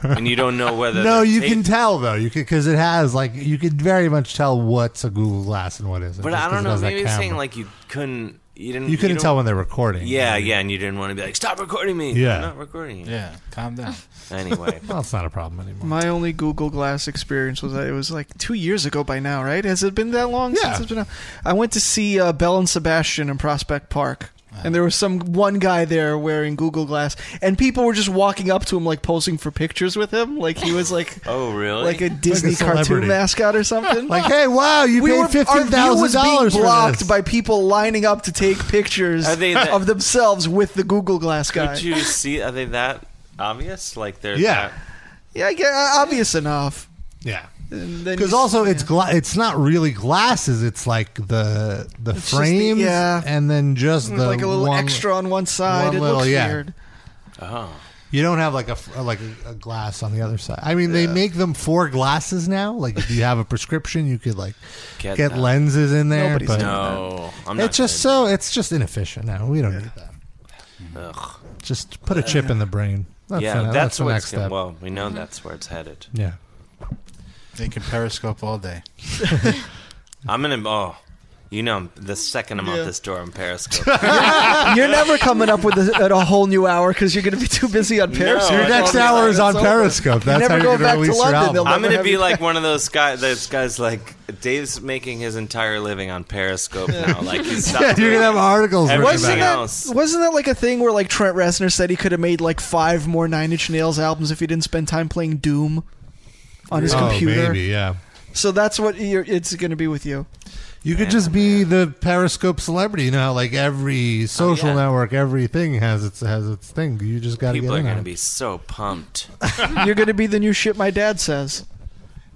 S9: and you don't know whether.
S3: No,
S9: they're
S3: you
S9: taped.
S3: can tell though. You can because it has like you can very much tell what's a Google Glass and what isn't.
S9: But
S3: just
S9: I
S3: 'cause
S9: don't
S3: it
S9: know.
S3: has that
S9: Maybe it's saying
S3: camera.
S9: like you couldn't. You didn't.
S3: you couldn't
S9: don't-
S3: tell when they're recording.
S9: Yeah, yeah, and you didn't want to be like, stop recording me.
S3: Yeah.
S9: I'm not recording you.
S2: Yeah, calm down.
S9: Anyway,
S3: Well, it's not a problem anymore.
S4: My only Google Glass experience was it was like two years ago by now, right? Has it been that long?
S3: Yeah.
S4: Since it's been out? I went to see uh, Bell and Sebastian in Prospect Park. And there was some one guy there wearing Google Glass, and people were just walking up to him, like posing for pictures with him, like he was like,
S9: oh really?
S4: like a Disney
S3: celebrity.
S4: cartoon mascot or something.
S3: Like, hey, wow, you
S4: we
S3: paid
S4: were
S3: fifteen
S4: our view
S3: thousand
S4: was being
S3: dollars for
S4: blocked
S3: this.
S4: by people lining up to take pictures
S9: Are they the-
S4: of themselves with the Google Glass guy.
S9: Could you see? Are they that obvious? Like they're
S3: Yeah.
S9: that-
S4: yeah, I get- uh, obvious enough.
S3: yeah,
S4: And then
S3: because
S4: you-
S3: also it's gla- it's not really glasses. It's like the the
S4: just the-
S3: frames,
S4: yeah.
S3: and then just
S4: With
S3: the
S4: like a little
S3: one-
S4: extra on one side.
S3: one
S4: it
S3: little-
S4: looks
S3: yeah.
S4: weird.
S9: Oh,
S3: You don't have like a f- like a glass on the other side. I mean, they make them for glasses now. Like if you have a prescription, you could like
S9: Get
S3: get,
S9: that.
S3: lenses in there.
S4: Nobody's
S3: but
S4: doing
S9: no, Oh, I'm not.
S3: it's just
S9: gonna
S3: so it's just inefficient now. We don't need that.
S9: do- Ugh.
S3: Just put a chip in the brain. That's
S9: yeah,
S3: the-
S9: that's,
S3: that's the
S9: what's
S3: next
S9: gonna-
S3: step.
S9: Well, we know that's where it's headed.
S3: Yeah.
S2: They can periscope all day.
S9: I'm gonna. Oh, you know, the second I'm out this door, I'm Periscope.
S4: You're never coming up with a, at a whole new hour because you're going to be too busy on Periscope.
S9: Your
S3: Your next hour is on Periscope. That's
S4: never
S3: how
S4: go
S3: you're
S4: back
S3: going
S4: to
S3: to release your
S4: London. They'll
S3: album.
S9: I'm gonna
S4: have
S9: be
S4: you
S9: like one of those guys. Those guys like Dave's making his entire living on Periscope now. Like he's
S3: yeah,
S9: stopped
S3: you're
S9: doing
S3: gonna have articles. written
S9: Everything
S3: about it.
S9: else.
S4: Wasn't that like a thing where like Trent Reznor said he could have made like five more Nine Inch Nails albums if he didn't spend time playing Doom on his
S3: oh,
S4: computer?
S3: maybe yeah.
S4: So that's what you're, it's going to be with you.
S3: You could just be the Periscope celebrity. You know how like every social
S9: uh, Oh, yeah.
S3: network, everything has its has its thing. You just got to get
S9: People are
S3: in
S9: going
S3: on
S9: to
S3: it.
S9: be so pumped.
S4: You're going to be the new shit my dad says.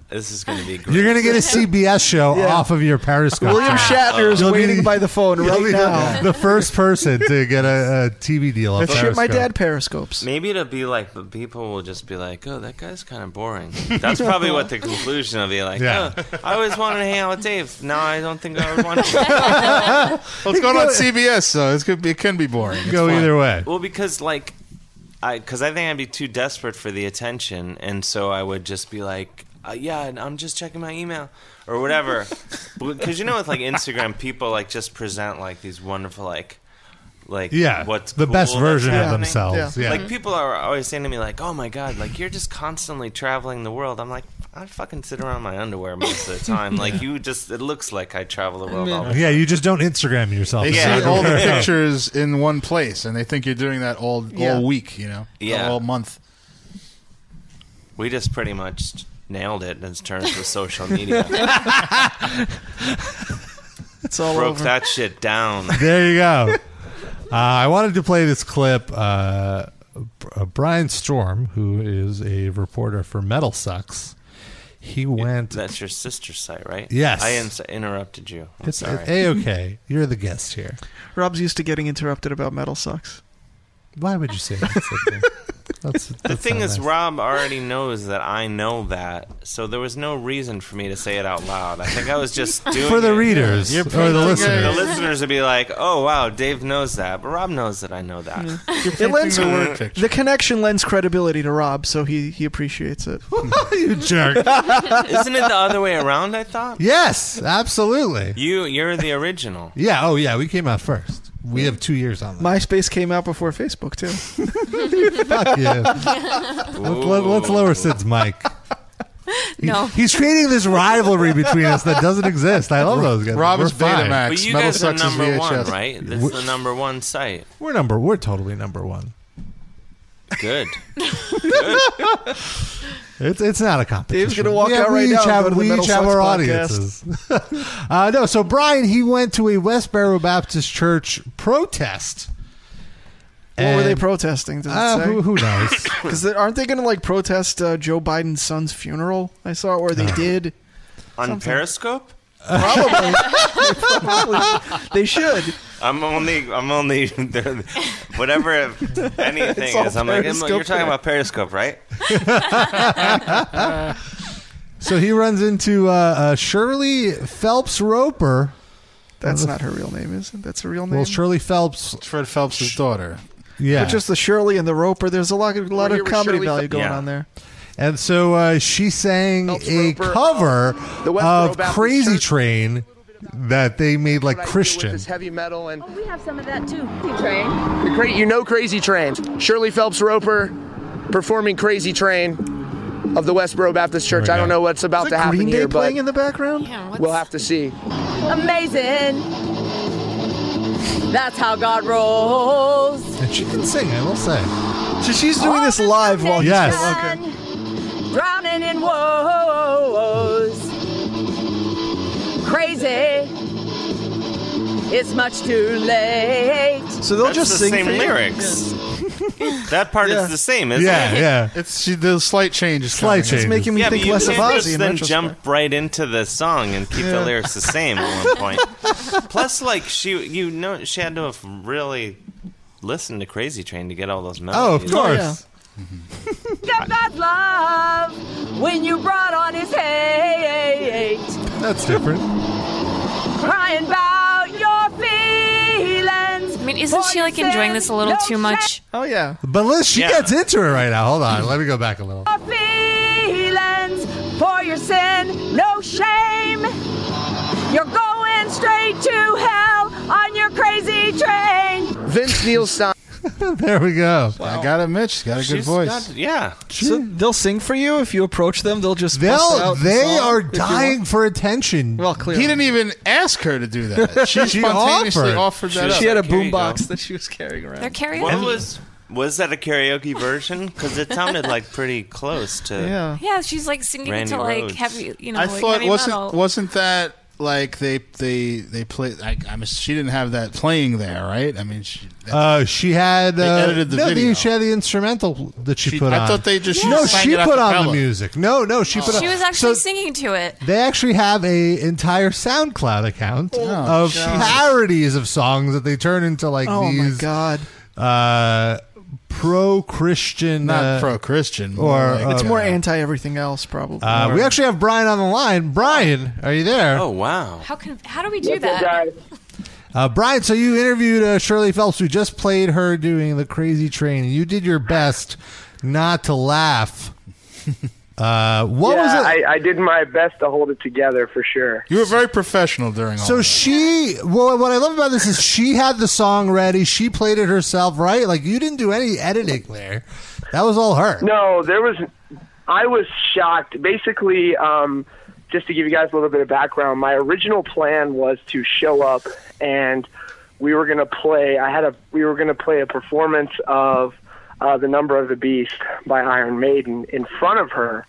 S9: This is going to be great.
S3: You're gonna get a CBS show
S4: Yeah.
S3: off of your Periscope.
S4: William Shatner is
S3: You'll be
S4: waiting
S3: the-
S4: by the phone
S3: you'll
S4: right
S3: be
S4: now.
S3: The first person to get a, a TV deal. off
S4: That shit my
S3: Periscope.
S4: dad periscopes.
S9: Maybe it'll be like the people will just be like, "Oh, that guy's kind of boring." That's probably what the conclusion will be like.
S3: Yeah.
S9: "Oh, I always wanted to hang out with Dave. Now I don't think I would want to.
S2: Well, it's going on CBS, so it's could be, it can be boring. It's fine.
S9: Well, because like, I because I think I'd be too desperate for the attention, and so I would just be like, uh, yeah, and I'm just checking my email or whatever. Because you know, with like Instagram, people like just present like these wonderful like. Like
S3: Yeah,
S9: what's
S3: the
S9: cool
S3: best
S9: that's
S3: version of
S9: happening.
S3: themselves, Yeah. yeah.
S9: Like people are always saying to me, like, "Oh my god, like you're just constantly traveling the world." I'm like, I fucking sit around my underwear most of the time. Like you just, it looks like I travel the world all the
S3: Yeah, you just don't Instagram yourself.
S2: They
S3: Yeah.
S2: see all the pictures in one place, and they think you're doing that all
S9: Yeah.
S2: all week. You know,
S9: Yeah.
S2: all month.
S9: We just pretty much nailed it in terms of social media.
S4: it's all
S9: Broke
S4: over.
S9: that shit down.
S3: there you go. Uh, I wanted to play this clip. Uh, Br- uh, Brian Storm, who is a reporter for Metal Sucks, he went.
S9: That's your sister's site, right?
S3: Yes.
S9: I in- interrupted you. I'm
S3: It's
S9: sorry.
S3: a okay. You're the guest here.
S4: Rob's used to getting interrupted about metal sucks.
S3: Why would you say that? That's,
S9: The thing is, Rob already knows that I know that, so there was no reason for me to say it out loud. I think I was just doing
S3: For the
S9: it.
S3: readers You're or the painting listeners.
S9: The
S3: it.
S9: listeners would be like, "Oh wow, Dave knows that," but Rob knows that I know that.
S4: It lends the, connection lends credibility to Rob, so he he appreciates it.
S3: you jerk!
S9: Isn't it the other way around? I thought
S3: Yes, absolutely.
S9: you you're the original.
S3: Yeah. Oh, yeah. We came out first. We have two years on.
S4: MySpace came out before Facebook too.
S3: Fuck you. Let, let, let's lower Sid's mic. He-
S5: No.
S3: he's creating this rivalry between us that doesn't exist. I love those guys.
S2: Rob is
S3: We're fine.
S2: Betamax.
S9: But you
S2: Metal
S9: guys are
S2: Sucks is
S9: number one,
S2: VHS.
S9: right? This is the number one site.
S3: We're number. We're totally number one.
S9: Good.
S3: It's it's not a competition.
S4: Dave's gonna walk
S3: Yeah,
S4: out
S3: we
S4: right
S3: each
S4: now and
S3: Have,
S4: go to the
S3: we
S4: Metal
S3: each have
S4: Sucks
S3: our
S4: podcast.
S3: audiences. uh, no, so Brian he went to a Westboro Baptist Church protest.
S4: what were they
S3: And-
S4: protesting? Does it
S3: Uh,
S4: say?
S3: who- who knows?
S4: Because aren't they going to like protest uh, Joe Biden's son's funeral? I saw it where they
S3: Uh.
S4: did.
S9: On
S4: Something.
S9: Periscope?
S4: Probably. Probably. They should.
S9: I'm only, I'm only, they're- whatever
S4: It's
S9: anything
S4: all
S9: is. I'm like,
S4: Periscope
S9: you're talking
S4: now.
S9: about Periscope, right?
S3: So he runs into uh, uh, Shirley Phelps Roper.
S4: That's not her real name, is it? That's her real name.
S3: Well, Shirley Phelps.
S2: Fred Phelps' daughter.
S3: Yeah.
S4: But just the Shirley and the Roper. There's a lot of lot
S2: Were you
S4: of
S2: with
S4: comedy
S2: Shirley
S4: value
S2: Fe-
S4: going
S2: Yeah.
S4: on there.
S3: And so uh, she sang a
S4: Roper
S3: cover
S10: the Westboro
S3: of
S10: Baptist
S3: Crazy Train that they made like Christian.
S10: This heavy metal and
S11: Oh, We have some of that too. Train.
S10: the cra- you know Crazy Train. Shirley Phelps Roper performing Crazy Train of the Westboro Baptist Church. I don't know what's about to
S4: Is that
S10: happen
S4: Green Day
S10: here,
S4: playing
S10: but
S4: in the background?
S10: we'll have to see.
S11: Amazing. That's how God rolls.
S3: And she can sing, I will say.
S4: So she's doing this live while he's
S3: Yes.
S4: still- okay.
S11: Drowning in woes. Crazy. It's much too late.
S4: So they'll
S9: That's
S4: just
S9: the
S4: sing
S9: same
S4: for you.
S9: lyrics. that part is the same, isn't it?
S2: It's she, the slight change. Is
S9: Slight
S2: coming in.
S4: change. making me
S9: yeah,
S4: think
S9: but you
S4: less of
S9: can't
S4: Ozzy
S9: just
S4: in
S9: then
S4: retrospect.
S9: jump right into the song and keep
S4: Yeah.
S9: the lyrics the same at one point. Plus, like she, you know, she had to have really listened to Crazy Train to get all those melodies.
S3: Oh, of course.
S11: Of God's love when you brought on his hate.
S3: That's different.
S11: Crying about your feelings.
S5: I mean, isn't she like enjoying this a little too much?
S4: Oh yeah.
S3: But Liz, she gets into it right now. Hold on. Let me go back a little.
S11: Your feelings for your sin, no shame. You're going straight to hell on your crazy train.
S10: Vince Neil Stein.
S3: there we go.
S2: I got it, Mitch. She's got a good
S9: She's
S2: voice.
S9: got- yeah.
S4: So they'll sing for you if you approach them. They'll just bust
S3: They'll,
S4: out the
S3: they
S4: song
S3: are
S4: if you want.
S3: dying for attention. Well,
S4: clearly.
S2: He didn't even ask her to do that. She,
S3: She
S2: spontaneously
S3: offered.
S2: offered, that.
S4: She
S2: up.
S4: had a boombox that she was carrying around.
S5: They're carrying
S9: What
S5: on.
S9: was Was that a karaoke version? Because it sounded like pretty close to.
S5: Yeah, she's like singing
S9: Randy
S5: to like
S9: Rhoads.
S5: heavy, you know,
S2: I
S5: like
S2: thought
S5: heavy
S2: wasn't
S5: metal.
S2: wasn't that like they they they play? I, I'm she didn't have that playing there, right? I mean, she,
S3: Uh, she had uh,
S2: They edited the
S3: no,
S2: video.
S3: she had the instrumental that she,
S2: She-
S3: put on.
S2: I thought they just- she
S3: no,
S2: sang
S3: she
S2: it a
S3: put on the
S2: cappella.
S3: music. No, no, she put.
S5: She
S3: on,
S5: was actually singing to it.
S3: They actually have a entire SoundCloud account
S2: Oh,
S3: of
S5: Jesus.
S3: parodies of songs that they turn into like
S5: Oh, my
S3: these. god! Uh, pro Christian,
S4: Not
S2: pro Christian,
S3: or
S4: it's
S3: uh,
S4: more anti everything else, probably.
S3: Uh, we actually have Brian on the line. Brian, are you there? Oh
S9: wow!
S5: How can how do we do
S4: Yes,
S5: that?
S3: Uh, Brian, so you interviewed uh, Shirley Phelps. We just played her doing the Crazy Train, and you did your best not to laugh. Uh, what
S12: yeah,
S3: was it?
S12: I, I did my best to hold it together for sure.
S2: you were very professional during all.
S3: So she, well, what I love about this is she had the song ready. She played it herself, right? Like you didn't do any editing there. That was all her.
S12: No, there was. I was shocked. Basically, um, just to give you guys a little bit of background, my original plan was to show up and we were going to play. I had a. We were going to play a performance of uh, the Number of the Beast by Iron Maiden in front of her,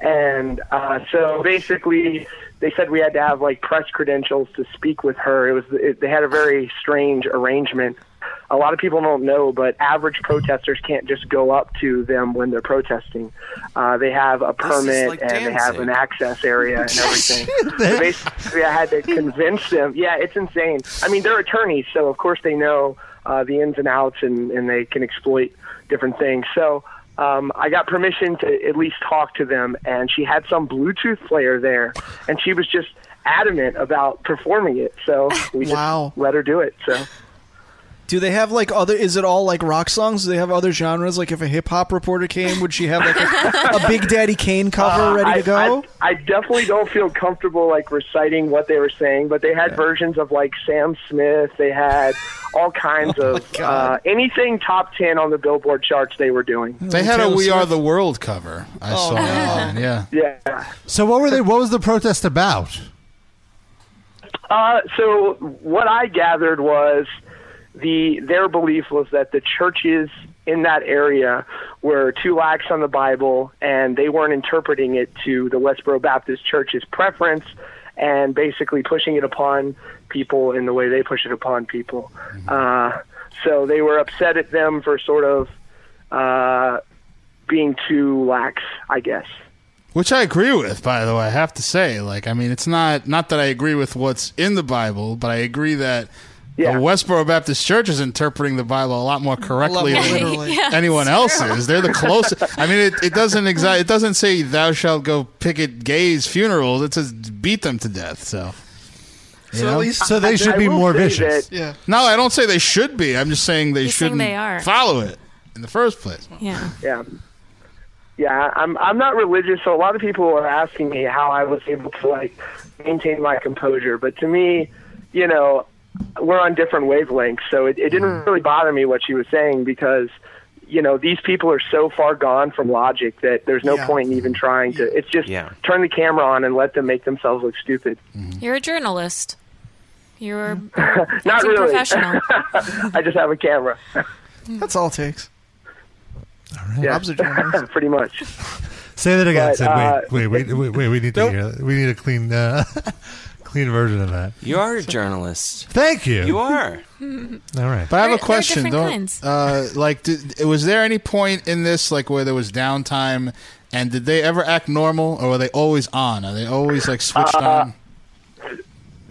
S12: and uh, so basically. They said we had to have like press credentials to speak with her. It was it, they had a very strange arrangement a lot of people don't know, but average protesters can't just go up to them when they're protesting. Uh, they have a permit
S6: like
S12: and they have
S6: dancing.
S12: an access area and everything. so basically, I had to convince them. Yeah, it's insane. I mean, they're attorneys, so of course they know uh, the ins and outs and, and they can exploit different things. So um, I got permission to at least talk to them, and she had some Bluetooth player there, and she was just adamant about performing it. So we
S4: Wow.
S12: just let her do it. So.
S4: Do they have like other? Is it all like rock songs? Do they have other genres? Like if a hip hop reporter came, would she have like a, a Big Daddy Kane cover
S12: Uh,
S4: ready
S12: I,
S4: to go?
S12: I, I definitely don't feel comfortable like reciting what they were saying, but they had versions of like Sam Smith. They had all kinds
S4: Oh,
S12: of uh, anything top ten on the Billboard charts. They were doing.
S2: They had a "We Are the World" cover. I
S12: Oh.
S2: saw. online, yeah.
S12: Yeah.
S3: So what were they? What was the protest about?
S12: Uh, so what I gathered was the their belief was that the churches in that area were too lax on the Bible, and they weren't interpreting it to the Westboro Baptist Church's preference, and basically pushing it upon people in the way they push it upon people. Uh, so they were upset at them for sort of uh, being too lax, I guess.
S2: Which I agree with, by the way. I have to say, like, I mean, it's not not that I agree with what's in the Bible, but I agree that the Westboro Baptist Church is interpreting the Bible a lot more correctly
S6: more
S2: than
S6: literally. Yeah,
S2: anyone
S6: it's
S2: else
S6: true.
S2: is. They're the closest. I mean, it, it doesn't exa- it doesn't say "thou shalt go picket gays' funerals." It says beat them to death. So. you
S4: So at
S2: know?
S4: least- So they I- should I be will more say vicious. that- Yeah.
S2: No, I don't say they should be. I'm just saying they
S5: He's saying
S2: shouldn't
S5: they are.
S2: follow it in the first place.
S5: Yeah.
S12: Yeah. Yeah, I'm I'm not religious, so a lot of people are asking me how I was able to like maintain my composure. But to me, you know, we're on different wavelengths, so it, it
S5: Mm.
S12: didn't really bother me what she was saying because, you know, these people are so far gone from logic that there's no
S5: Yeah.
S12: point in even trying to. It's just turn the camera on and let them make themselves look stupid.
S5: You're a journalist. You're it's
S12: Not
S5: a
S12: really.
S5: professional.
S12: I just have a camera.
S4: That's all it takes.
S12: Yeah, pretty much.
S3: Say that again.
S12: But,
S3: Sid.
S12: uh,
S3: wait, wait, wait, wait, wait. We need to hear. We need a clean, uh, clean version of that.
S9: You are a journalist.
S3: Thank you.
S9: You are.
S3: All right.
S2: But I have
S9: They're-
S2: a
S9: they're
S2: question.
S9: different
S2: Don't,
S9: kinds.
S2: uh, like, did, was there any point in this like where there was downtime, and did they ever act normal, or were they always on? Are they always like switched
S12: Uh,
S2: on?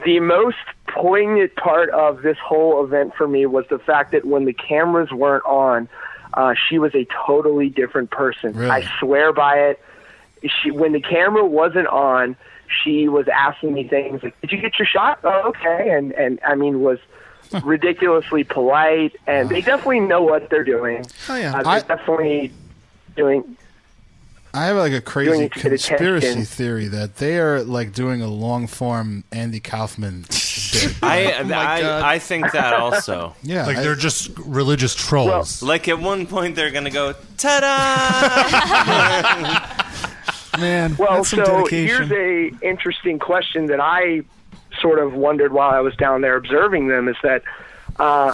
S12: the most poignant part of this whole event for me was the fact that when the cameras weren't on, uh, she was a totally different person. I swear by it. She, when the camera wasn't on, she was asking me things like, "Did you get your shot? Oh, okay." And and I mean, was ridiculously polite, and they definitely know what they're doing.
S2: Oh, yeah.
S12: uh, they're
S2: I-
S12: definitely doing.
S2: I have like a
S12: Doing
S2: crazy
S12: it to the
S2: conspiracy
S12: Texans.
S2: theory that they are like doing a long form Andy Kaufman. bit.
S9: I
S2: Oh, my God.
S9: I, I think that also.
S2: Yeah,
S3: like
S2: I-
S3: they're just religious trolls.
S9: Like at one point they're gonna go ta-da.
S4: Man,
S12: Well,
S4: that's some
S12: so
S4: dedication.
S12: here's a interesting question that I sort of wondered while I was down there observing them is that uh,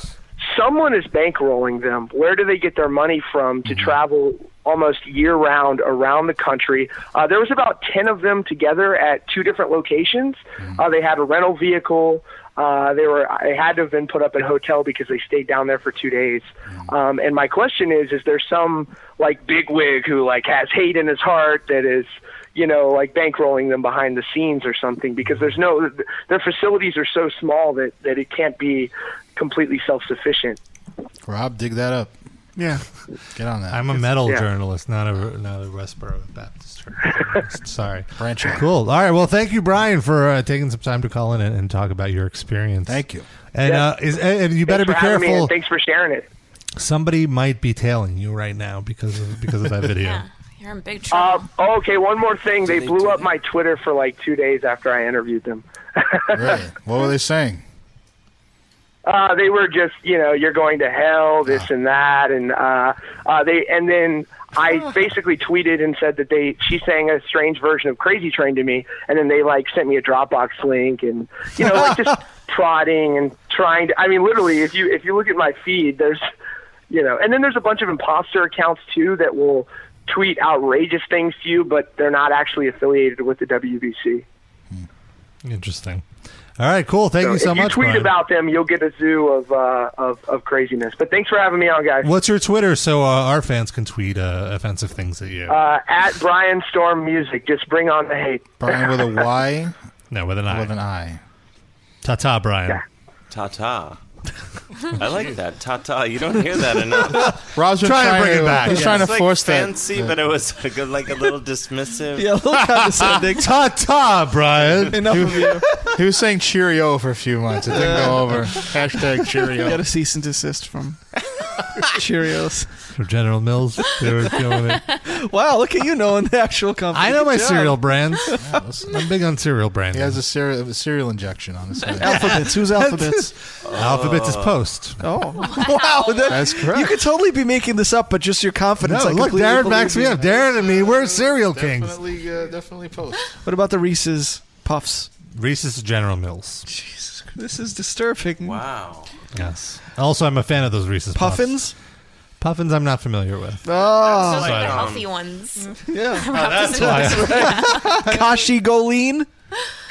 S12: someone is bankrolling them. Where do they get their money from to travel almost year round around the country? Uh, there was about ten of them together at two different locations. Uh, they had a rental vehicle. Uh, they were they had to have been put up in a hotel because they stayed down there for two days. Um, and my question is: Is there some like bigwig who like has hate in his heart that is you know like bankrolling them behind the scenes or something? Because there's no their facilities are so small that that it can't be completely self sufficient.
S2: Rob, dig that up.
S4: Yeah.
S2: Get on that.
S3: I'm a metal
S2: yeah.
S3: journalist, not a not a Westboro Baptist journalist. Sorry.
S2: Branch out.
S3: Cool. All right. Well, thank you, Brian, for uh, taking some time to call in and, and talk about your experience. Thank
S2: you.
S3: And
S12: Yeah.
S3: uh, is, and and you better be
S12: Thanks for having me, and
S3: careful.
S12: thanks for sharing it.
S3: Somebody might be tailing you right now because of because of that video.
S5: You're in big
S12: trouble. Uh, okay, one more thing. They, blew up my Twitter for like two days after I interviewed them.
S2: Really? What were they saying?
S12: Uh, they were just, you know, you're going to hell, this and that, and uh, uh, they, and then I basically tweeted and said that they, she sang a strange version of Crazy Train to me, and then they like sent me a Dropbox link, and you know, like just prodding and trying to. I mean, literally, if you if you look at my feed, there's, you know, and then there's a bunch of imposter accounts too that will tweet outrageous things to you, but they're not actually affiliated with the WBC.
S3: Interesting. All right. Cool. Thank you so
S12: if
S3: much,
S12: You tweet
S3: Brian.
S12: about them, you'll get a zoo of, uh, of of craziness. But thanks for having me on, guys.
S3: What's your Twitter so uh, our fans can tweet uh, offensive things at you?
S12: Uh, at Brian Storm Music, just bring on the hate.
S3: Brian with a
S2: Y?
S3: no, with an I. With
S2: an I.
S3: Ta ta, Brian.
S9: Ta ta. I like that. Ta ta. You don't hear that enough.
S2: Rob's been Trying to trying bring to- it back. he's
S9: Yeah,
S2: trying to
S9: it's, like,
S2: force that-
S9: fancy, but it was like a, like a little dismissive.
S3: ta ta, Brian.
S2: Enough he, of you. He was saying Cheerio for a few months. It didn't go over. Hashtag Cheerio.
S4: Got a cease and desist from Cheerios.
S3: For General Mills. They were doing it.
S4: Wow, look at you knowing the actual company.
S3: I know my
S4: Good job.
S3: cereal brands. I'm big on cereal brands.
S2: He has a cereal, a cereal injection on his head.
S4: Alphabets. Who's Alphabets?
S3: Alphabets is Post.
S4: Oh, wow. That,
S2: That's correct.
S4: You could totally be making this up, but just your confidence.
S3: No,
S4: I
S3: look,
S4: completely
S3: Darren
S4: believe
S3: backs me
S4: you.
S3: up. Darren and me, we're cereal kings.
S2: Definitely, uh, definitely post.
S4: What about the Reese's Puffs?
S3: Reese's is General Mills.
S4: This is disturbing.
S9: Wow.
S3: Yes. Also, I'm a fan of those Reese's Puffs.
S4: Puffins?
S3: Puffins, I'm not familiar with.
S4: Oh,
S5: Those are
S3: Right
S5: the
S3: on.
S5: healthy ones.
S4: Yeah.
S3: Oh, that's why.
S4: Kashi Goleen.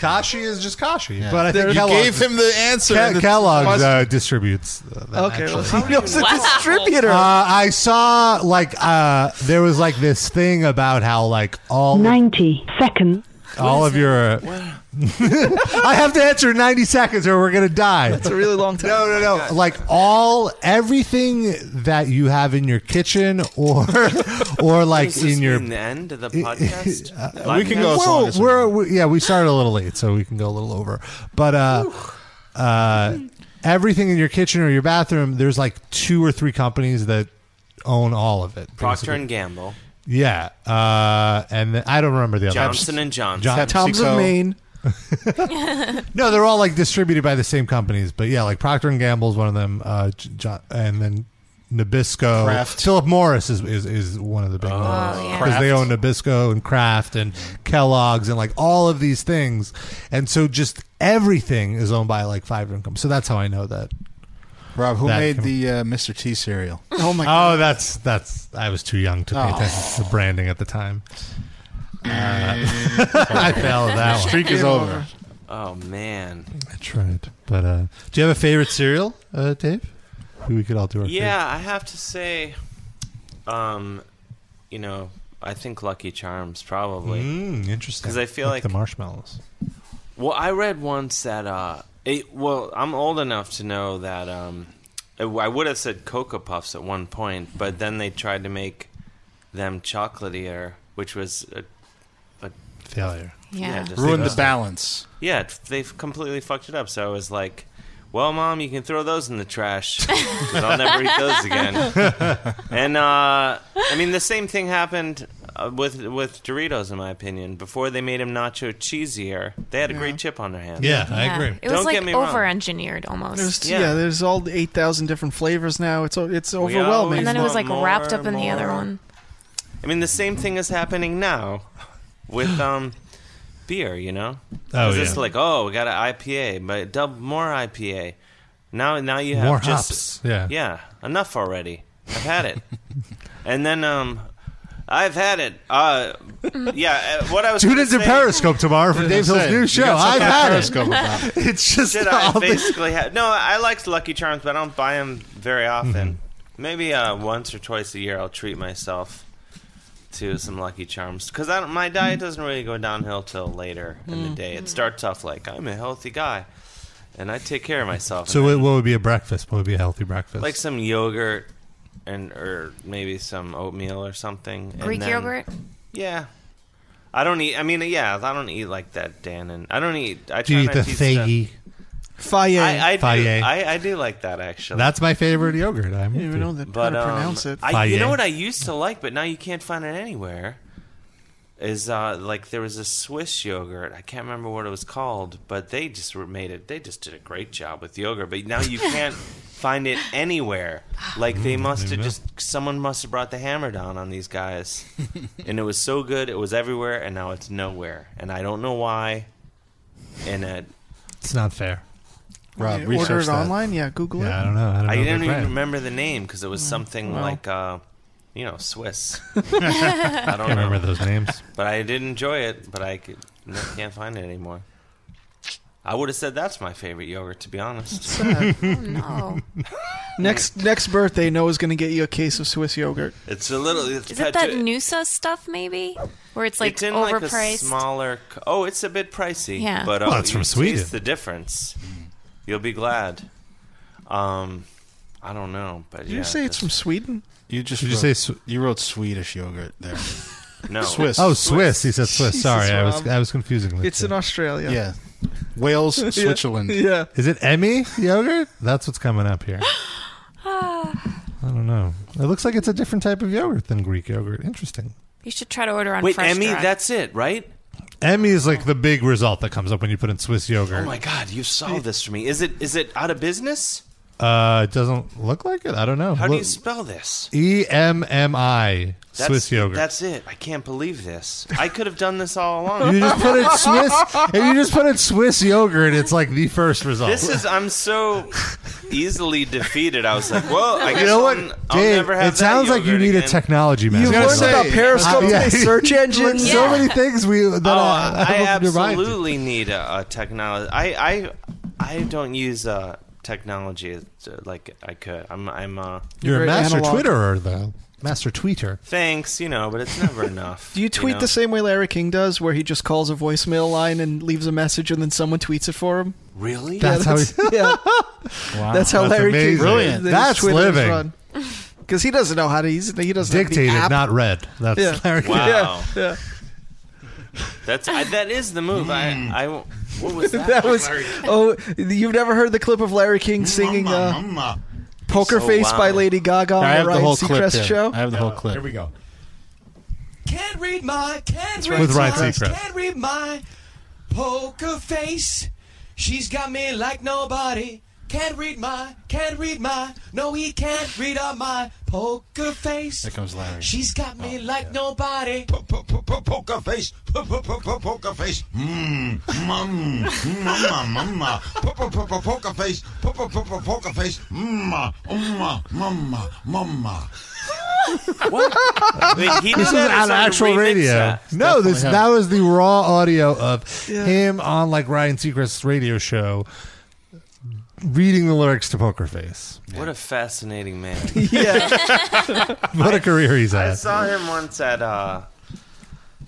S3: Kashi is just Kashi.
S4: But I think
S2: you gave
S4: Kellogg's-
S2: him the answer.
S3: Ca-
S2: and it's-
S3: Kellogg's
S2: must-
S3: uh, distributes. Uh, that
S4: Okay, well,
S3: actually.
S4: he knows a distributor.
S3: Uh, I saw like uh, there was like this thing about how like all
S13: Ninety seconds.
S3: all of your. I have to answer in ninety seconds or we're gonna die.
S4: That's a really long time.
S3: No, no, no. Like all everything that you have in your kitchen or or like
S9: Does this
S3: in your
S9: mean the end of the podcast.
S3: Uh, Well, we're, we- yeah, we started a little late, so we can go a little over. But uh, uh, everything in your kitchen or your bathroom, there's like two or three companies that own all of it.
S9: Procter and
S3: basically.
S9: Gamble,
S3: Yeah, uh, and then- I don't remember the other
S9: Johnson and Johnson,
S3: John- Tom's of Maine. No, they're all like distributed by the same companies, but yeah, like Procter and Gamble's one of them, uh, J- John, and then Nabisco.
S2: Kraft.
S3: Philip Morris is, is is one of the big ones
S2: Oh, yeah.
S3: because they
S2: Kraft.
S3: own Nabisco and Kraft and Kellogg's and like all of these things, and so just everything is owned by like five different companies. So that's how I know that.
S2: Rob, who
S3: that
S2: made
S3: com-
S2: the uh, Mr. T cereal?
S4: Oh my!
S3: God. Oh, that's that's. I was too young to pay
S2: Oh.
S3: attention to the branding at the time. Uh, I failed at that one.
S2: Streak is over.
S9: Oh man.
S3: I tried, but uh, do you have a favorite cereal, uh, Dave? We could all do our
S9: Yeah, I have to say, um, you know, I think Lucky Charms probably.
S3: Mm, interesting.
S9: Because I feel like,
S3: the marshmallows.
S9: well, I read once that, uh, it, well, I'm old enough to know that, um, I I would have said Cocoa Puffs at one point, but then they tried to make them chocolatier, which was a, a
S3: failure.
S9: Yeah.
S2: Yeah.
S9: just
S2: Ruined
S9: like-
S2: the balance.
S9: Yeah, it- they completely fucked it up. So I was like, "Well, mom, you can throw those in the trash. 'cause I'll never eat those again." and uh, I mean, the same thing happened uh, with with Doritos, in my opinion. Before they made them nacho cheesier, they had a great chip on their hands.
S3: Yeah, I agree.
S5: It was
S9: Don't
S5: like
S9: get me wrong.
S5: over-engineered almost.
S4: There's, Oh, yeah. there's all eight thousand different flavors now. It's it's overwhelming.
S5: And then it was like
S9: want more,
S5: wrapped up in the other
S9: more.
S5: one.
S9: I mean, the same thing is happening now with um. Beer, you know,
S3: Oh,
S9: it's just
S3: yeah.
S9: like oh, we got an IPA, but dub more IPA. Now, now you have
S3: More hops,
S9: just
S3: yeah.
S9: yeah, enough already. I've had it, and then um, I've had it. Uh, yeah, uh, what I was
S3: Tune
S9: gonna
S3: into
S9: say-
S3: Periscope tomorrow for Dave Hill's new show. I've had it. It's just
S9: Shit,
S3: all
S9: I
S3: the-
S9: basically had. No, I liked Lucky Charms, but I don't buy them very often.
S3: Mm-hmm.
S9: Maybe uh, once or twice a year, I'll treat myself to some Lucky Charms because my diet doesn't really go downhill till later in the
S3: Mm.
S9: day. It starts off like I'm a healthy guy, and I take care of myself.
S3: So what what would be a breakfast? What would be a healthy breakfast?
S9: like some yogurt and or maybe some oatmeal or something. and
S5: Greek
S9: then-
S5: yogurt.
S9: Yeah. I don't eat. I mean, yeah, I don't eat like that, Dan. And I don't eat. I
S3: Do you
S9: try
S3: eat
S9: not
S3: the
S9: to eat stuff-
S3: faggy?
S9: I, I
S3: Faye.
S9: do. I, I do like that actually.
S3: That's my favorite yogurt. I'm
S9: You
S3: into.
S9: know
S4: that-
S9: but
S4: how to
S9: um,
S4: pronounce it.
S9: I, you
S3: Faye.
S9: know what I used to like, but now you can't find it anywhere. Is uh, like there was a Swiss yogurt. I can't remember what it was called, but they just were made it. They just did a great job with yogurt, but now you can't find it anywhere. Like they
S3: Mm,
S9: must have
S3: there you go.
S9: just someone must have brought the hammer down on these guys, and it was so good. It was everywhere, and now it's nowhere, and I don't know why. And it
S3: It's not fair.
S4: Rob, Yeah, order research it that. online? Yeah, Google
S3: Yeah,
S4: it.
S3: I don't know. I don't know.
S9: I
S3: if
S9: didn't
S3: they
S9: even
S3: brand.
S9: remember the name because it was something
S3: well.
S9: like, uh, you know, Swiss. I
S3: Can't remember those names.
S9: But I did enjoy it, but I could, no, can't find it anymore. I would have said that's my favorite yogurt, to be honest.
S4: sad. Oh, no. Next next birthday, Noah's going to get you a case of Swiss yogurt.
S9: It's a little. It's
S5: Is it that Noosa stuff maybe, where it's like
S9: it's in
S5: overpriced?
S9: like a smaller. c- Oh, it's a bit pricey.
S5: Yeah.
S9: But uh,
S3: Well, it's
S9: you
S3: from Sweden.
S9: taste the difference. You'll be glad. Um, I don't know, but
S4: Did
S9: yeah,
S4: you say it's from Sweden?
S2: You just
S3: Did you
S2: wrote,
S3: say
S2: you wrote Swedish yogurt there.
S9: No.
S2: Swiss.
S3: Oh, Swiss. He said Swiss.
S2: Jesus,
S3: Sorry, I was
S2: Rob.
S3: I was confusing. the
S4: It's
S3: two.
S4: in Australia.
S2: Yeah. Wales,
S4: Yeah.
S2: Switzerland.
S4: Yeah.
S3: Is it Emmy yogurt? That's what's coming up here.
S5: Ah,
S3: I don't know. It looks like it's a different type of yogurt than Greek yogurt. Interesting.
S5: You should try to order on
S9: Wait,
S5: Fresh
S9: Emmy,
S5: Direct.
S9: that's it, right?
S3: Emmy is like the big result that comes up when you put in Swiss yogurt.
S9: Oh my God, you solved this for me. Is it is it out of business?
S3: Uh, it doesn't look like it. I don't know.
S9: How do you spell this?
S3: E M M I
S9: That's-
S3: Swiss yogurt.
S9: That's it. I can't believe this. I could have done this all along.
S3: You just put in Swiss. if you just put in Swiss yogurt, it's like the first result.
S9: This is. I'm so easily defeated. I was like, well, I
S3: You
S9: guess
S3: know what,
S9: I'll, I'll
S3: Dave,
S9: never have
S3: it
S9: that
S3: sounds like you
S9: yogurt
S3: need a
S9: again.
S3: technology
S9: You
S3: man.
S9: learned about Periscope,
S4: search engines.
S3: So
S4: Yeah.
S3: many things we that
S9: Oh,
S3: I,
S9: I,
S3: I, opened your mind.
S9: absolutely need a, a technology. I, I I don't use uh, technology uh, like I could. I'm I'm uh,
S3: You're a master Twitterer, though. Master tweeter.
S9: Thanks, you know, but it's never enough.
S4: Do you tweet
S9: know?
S4: the same way Larry King does, where he just calls a voicemail line and leaves a message, and then someone tweets it for him?
S9: Really?
S4: Yeah, that's, yeah. that's how Larry King.
S3: Brilliant. That's living.
S4: Because he doesn't know how to. He's, he doesn't have the
S3: Dictated,
S4: app.
S3: not read. That's
S4: Yeah.
S3: Larry King.
S9: Wow.
S4: Yeah. yeah.
S9: That's I, that is the move.
S3: Mm.
S9: I, I what was that?
S4: that was oh you've never heard the clip of larry king singing uh, poker
S9: So
S4: face by
S9: wild.
S4: lady gaga on
S2: I have
S4: the
S2: the
S4: ryan
S2: whole clip.
S4: seacrest
S2: Here.
S4: show
S2: I have the whole clip.
S3: Here we go.
S6: Can't read my, can't
S2: right.
S6: read
S2: With Ryan
S6: my,
S2: Seacrest.
S6: can't read my poker face. She's got me like nobody. Can't read my, can't read my, no he can't read on my poker face.
S2: There comes Larry.
S6: She's got me
S9: Oh,
S6: like nobody.
S13: Poker face, poker face, mmm, mmm, mmm, mmm, poker face, poker face, mmm, mmm, mmm, mmm.
S9: What? Wait, he did
S3: this is
S9: that or
S3: on
S9: someone
S3: actual
S9: remixed
S3: radio.
S9: that?
S3: No, this
S9: Definitely
S3: that was the raw audio of
S9: Yeah.
S3: him on like Ryan Seacrest's radio show, reading the lyrics to Poker Face.
S9: What a fascinating man.
S3: Yeah. What a career he's
S9: I
S3: had.
S9: saw him once at uh,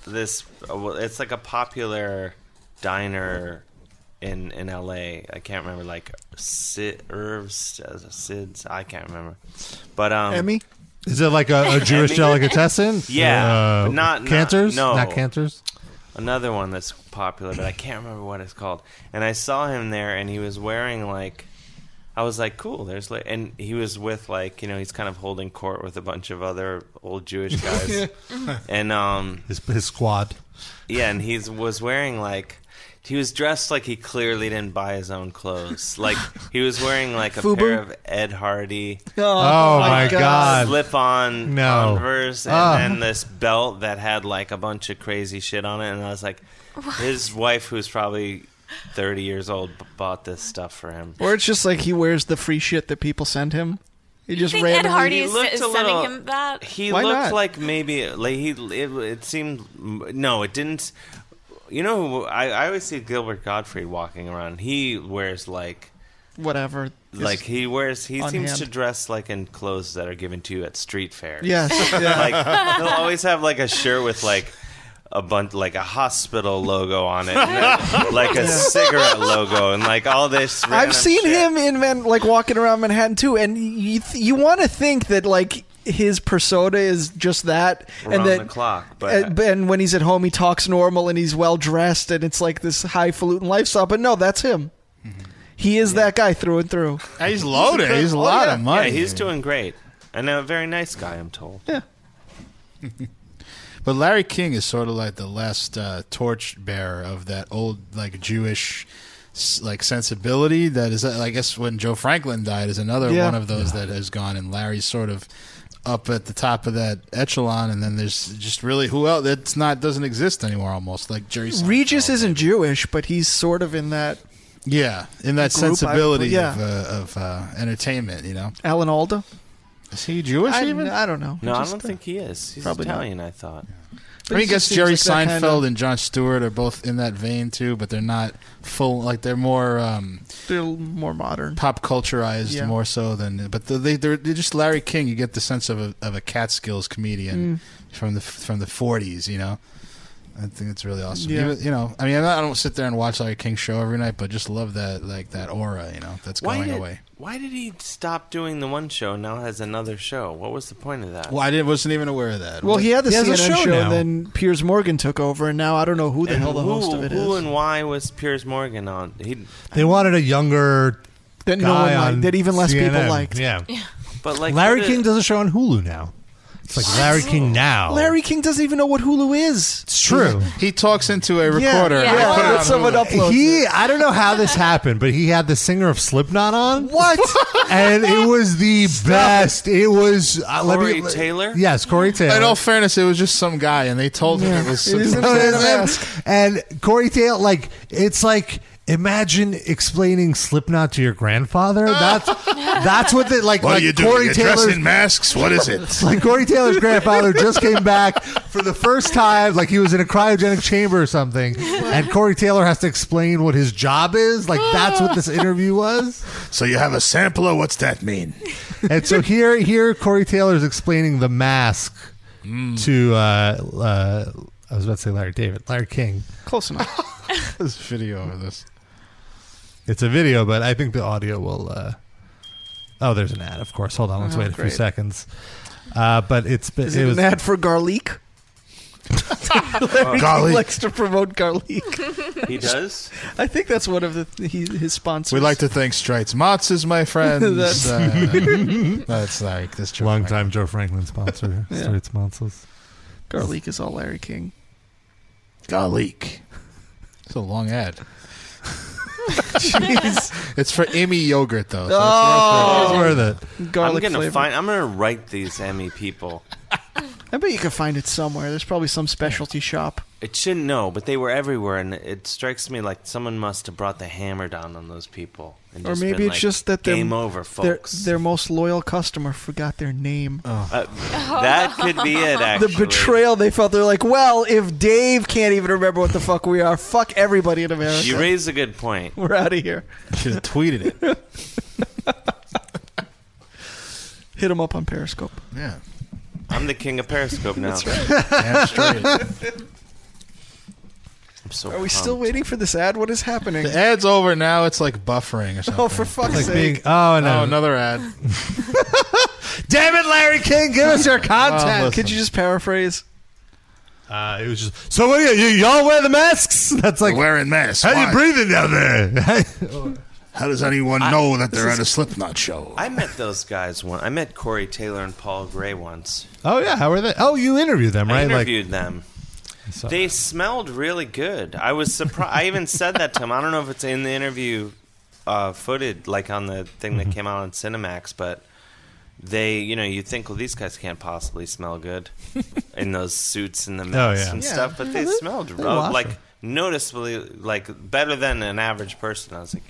S9: this. uh, well, It's like a popular diner in in L.A. I can't remember, like Sid, Irv's, uh, Sid's. I can't remember. But um,
S3: Is it like a, a Jewish
S9: Emmy?
S3: delicatessen?
S9: Yeah,
S3: Uh,
S9: but not
S3: Cantors?
S9: Not, no,
S3: Not Cantors?
S9: Another one that's popular, but I can't remember what it's called. And I saw him there, and he was wearing like, I was like, cool. There's like, and he was with like, you know, he's kind of holding court with a bunch of other old Jewish guys, and um,
S3: His, his squad.
S9: yeah, and he was wearing like. He was dressed like he clearly didn't buy his own clothes. Like he was wearing like a
S3: Fubu?
S9: pair of Ed Hardy.
S3: Oh, Oh, my my God. God.
S9: Slip-on
S3: No.
S9: Converse, and
S3: Ah.
S9: then this belt that had like a bunch of crazy shit on it. And I was like, his wife, who's probably 30 years old b- bought this stuff for him.
S4: Or it's just like he wears the free shit that people send him. He just
S5: think Ed
S4: randomly.
S5: Hardy
S9: He
S5: is,
S9: looked
S5: is
S9: a
S5: sending
S9: little-
S5: him that?
S9: He
S4: Why
S9: looked
S4: not?
S9: like maybe like he. It, it seemed no, it didn't. You know, who- I, I always see Gilbert Gottfried walking around. He wears like
S4: whatever.
S9: like he wears. He
S4: on
S9: seems
S4: hand.
S9: to dress like in clothes that are given to you at street fairs.
S4: Yes, yeah.
S9: like he'll always have like a shirt with like. A bunch like a hospital logo on it, and then, like a
S4: Yeah.
S9: cigarette logo, and like all this. random
S4: I've seen him in man like walking around Manhattan too, and you th- you want to think that like his persona is just that,
S9: around
S4: and that
S9: the clock, but
S4: and, and when he's at home, he talks normal and he's well dressed, and it's like this highfalutin lifestyle. But no, that's him.
S9: Mm-hmm.
S4: He is that guy through and through.
S2: He's loaded. He's a
S4: Oh,
S2: lot of
S4: yeah.
S2: money.
S9: Yeah, he's doing great, and a very nice guy, I'm told.
S2: But Larry King is sort of like the last uh, torch bearer of that old like Jewish s- like sensibility that is I guess when Joe Franklin died is another
S4: Yeah.
S2: one of those that has gone and Larry's sort of up at the top of that echelon and then there's just really who else that's not doesn't exist anymore almost like Jerry Seinfeld.
S4: Regis isn't Jewish, but he's sort of in that.
S2: yeah in that
S4: Group, I-
S2: sensibility
S4: yeah.
S2: of, uh, of uh, entertainment you know
S4: Alan Alda.
S2: is he Jewish
S4: I,
S2: even
S4: I don't know.
S9: No, I
S4: Just,
S9: don't
S4: uh,
S9: think he is. He's
S4: probably not.
S9: Italian, I thought.
S2: I mean, I
S4: It
S2: guess
S4: just
S2: Jerry
S4: seems like
S2: Seinfeld
S4: that kinda-
S2: and John Stewart are both in that vein too, but they're not full. Like they're more um,
S4: they're more modern,
S2: pop cultureized
S4: Yeah.
S2: more so than. But the- they they're, they're just Larry King. You get the sense of a, of a Catskills
S4: Mm.
S2: comedian from the from the forties. You know, I think it's really awesome.
S4: Yeah.
S2: Even- You, know, I mean, I don't sit there and watch Larry King's show every night, but just love that like that aura. You know, that's going
S9: did,
S2: away.
S9: Why did he stop doing the one show and now has another show? What was the point of that?
S2: Well, I didn't wasn't even aware of that.
S4: Well, he had the
S9: He has a
S4: CNN show,
S9: show
S4: and
S9: now.
S4: then Piers Morgan took over, and now I don't know who the
S9: And
S4: hell the
S9: who,
S4: host of it is.
S9: who and why was Piers Morgan on? He,
S3: They wanted a younger
S4: That no one
S3: guy
S4: liked-
S3: on
S4: that even less people
S3: CNN.
S4: liked. Uh,
S3: Yeah,
S9: but like
S3: Larry
S9: what
S3: King
S9: a-
S3: does a show on Hulu now. It's like Larry King now.
S4: Larry King doesn't even know what Hulu is.
S3: It's true.
S2: He talks into a
S4: Yeah,
S2: recorder.
S4: yeah.
S2: and
S4: Yeah,
S2: put it
S4: let
S2: on
S4: someone
S2: Hulu.
S4: upload
S3: He, I don't know how this happened, but he had the singer of Slipknot on.
S4: What?
S3: And it was the best. It was uh, let me-
S2: Corey Taylor?
S3: Yes, Corey Taylor.
S2: In all fairness, it was just some guy, and they told him it was.
S3: It is
S2: Some
S3: him. And Corey Taylor, like it's like imagine explaining Slipknot to your grandfather. That's that's what they like.
S13: What are
S3: like
S13: you doing?
S3: Corey
S13: You're
S3: Taylor's-
S13: dressed in masks? What is it?
S3: like Corey Taylor's grandfather just came back for the first time. Like he was in a cryogenic chamber or something, and Corey Taylor has to explain what his job is. Like that's what this interview was.
S13: So you have a sampler? What's that mean?
S3: And so here, here Corey Taylor's explaining the mask
S13: Mm.
S3: to. Uh, uh, I was about to say Larry David, Larry King.
S4: Close enough.
S2: this video of this.
S3: It's a video, but I think the audio will. Uh... Oh, there's an ad, of course. Hold on, let's
S4: Oh,
S3: wait a few
S4: great.
S3: seconds. Uh, but it's been
S4: Is it,
S3: was
S4: an ad for garlic? Larry
S3: Garlic.
S4: King likes to promote garlic.
S9: He does?
S4: I think that's one of the he, his sponsors.
S2: We'd like to thank Straits Motzes, my friends.
S4: That's-
S2: Uh, that's like this Joe
S3: long time Joe Franklin sponsor.
S4: Yeah.
S3: Sorry, it's Monsters.
S4: garlic is all Larry King.
S2: Garlic. It's a long ad. It's for Amy yogurt though. So
S4: Oh.
S2: it's worth it.
S4: It's worth it. Garlic
S9: I'm gonna
S4: flavor.
S9: find. I'm gonna write these Emmy people.
S4: I bet you can find it somewhere. There's probably some specialty shop.
S9: It shouldn't know, but they were everywhere, and it strikes me like someone must have brought the hammer down on those people. And
S4: Or
S9: just
S4: maybe
S9: been
S4: it's
S9: like,
S4: just that their-
S9: game over,
S4: their,
S9: folks.
S4: their most loyal customer forgot their name.
S3: Oh.
S9: Uh,
S4: Oh.
S9: that could be it. Actually,
S4: The betrayal they felt. They're like, well, if Dave can't even remember what the fuck we are, fuck everybody in America.
S9: You raise a good point.
S4: We're out of here.
S2: Should have tweeted it.
S4: Hit him up on Periscope.
S2: Yeah.
S9: I'm the king of Periscope now.
S4: That's right. Damn straight.
S9: I'm so
S4: Are we
S9: pumped.
S4: still waiting for this ad? What is happening?
S2: The ad's over now. It's like buffering or something.
S4: Oh, for fuck's
S3: Like
S4: sake.
S3: being, oh no!
S2: Oh, another ad.
S3: Damn it, Larry King! Give
S2: Oh,
S3: us your
S4: Content.
S3: content.
S4: Could you just paraphrase?
S3: Uh, it was just so. What are you, you all wear the masks? That's like
S13: wearing masks.
S3: How
S13: Why?
S3: you breathing down there?
S13: How does anyone know that they're at a Slipknot show?
S9: I met those guys once. I met Corey Taylor and Paul Gray once.
S3: oh yeah, how are they? Oh, you interviewed them,
S9: I
S3: right?
S9: interviewed them.
S3: saw
S9: They smelled really good. I was surprised. I even said that to him. I don't know if it's in the interview uh, footage, like on the thing that came out on Cinemax, but they, you know, you think, well, these guys can't possibly smell good in those suits and the masks
S3: yeah.
S9: and
S3: Yeah.
S9: stuff, but they smelled
S3: they're
S9: ro-
S3: awesome.
S9: like noticeably like better than an average person. I was like,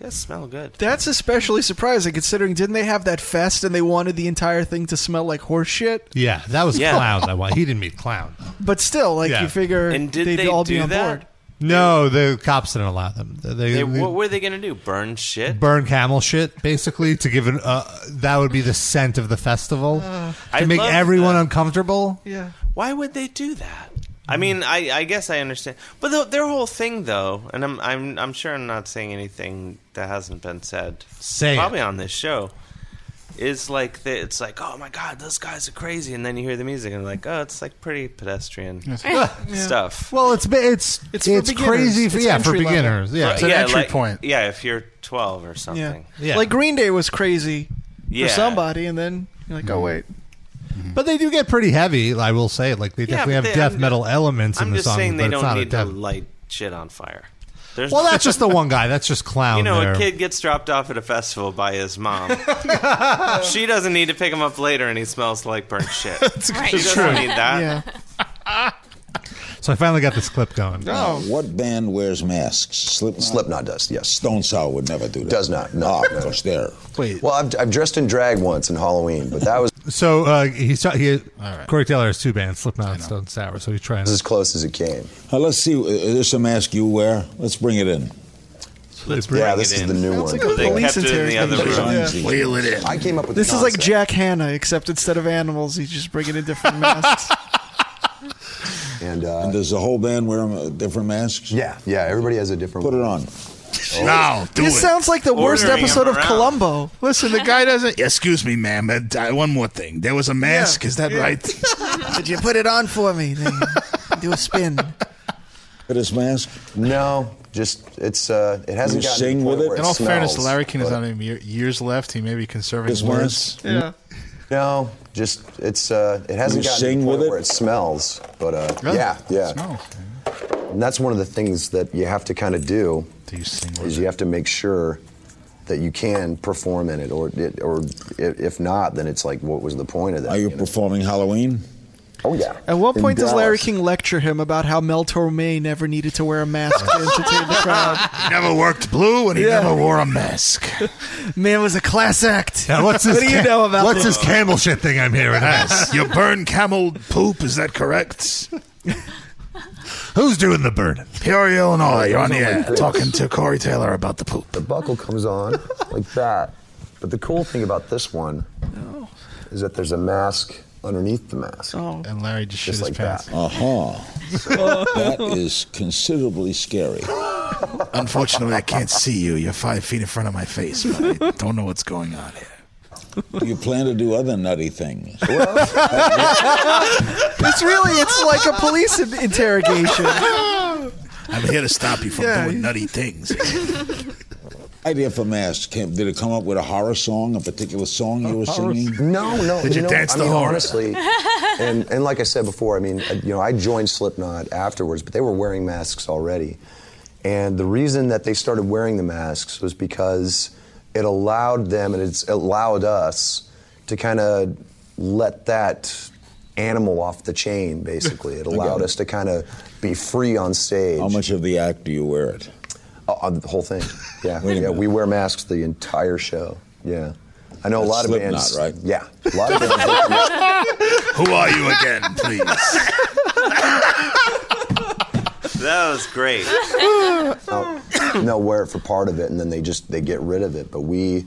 S9: yeah, it smell good.
S4: That's especially surprising considering didn't they have that fest and they wanted the entire thing to smell like horse shit?
S3: Yeah, that was
S4: Yeah.
S3: Clown. That one. He didn't meet Clown.
S4: But still, like
S3: Yeah.
S4: you figure
S9: And did
S4: they'd
S9: they
S4: all be
S9: do
S4: on
S9: that?
S4: board.
S3: No, the cops didn't allow them. They,
S9: They-
S3: they
S9: what were they gonna do? Burn shit?
S3: burn camel shit basically to give an. Uh, that would be the scent of the festival
S9: Uh,
S3: to
S9: I
S3: make
S9: love
S3: everyone uncomfortable.
S4: Yeah.
S9: Why would they do that? I mean, I, I guess I understand, but the, their whole thing, though, and I'm I'm I'm sure I'm not saying anything that hasn't been said,
S3: Say it.
S9: probably on this show, is like the, it's like, oh my god, those guys are crazy, and then you hear the music and like, oh, it's like pretty pedestrian stuff.
S3: Well, it's it's
S4: It's
S3: it's,
S4: for beginners.
S3: crazy for
S4: It's
S3: yeah for
S4: entry level.
S3: beginners. Yeah,
S9: But like- Yeah, if you're 12 or
S4: Yeah.
S9: something.
S4: Like Green Day was crazy
S9: Yeah.
S4: for somebody and then you're like, oh wait.
S3: But they do get pretty heavy. I will say, like they
S9: Yeah,
S3: definitely
S9: but
S3: have
S9: they-
S3: death
S9: I'm-
S3: metal elements
S9: I'm
S3: in the
S9: just
S3: song.
S9: saying
S3: but
S9: they
S3: it's
S9: don't
S3: not
S9: need
S3: a
S9: to
S3: death.
S9: light shit on fire. There's
S3: Well, that's just the one guy. That's just clown.
S9: You know,
S3: there.
S9: a kid gets dropped off at a festival by his mom. she doesn't need to pick him up later, and he smells like burnt shit.
S14: Right.
S9: She doesn't
S14: true.
S9: need that.
S3: So I finally got this clip going.
S14: Uh, What band wears masks? Slip, Slipknot does. Yes. Stone Sour would never do that. Does not. No, of course there. Wait. Well, I've, I've dressed in drag once in Halloween, but that was
S3: So uh, he saw he Corey Taylor has two bands, Slipknot and Stone Sour. So he's trying.
S14: as close as it came. Uh, let's see. Is there some mask you wear? Let's bring it in.
S9: Let's
S14: yeah, this is the new
S4: Sounds
S14: one.
S4: like a They police kept it in the interrogation. other room. Yeah. Wheel
S14: it in. I came up with
S4: This
S14: the
S4: is like
S14: concept.
S4: Jack Hanna, except instead of animals, he's just bringing in different masks.
S14: And, uh, does the whole band wear uh, different masks? Yeah, yeah. Everybody has a different. Put it on.
S13: Now, do
S4: Oh. this
S13: it.
S4: sounds like the worst
S13: Ordering 'em
S4: episode of
S13: around.
S4: Columbo.
S13: Listen, the guy doesn't. Excuse me, ma'am. but, uh, one more thing. There was a mask. Is that right?
S4: Did you put it on for me? Then do a spin.
S14: Put his mask? No, just it's uh, it hasn't gotten to the point where
S2: In all
S14: smells,
S2: fairness, Larry King has
S14: but-
S2: not even year- years left. He may be conserving
S14: His
S2: words.
S14: words? Yeah. No, just it's uh, it hasn't
S2: You
S14: gotten
S2: sing
S14: to the point
S2: with it?
S14: where it smells, but uh,
S2: Really?
S14: yeah, yeah.
S2: It smells.
S14: And that's one of the things that you have to kind of do. is you have to make sure that you can perform in it, or it, or i- if not, then it's like, what was the point of that? Are you, performing Halloween? Oh yeah.
S4: At what
S14: In
S4: point does
S14: Dallas.
S4: Larry King lecture him about how Mel Torme never needed to wear a mask to entertain the crowd?
S13: he never worked blue, and he
S4: Yeah.
S13: never wore a mask.
S4: Man was a class act.
S3: Yeah, what's this
S4: what do you
S3: ca-
S4: know about
S3: what's
S4: this?
S3: this camel shit thing I'm hearing?
S13: Yes. You burn camel poop. Is that correct?
S3: Who's doing the burning?
S13: Peoria, Illinois. You're on the
S14: Like
S13: air
S14: this.
S13: talking to Corey Taylor about the poop.
S14: The buckle comes on like that. But the cool thing about this one is that there's a mask underneath the mask.
S4: Oh.
S2: And Larry just,
S14: Just
S2: shit
S14: like
S2: his pants.
S14: that.
S15: Aha. Uh-huh. that is considerably scary.
S13: Unfortunately, I can't see you. You're five feet in front of my face, but I don't know what's going on here.
S15: You plan to do other nutty things.
S4: It's really it's like a police in- interrogation.
S13: I'm here to stop you from
S4: Yeah.
S13: doing nutty things.
S15: Idea for masks. Came, did it come up with a horror song, a particular song you were singing?
S14: No, no. know, I mean,
S15: horror?
S14: Honestly, and, and like I said before, I mean, uh, you know, I joined Slipknot afterwards, but they were wearing masks already. And the reason that they started wearing the masks was because it allowed them and it's allowed us to kind of let that animal off the chain, basically. It allowed us to kind of be free on stage. How much
S15: of the act do you wear it?
S14: Uh, uh, the whole thing. Yeah.
S15: Wait a
S14: yeah,
S15: minute.
S14: we wear masks the entire show. Yeah. I know a
S15: That's
S14: lot of
S15: Slipknot,
S14: bands.
S15: right?
S14: Yeah. A lot of bands.
S13: Who are you again, please?
S9: That was great.
S14: no, no, wear it for part of it, and then they just they get rid of it. But we,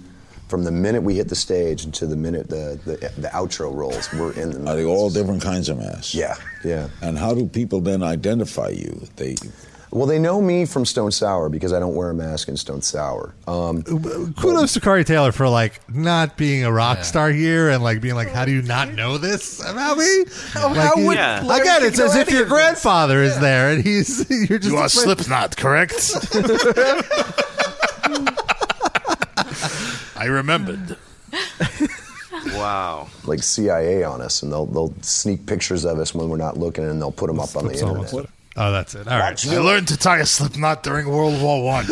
S14: from the minute we hit the stage to the minute the the, the outro rolls, we're in the.
S15: Are they all different kinds of masks?
S14: Yeah, yeah.
S15: And how do people then identify you? They
S14: Well, they know me from Stone Sour because I don't wear a mask in Stone Sour. Um,
S3: Kudos to Corey Taylor for like not being a rock star here and like being like, how do you not know this about me?
S4: How,
S3: Like,
S4: how
S3: you-
S4: would Larry
S3: Again, it's
S4: King
S3: as
S4: know
S3: if
S4: any
S3: your
S4: of this?
S3: grandfather is there and he's you're just
S13: You are
S3: explaining-
S13: Slipknot, correct? I remembered.
S9: Wow.
S14: Like CIA on us, and they'll they'll sneak pictures of us when we're not looking, and they'll put them up on the
S3: Oops, almost.
S14: internet.
S3: Oh, that's it. All right.
S13: I learned to tie a slipknot during World War One.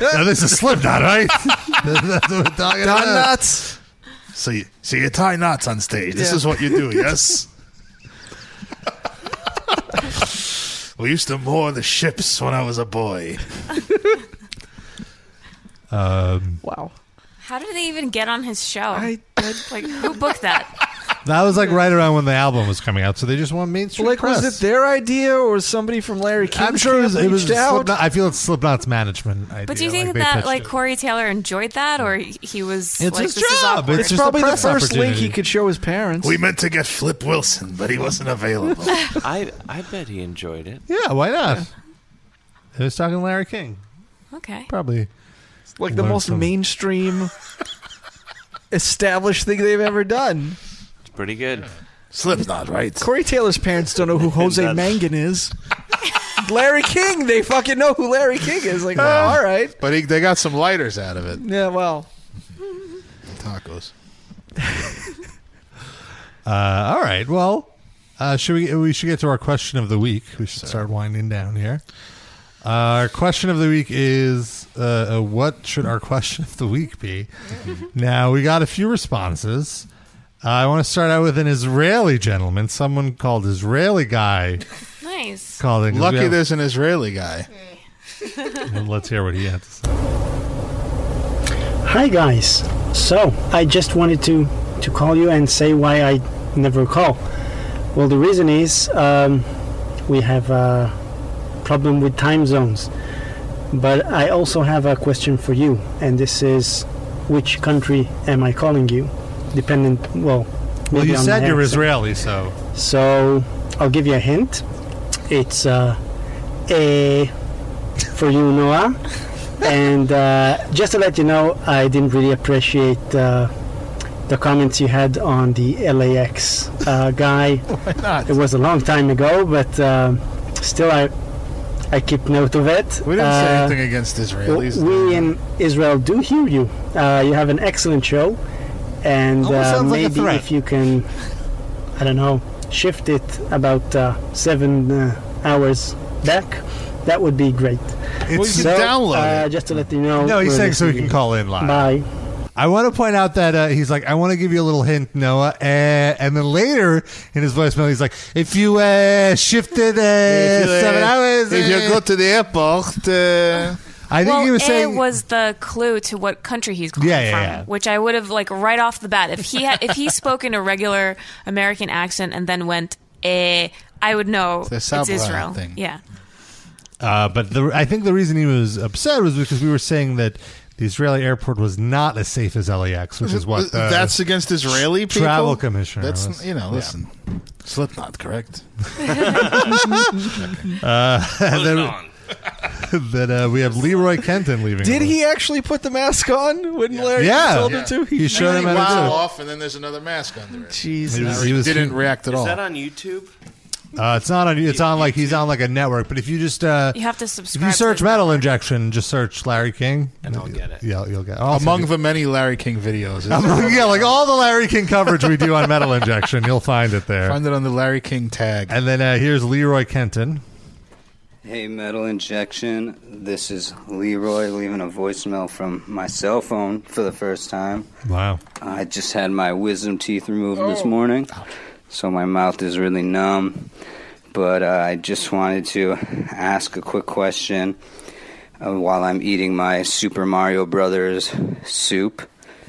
S3: now this is Slipknot, right? that's what we're talking about.
S13: knots. So you, so you tie knots on stage. This
S3: Yeah.
S13: is what you do, yes?
S2: We used to moor the ships when I was a boy.
S3: Um,
S4: wow.
S5: How did they even get on his show? like, who booked that?
S3: That was like right around when the album was coming out, so they just want mainstream
S4: Like,
S3: press.
S4: was it their idea or somebody from Larry King?
S3: I'm sure it was, it was
S4: out.
S3: Slipknot. I feel it's Slipknot's management idea.
S5: But do you
S3: like,
S5: think
S3: they
S5: that
S3: pitched
S5: like
S3: it.
S5: Corey Taylor enjoyed that, or he he was
S3: It's
S5: like,
S3: his
S5: this is
S3: job.
S5: awkward?
S3: It's just a
S4: probably the
S3: press
S4: first link he
S3: opportunity.
S4: could show his parents.
S2: We meant to get Flip Wilson, but he wasn't available.
S9: I I bet he enjoyed it.
S3: Yeah, why not? It was talking to Larry King.
S5: Okay.
S3: Probably.
S4: like the
S3: Learn
S4: most
S3: some-
S4: mainstream established thing they've ever done.
S9: It's pretty good.
S2: Slipknot, right?
S4: Corey Taylor's parents don't know who Jose Mangan is. Larry King, they fucking know who Larry King is. Like,
S2: Wow.
S4: all right.
S2: But he, they got some lighters out of it.
S4: Yeah, well,
S2: Tacos.
S3: Uh, all right. Well, uh, should we? We should get to our question of the week. We should start winding down here. Uh, our question of the week is: uh, uh, What should our question of the week be? now we got a few responses. Uh, I want to start out with an Israeli gentleman. Someone called Israeli guy
S5: Nice.
S3: called in. 'cause we
S2: Lucky
S3: have-
S2: there's an Israeli guy.
S3: Well, Let's hear what he had to say.
S16: Hi guys. So I just wanted to to call you and say why I never call. Well, the reason is um, we have a problem with time zones. But I also have a question for you, and this is, which country am I calling you? Dependent. Well,
S3: Well,
S16: maybe
S3: you
S16: on
S3: said
S16: my
S3: you're
S16: accent.
S3: Israeli, so
S16: So I'll give you a hint. It's uh, a for you, Noah. And uh, just to let you know, I didn't really appreciate uh, the comments you had on the LAX uh, guy. Why
S2: not?
S16: It was a long time ago, but um still, I I keep note of it.
S2: We didn't say
S16: Uh,
S2: anything against Israelis.
S16: we in Israel do hear you. Uh, you have an excellent show, and
S2: Almost
S16: uh,
S2: sounds like a
S16: maybe
S2: threat.
S16: if you can, I don't know, shift it about uh, seven uh, hours back, that would be great.
S3: Well, you can download
S16: uh, Just to let you know.
S3: No, he's
S16: we're
S3: saying so he can
S16: listening.
S3: call in live.
S16: Bye.
S3: I want to point out that uh, he's like, I want to give you a little hint, Noah, uh, and then later in his voicemail, he's like, if you uh, shifted uh,
S2: If you, uh,
S3: seven hours, eh."
S2: if you go to the airport, uh,
S3: I think
S5: well,
S3: he was
S5: A
S3: saying,
S5: was the clue to what country he's calling
S3: Yeah, yeah,
S5: from,
S3: yeah.
S5: which I would have like right off the bat. If he had, if he spoke in a regular American accent and then went eh, I would know
S3: The
S5: it's
S3: Sabra
S5: Israel.
S3: thing.
S5: Yeah,
S3: uh, but the, I think the reason he was upset was because we were saying that the Israeli airport was not as safe as LAX, which is what the
S2: that's against Israeli people.
S3: travel commissioner.
S2: That's
S3: was-
S2: you know,
S3: yeah.
S2: listen, Slipknot, correct?
S3: Uh, and then, then uh, we have Leroy Kenton leaving.
S4: did
S3: us.
S4: he actually put the mask on when Larry
S3: Yeah.
S4: told him
S3: Yeah.
S4: to?
S3: He showed him how to do it.
S2: off, and then there's another mask under it.
S4: Jesus.
S3: He was- he was-
S2: didn't react at
S9: Is
S2: all.
S9: that on YouTube?
S3: Uh, it's not on. It's on like he's on like a network. But if you just uh,
S5: You have to
S3: If
S5: subscribe
S3: you
S5: to
S3: search metal injection, just search Larry King, and
S2: I'll get it.
S3: Yeah, you'll get also
S2: Among
S3: do-
S2: the many Larry King videos, is
S3: Among- yeah, like all the Larry King coverage we do on metal injection, you'll find it there.
S2: Find it on the Larry King tag.
S3: And then uh, here's Leroy Kenton.
S17: Hey, Metal Injection. This is Leroy leaving a voicemail from my cell phone for the first time.
S3: Wow.
S17: I just had my wisdom teeth removed this
S2: Oh.
S17: morning, so my mouth is really numb. But uh, I just wanted to ask a quick question uh, while I'm eating my Super Mario Brothers soup.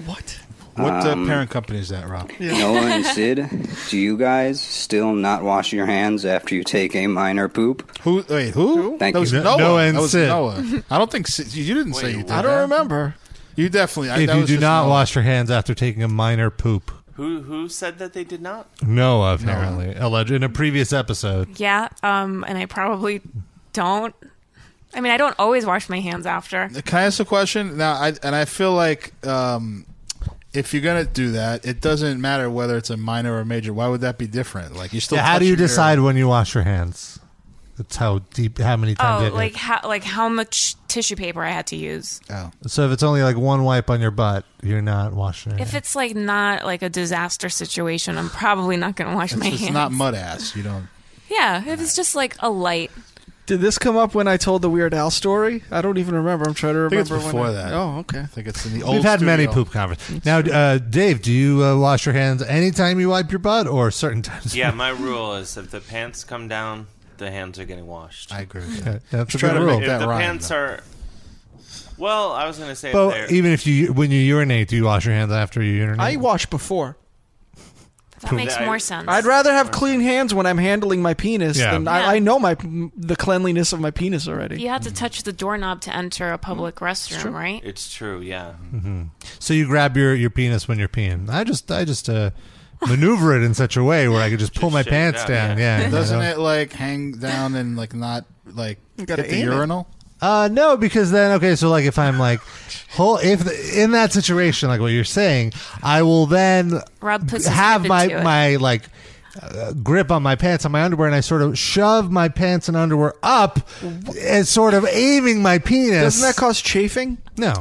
S4: What?
S2: What uh,
S17: Um,
S2: parent company is that, Rob?
S17: Noah and Sid, do you guys still not wash your hands after you take a minor poop?
S2: Who? Wait, who?
S17: Thank
S2: that
S17: you.
S2: was Noah. that was Noah. I don't think Sid, you didn't say you did. I don't
S4: remember.
S2: You definitely. I,
S3: if
S2: that
S3: you
S2: was
S3: do
S2: just
S3: not
S2: Noah.
S3: wash your hands after taking a minor poop,
S9: Who who said that they did not?
S3: Noah apparently alleged in a previous episode.
S5: yeah, um, and I probably don't. I mean, I don't always wash my hands after.
S2: Can I ask a question now? I and I feel like um, if you're gonna do that, it doesn't matter whether it's a minor or major. Why would that be different? Like you still.
S3: Yeah, how do
S2: touching
S3: you
S2: your-
S3: decide when you wash your hands? That's how deep, how many times. you
S5: Oh,
S3: have to-
S5: like how like how much tissue paper I had to use.
S2: Oh.
S3: so if it's only like one wipe on your butt, you're not washing. Your
S5: If it's like not like a disaster situation, I'm probably not going to wash
S2: It's,
S5: my
S2: it's
S5: hands.
S2: not mud ass. You don't.
S5: yeah, if it's just like a light.
S4: Did this come up when I told the Weird Al story? I don't even remember. I'm trying to
S2: I think
S4: remember.
S2: it's before
S4: when I-
S2: that.
S4: Oh, okay. I
S2: think it's in the old.
S3: We've had many
S2: studio.
S3: poop conversations. Now, uh, Dave, do you uh, wash your hands anytime you wipe your butt or certain times?
S9: Yeah, my rule is if the pants come down, the hands are getting washed.
S3: I agree with that. That's a
S9: Try
S3: good
S9: to
S3: rule.
S9: make-
S3: That
S9: If the
S3: rhyme,
S9: pants are. Well, I was going to say. if they're-
S3: But even if you when you urinate, do you wash your hands after you urinate?
S4: I wash before.
S5: That makes more sense.
S4: I'd rather have clean hands when I'm handling my penis
S3: Yeah.
S4: than
S5: Yeah.
S4: I, I know my the cleanliness of my penis already.
S5: You have to touch the doorknob to enter a public restroom, right?
S9: Mm-hmm. It's true, yeah.
S3: hmm So you grab your, your penis when you're peeing. I just I just uh, maneuver it in such a way where I could just pull my
S2: Shit,
S3: pants down. Yeah, you
S2: Doesn't
S3: know?
S2: it like hang down and like not like hit
S3: gotta
S2: the
S3: aim it.
S2: urinal?
S3: Uh, no, because then okay, so like if I'm like, whole if in that situation, like what you're saying, I will then
S5: Rob puts his
S3: have
S5: hand
S3: my
S5: into it.
S3: my like uh, grip on my pants on my underwear, and I sort of shove my pants and underwear up, and sort of aiming my penis.
S4: Doesn't that cause chafing?
S3: No,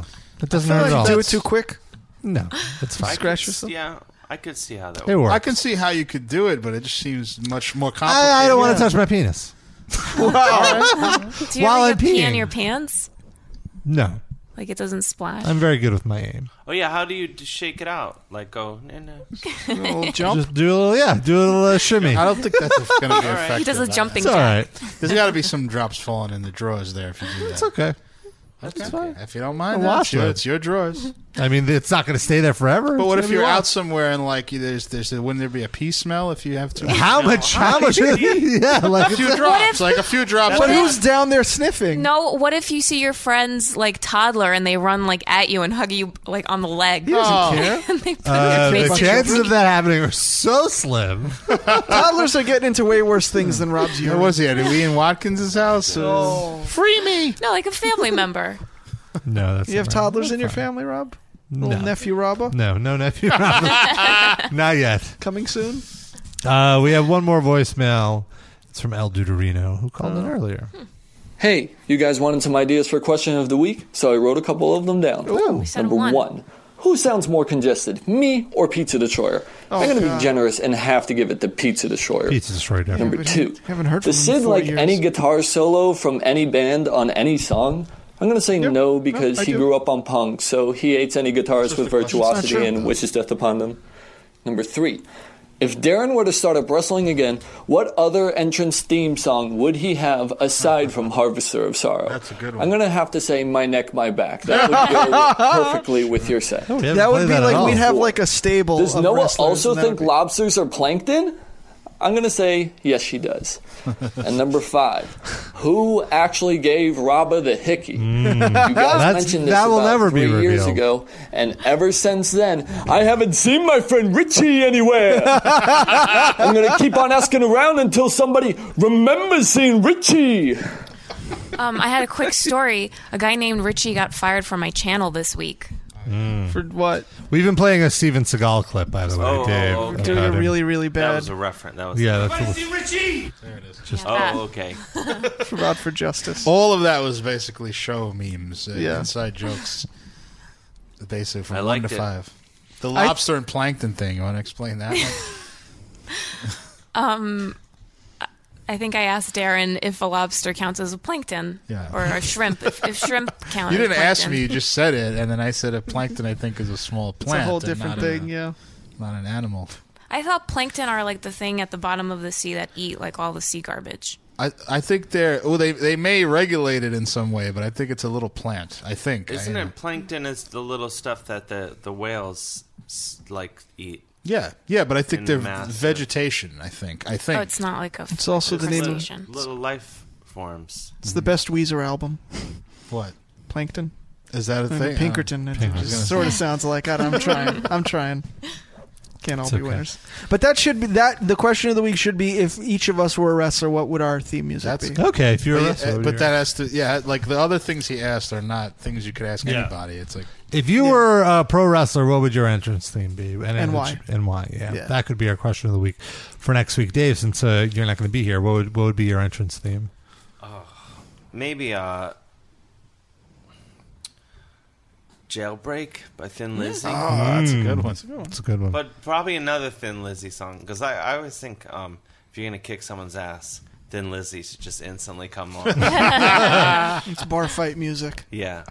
S3: it doesn't
S4: I feel
S3: hurt at all.
S4: like you do it too quick.
S3: No, it's fine.
S2: Scratch
S9: yourself. Yeah, I could see how that
S3: It works.
S2: I can see how you could do it, but it just seems much more complicated.
S3: I, I don't want to touch my penis.
S5: Do you
S3: While
S5: ever
S3: I'm
S5: get pee in
S3: peeing.
S5: your pants?
S3: No,
S5: Like it doesn't splash.
S3: I'm very good with my aim.
S9: Oh yeah, how do you d- shake it out? Like go no no.
S3: Just do a little, yeah, do a little uh, shimmy.
S2: I don't think that's going to be effective.
S5: He does a jumping
S3: It's all jack.
S2: There's got to be some drops falling in the drawers there if you do that. It's
S3: okay.
S2: That's fine. If you don't mind,
S3: I'll
S2: that's
S3: wash
S2: your-
S3: it.
S2: it's your drawers.
S3: I mean, it's not going to stay there forever.
S2: But what
S3: It's
S2: if
S3: gonna be
S2: you're
S3: washed.
S2: out somewhere and like you- there's there's wouldn't there be a pee smell if you have too
S3: How much- how much- yeah, like-
S2: a few
S3: What
S2: drops,
S5: if-
S2: like a few drops.
S5: But who's
S4: down there sniffing?
S5: No, what if you see your friends like toddler and they run like at you and hug you like on the leg?
S3: He doesn't Oh. care.
S5: and they put
S3: Uh,
S5: their
S3: the
S5: face
S3: chances of that happening are so slim.
S4: Toddlers are getting into way worse things than Rob's urine. Oh.
S2: Where was he at? Ian Watkins' house?
S5: Free me. No, like a family member.
S3: No, that's
S4: You have
S3: not
S4: toddlers in your family, Rob? Little nephew Robba?
S3: right. No, no nephew. Robert. not yet.
S4: Coming soon?
S3: Uh, we have one more voicemail. It's from El Duderino, who called in earlier.
S18: Hey, you guys wanted some ideas for question of the week, so I wrote a couple of them down.
S5: said
S18: Number
S5: one.
S18: one. Who sounds more congested, me or Pizza Destroyer?
S3: Oh,
S18: I'm going to
S3: God.
S18: be generous and have to give it to Pizza Destroyer.
S3: Pizza Destroyer, definitely.
S18: Number two.
S4: Haven't heard from
S18: Does Sid like any guitar solo from any band on any song? I'm going to say no because
S4: I
S18: he
S4: do.
S18: grew up on punk, so he hates any guitarists with
S4: It's not
S18: virtuosity
S4: true.
S18: and wishes death upon them. Number three. If Darren were to start up wrestling again, what other entrance theme song would he have aside from Harvester of Sorrow? That's a good one. I'm going to have to say My Neck, My Back. That would go perfectly with your set.
S4: That would be like we'd have like a stable.
S18: Does
S4: of
S18: Noah
S4: wrestlers,
S18: also
S4: and that
S18: think
S4: would be-
S18: lobsters are plankton? I'm going to say yes, she does. and number five, who actually gave Rabba the hickey? You guys
S3: Mm. That's-
S18: mentioned this
S3: that will
S18: about
S3: never be
S18: three years
S3: revealed.
S18: ago, and ever since then, I haven't seen my friend Richie anywhere. I'm going to keep on asking around until somebody remembers seeing Richie.
S5: Um, I had a quick story. A guy named Richie got fired from my channel this week.
S4: For what?
S3: Hmm. We've been playing a Steven Seagal clip, by the way,
S9: Oh,
S3: Dave.
S9: oh, okay.
S3: about
S9: Doing a
S3: him.
S9: really, really That was bad- a reference. That was-
S3: yeah. That's
S9: Everybody
S3: a-
S9: Richie! There it is.
S3: Just-
S9: oh, okay.
S4: Rod for justice.
S2: All of that was basically show memes, and
S4: Yeah.
S2: inside jokes. Basically, from
S9: I
S2: one
S9: liked
S2: to
S9: it.
S2: five. The
S5: I-
S2: lobster and plankton thing. You want to explain that? One?
S5: Um, I- I think I asked Darren if a lobster counts as a plankton
S2: Yeah.
S5: or a shrimp. If, if shrimp counts,
S2: you didn't ask me. You just said it, and then I said a plankton. I think is a small
S4: It's a
S2: plant.
S4: whole
S2: and not
S4: different
S2: a-
S4: thing, yeah.
S2: not an animal.
S5: I thought plankton are like the thing at the bottom of the sea that eat like all the sea garbage.
S2: I, I think they're well they they may regulate it in some way, but I think it's a little plant. I think
S9: Isn't
S2: I-
S9: it plankton is the little stuff that the the whales s- like eat?
S2: Yeah, yeah, but I think
S9: In
S2: they're
S9: mass.
S2: vegetation. I think I think
S5: Oh, it's not like a.
S4: It's also the name of
S9: little, little life forms.
S4: it's the best Weezer album.
S2: What?
S4: Plankton.
S2: Is that a
S4: Uh,
S2: thing?
S4: Pinkerton.
S2: Oh.
S4: It
S2: Pinkerton.
S4: just sort of sounds like it. I'm trying. I'm trying. Can't all
S2: It's
S4: be
S2: okay.
S4: winners. But that should be that. The question of the week should be: If each of us were a wrestler, what would our theme music be?
S2: but, yeah, uh, but that has to yeah, like the other things he asked are not things you could ask
S3: Yeah.
S2: anybody. It's like
S3: If you were a pro wrestler, what would your entrance theme be? And,
S2: And
S3: it
S2: why?
S3: should- And why? Yeah.
S2: Yeah.
S3: that could be our question of the week for next week, Dave. Since uh, you're not going to be here, what would what would be your entrance theme?
S9: Maybe uh Jailbreak by Thin Lizzy.
S2: Oh, that's a good one.
S3: That's a good one. Mm. That's a good one.
S9: But probably another Thin Lizzy song because I, I always think um, if you're gonna kick someone's ass, Thin Lizzy should just instantly come on.
S4: it's bar fight music.
S9: yeah.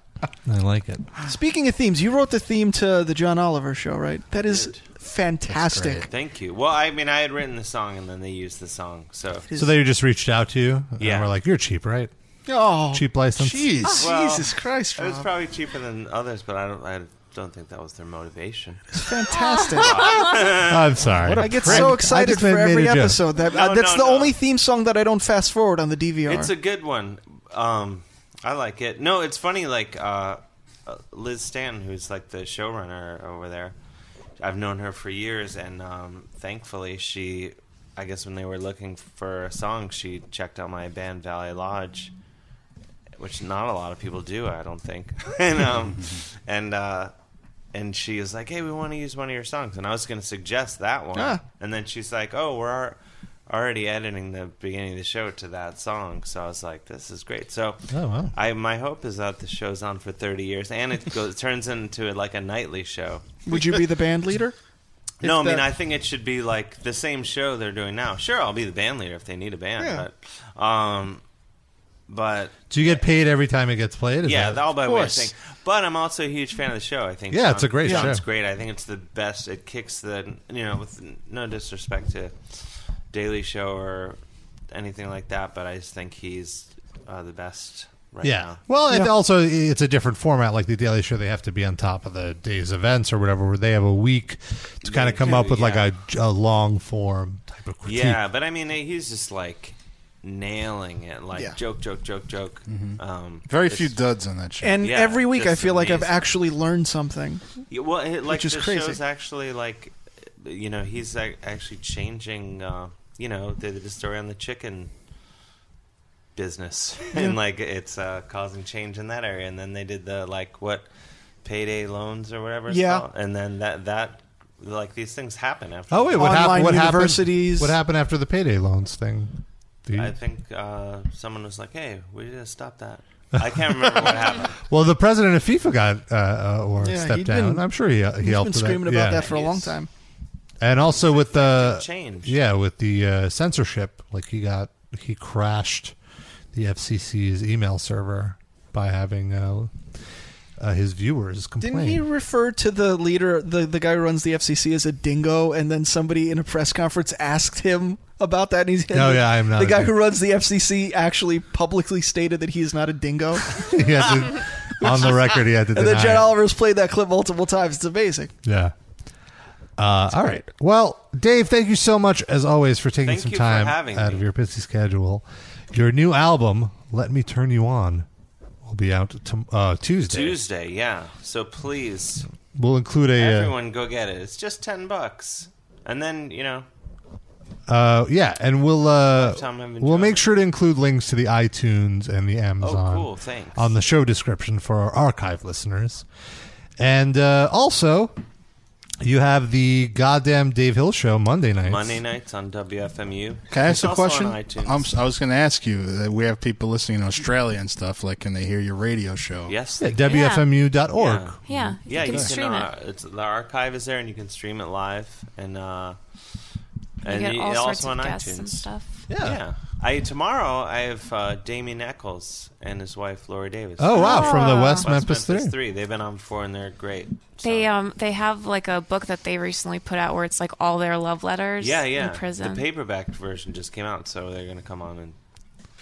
S3: I like it.
S4: Speaking of themes, you wrote the theme to the John Oliver show, right? That is fantastic.
S9: Thank you. Well, I mean, I had written the song, and then they used the song. So,
S3: So they just reached out to you. Yeah. And were like, you're cheap, right?
S9: Oh,
S3: Cheap license.
S9: Well,
S4: Jesus Christ,
S9: It was
S4: Rob.
S9: probably cheaper than others, but I don't. I don't think that was their motivation. It's
S4: fantastic.
S3: I'm sorry.
S4: I get so excited for every episode. That uh,
S9: No,
S4: that's
S9: no,
S4: the
S9: no.
S4: only theme song that I don't fast forward on the DVR.
S9: It's a good one. Um, I like it. No, it's funny. Like uh, Liz Stanton, who's like the showrunner over there. I've known her for years, and um, thankfully, she. I guess when they were looking for a song, she checked out my band Valley Lodge, which not a lot of people do, I don't think. and um, and uh, and she was like, "Hey, we want to use one of your songs," and I was going to suggest that one,
S4: Ah.
S9: and then she's like, "Oh, we're ar- already editing the beginning of the show to that song," so I was like, "This is great." So,
S3: Oh, wow.
S9: I my hope is that the show's on for thirty years, and it goes turns into like a nightly show.
S4: Would you be the band leader?
S9: No, I
S4: If
S9: mean
S4: that-
S9: I think it should be like the same show they're doing now. Sure, I'll be the band leader if they need a band,
S4: Yeah.
S9: but um, but
S3: Do you get paid every time it gets played? Is
S9: yeah,
S3: that-
S9: all by way of saying. But I'm also a huge fan of the show. I think
S3: Yeah,
S9: Sean-
S3: it's a great
S9: Sean's
S3: show.
S9: great. I think it's the best. It kicks the you know with no disrespect to Daily Show or anything like that, but I just think he's uh, the best right
S3: yeah.
S9: now.
S3: Well, it also it's a different format. Like the Daily Show, they have to be on top of the day's events or whatever. Where they have a week to kind of come up with like a, a long form type of critique.
S9: Yeah, but I mean he's just like nailing it, like joke, joke, joke, joke.
S3: Mm-hmm.
S9: Um,
S2: Very
S9: it's-
S2: few duds on that show.
S4: And
S9: Yeah,
S4: every week, I
S9: just
S4: feel like I've
S9: amazing.
S4: actually learned something.
S9: Yeah, well, it, like
S4: Which is
S9: the
S4: crazy.
S9: show's actually like, you know, he's ac- actually changing. Uh, you know, the, the story on the chicken business,
S4: Yeah.
S9: and like it's uh, causing change in that area. And then they did the like what payday loans or whatever. It's
S4: Yeah.
S9: called. and then that that like these things happen after.
S3: Oh wait, what happened?
S4: Online
S3: What happened?
S4: universities.
S3: What happened after the payday loans thing? Do you-
S9: I think uh, someone was like, "Hey, we need to stop that." I can't remember what happened.
S3: well, the president of FIFA got uh, uh, or
S4: Yeah,
S3: stepped
S4: he'd
S3: down.
S4: been-
S3: I'm sure he, he
S4: He's been
S3: helped with
S4: screaming
S3: that.
S4: about
S3: Yeah.
S4: that for a long time.
S3: And also with the
S9: change.
S3: yeah, with the uh, censorship, like he got he crashed the FCC's email server by having uh, uh, his viewers complain.
S4: Didn't he refer to the leader, the, the guy who runs the FCC, as a dingo? And then somebody in a press conference asked him about that. And he's
S3: Oh, yeah, I'm not
S4: The
S3: a
S4: guy
S3: dingo.
S4: who runs the FCC actually publicly stated that he is not a dingo.
S3: He had to- on the record, he had to
S4: and then
S3: deny.
S4: John
S3: it.
S4: Oliver's played that clip multiple times. It's amazing.
S3: Yeah. Uh, all right. Well, Dave, thank you so much as always for taking
S4: Thank
S3: some
S4: you for
S3: time
S4: having
S3: out of your busy schedule. Your new album, "Let Me Turn You On," will be out tom uh, Tuesday.
S9: Tuesday, yeah. So please
S3: We'll include a uh,
S9: Everyone go get it. It's just ten bucks, and then you know
S3: Uh, yeah, and we'll uh,
S9: Lifetime inventory.
S3: we'll make sure to include links to the iTunes and the Amazon.
S9: cool, thanks.
S3: On the show description for our archive listeners, and uh, also you have the goddamn Dave Hill show Monday nights.
S9: Monday nights on WFMU.
S2: Can I ask
S9: It's
S2: a
S9: also on
S2: question?
S9: iTunes.
S2: I'm, s- I was going to ask you that we have people listening in Australia and stuff. Like, can they hear your radio show?
S9: Yes,
S3: Yeah,
S9: they can.
S3: WFMU.org.
S5: Yeah, you
S9: yeah.
S5: can
S9: you
S5: stream
S9: can. Uh, it's, the archive is there, and you can stream it live, and uh, and
S5: get
S9: you-
S5: all
S9: also
S5: sorts
S9: on
S5: of guests
S9: iTunes
S5: and stuff.
S9: Yeah. I tomorrow I have uh, Damien Eccles and his wife Lori Davis.
S3: Oh, wow, from the
S5: Ah.
S3: West Memphis
S9: Memphis
S3: Three.
S9: Three. They've been on before, and they're great.
S5: They um they have like a book that they recently put out where it's like all their love letters.
S9: Yeah, yeah.
S5: In prison.
S9: The paperback version just came out, so they're going to come on and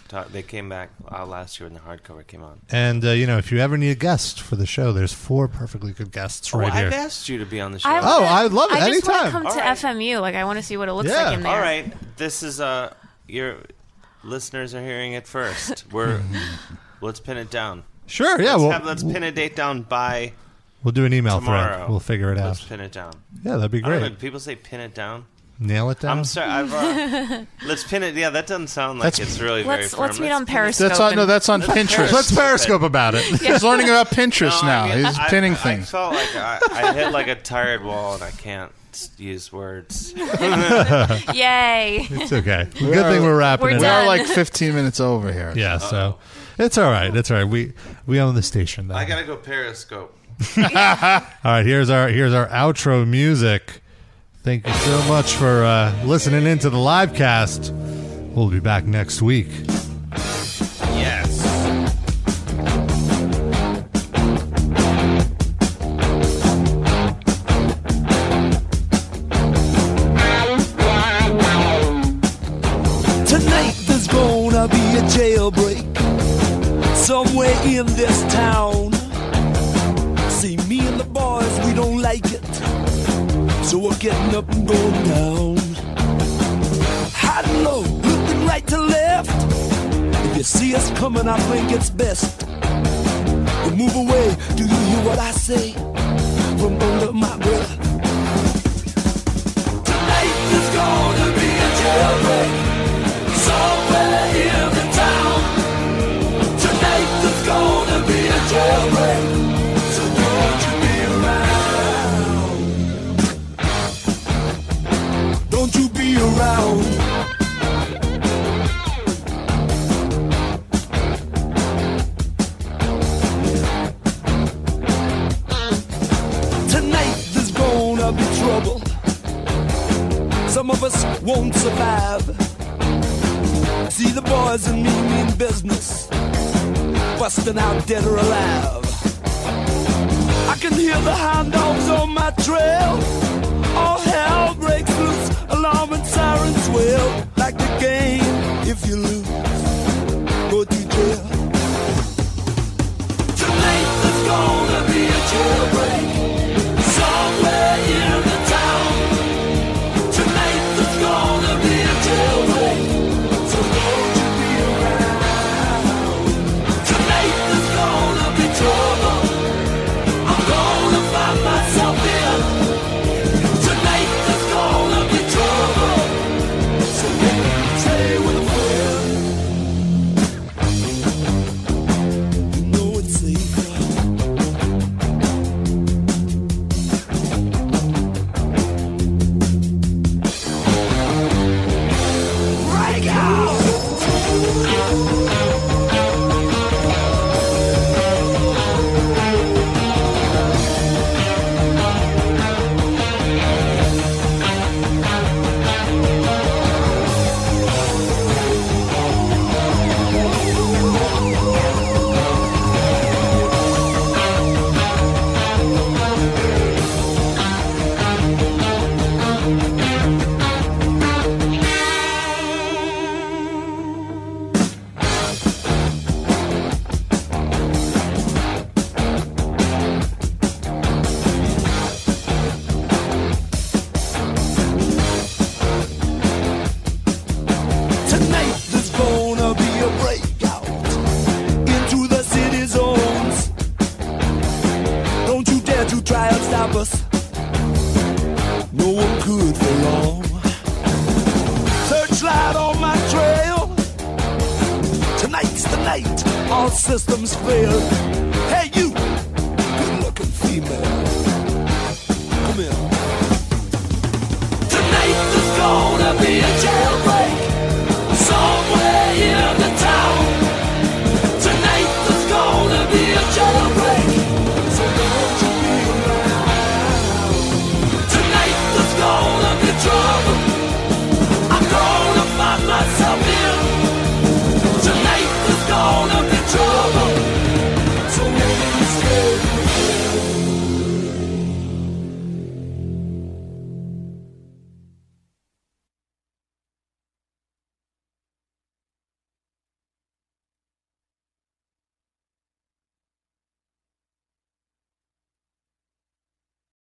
S9: talk. They came back uh, last year when the hardcover came out.
S3: And uh, you know, if you ever need a guest for the show, there's four perfectly good guests
S9: Oh,
S3: right here.
S9: I've asked you to be on the show.
S5: I
S3: Oh,
S5: wanna-
S3: I'd love it
S5: I just wanna
S3: anytime.
S5: come to FMU. Like I want to see what it looks like in there.
S9: All right, this is uh, your listeners are hearing it first. We're let's pin it down.
S3: Sure, yeah,
S9: Let's,
S3: well-
S9: have- let's pin a date down by
S3: We'll do an email
S9: tomorrow.
S3: thread. We'll figure it
S9: Let's
S3: out.
S9: pin it down.
S3: Yeah, that'd be
S9: I don't
S3: great.
S9: know, people say pin it down.
S3: Nail it down.
S9: I'm sorry. I've, uh, let's pin it. Yeah, that doesn't sound like
S3: That's-
S9: it's really
S5: Let's-
S9: very.
S5: let's
S9: firm.
S5: meet on
S9: pin it.
S5: Periscope
S2: That's on- no, and- that's on Pinterest.
S3: Let's Periscope about it.
S2: He's learning about Pinterest
S9: No,
S2: now.
S9: I mean,
S2: He's
S9: I-
S2: pinning
S9: I
S2: things.
S9: felt like I, I hit like a tired wall and I can't s- use words.
S5: Yay.
S3: It's okay. Good thing we're wrapping
S5: We're
S3: it
S2: We
S3: up.
S2: are like 15 minutes over here.
S3: Yeah, so it's all right. It's all right. We we own the station now.
S9: I gotta go Periscope.
S3: all right, here's our here's our outro music. Thank you so much for uh, listening into the live cast. We'll be back next week.
S9: Yes.
S19: Somewhere in this town. See, me and the boys, we don't like it. So we're getting up and going down. High and low, looking right to left. If you see us coming, I think it's best. You move away, do you hear what I say? From under my breath. Tonight there's gonna be a jailbreak. Somewhere in the town. Tonight there's gonna be a jailbreak. So won't you be around? Don't you be around. Tonight there's gonna be trouble. Some of us won't survive. See the boys and me mean business, busting out dead or alive. I can hear the hound dogs on my trail. All hell breaks loose, alarm and sirens wail. Like the game, if you lose, go to jail. Tonight there's gonna be a jailbreak somewhere in the town. Tonight there's gonna be a jailbreak, so won't you be around? Tonight there's gonna be trouble. I'm gonna find myself in. Tonight there's gonna be trouble. So let me stay with a friend. You know it's safe. Break out! Tonight there's gonna be a breakout into the city zones. Don't you dare to try and stop us. No one could for long. Searchlight on my trail. Tonight's the night. All systems fail. Hey you, good-looking female. Come here. Tonight there's gonna be a jail.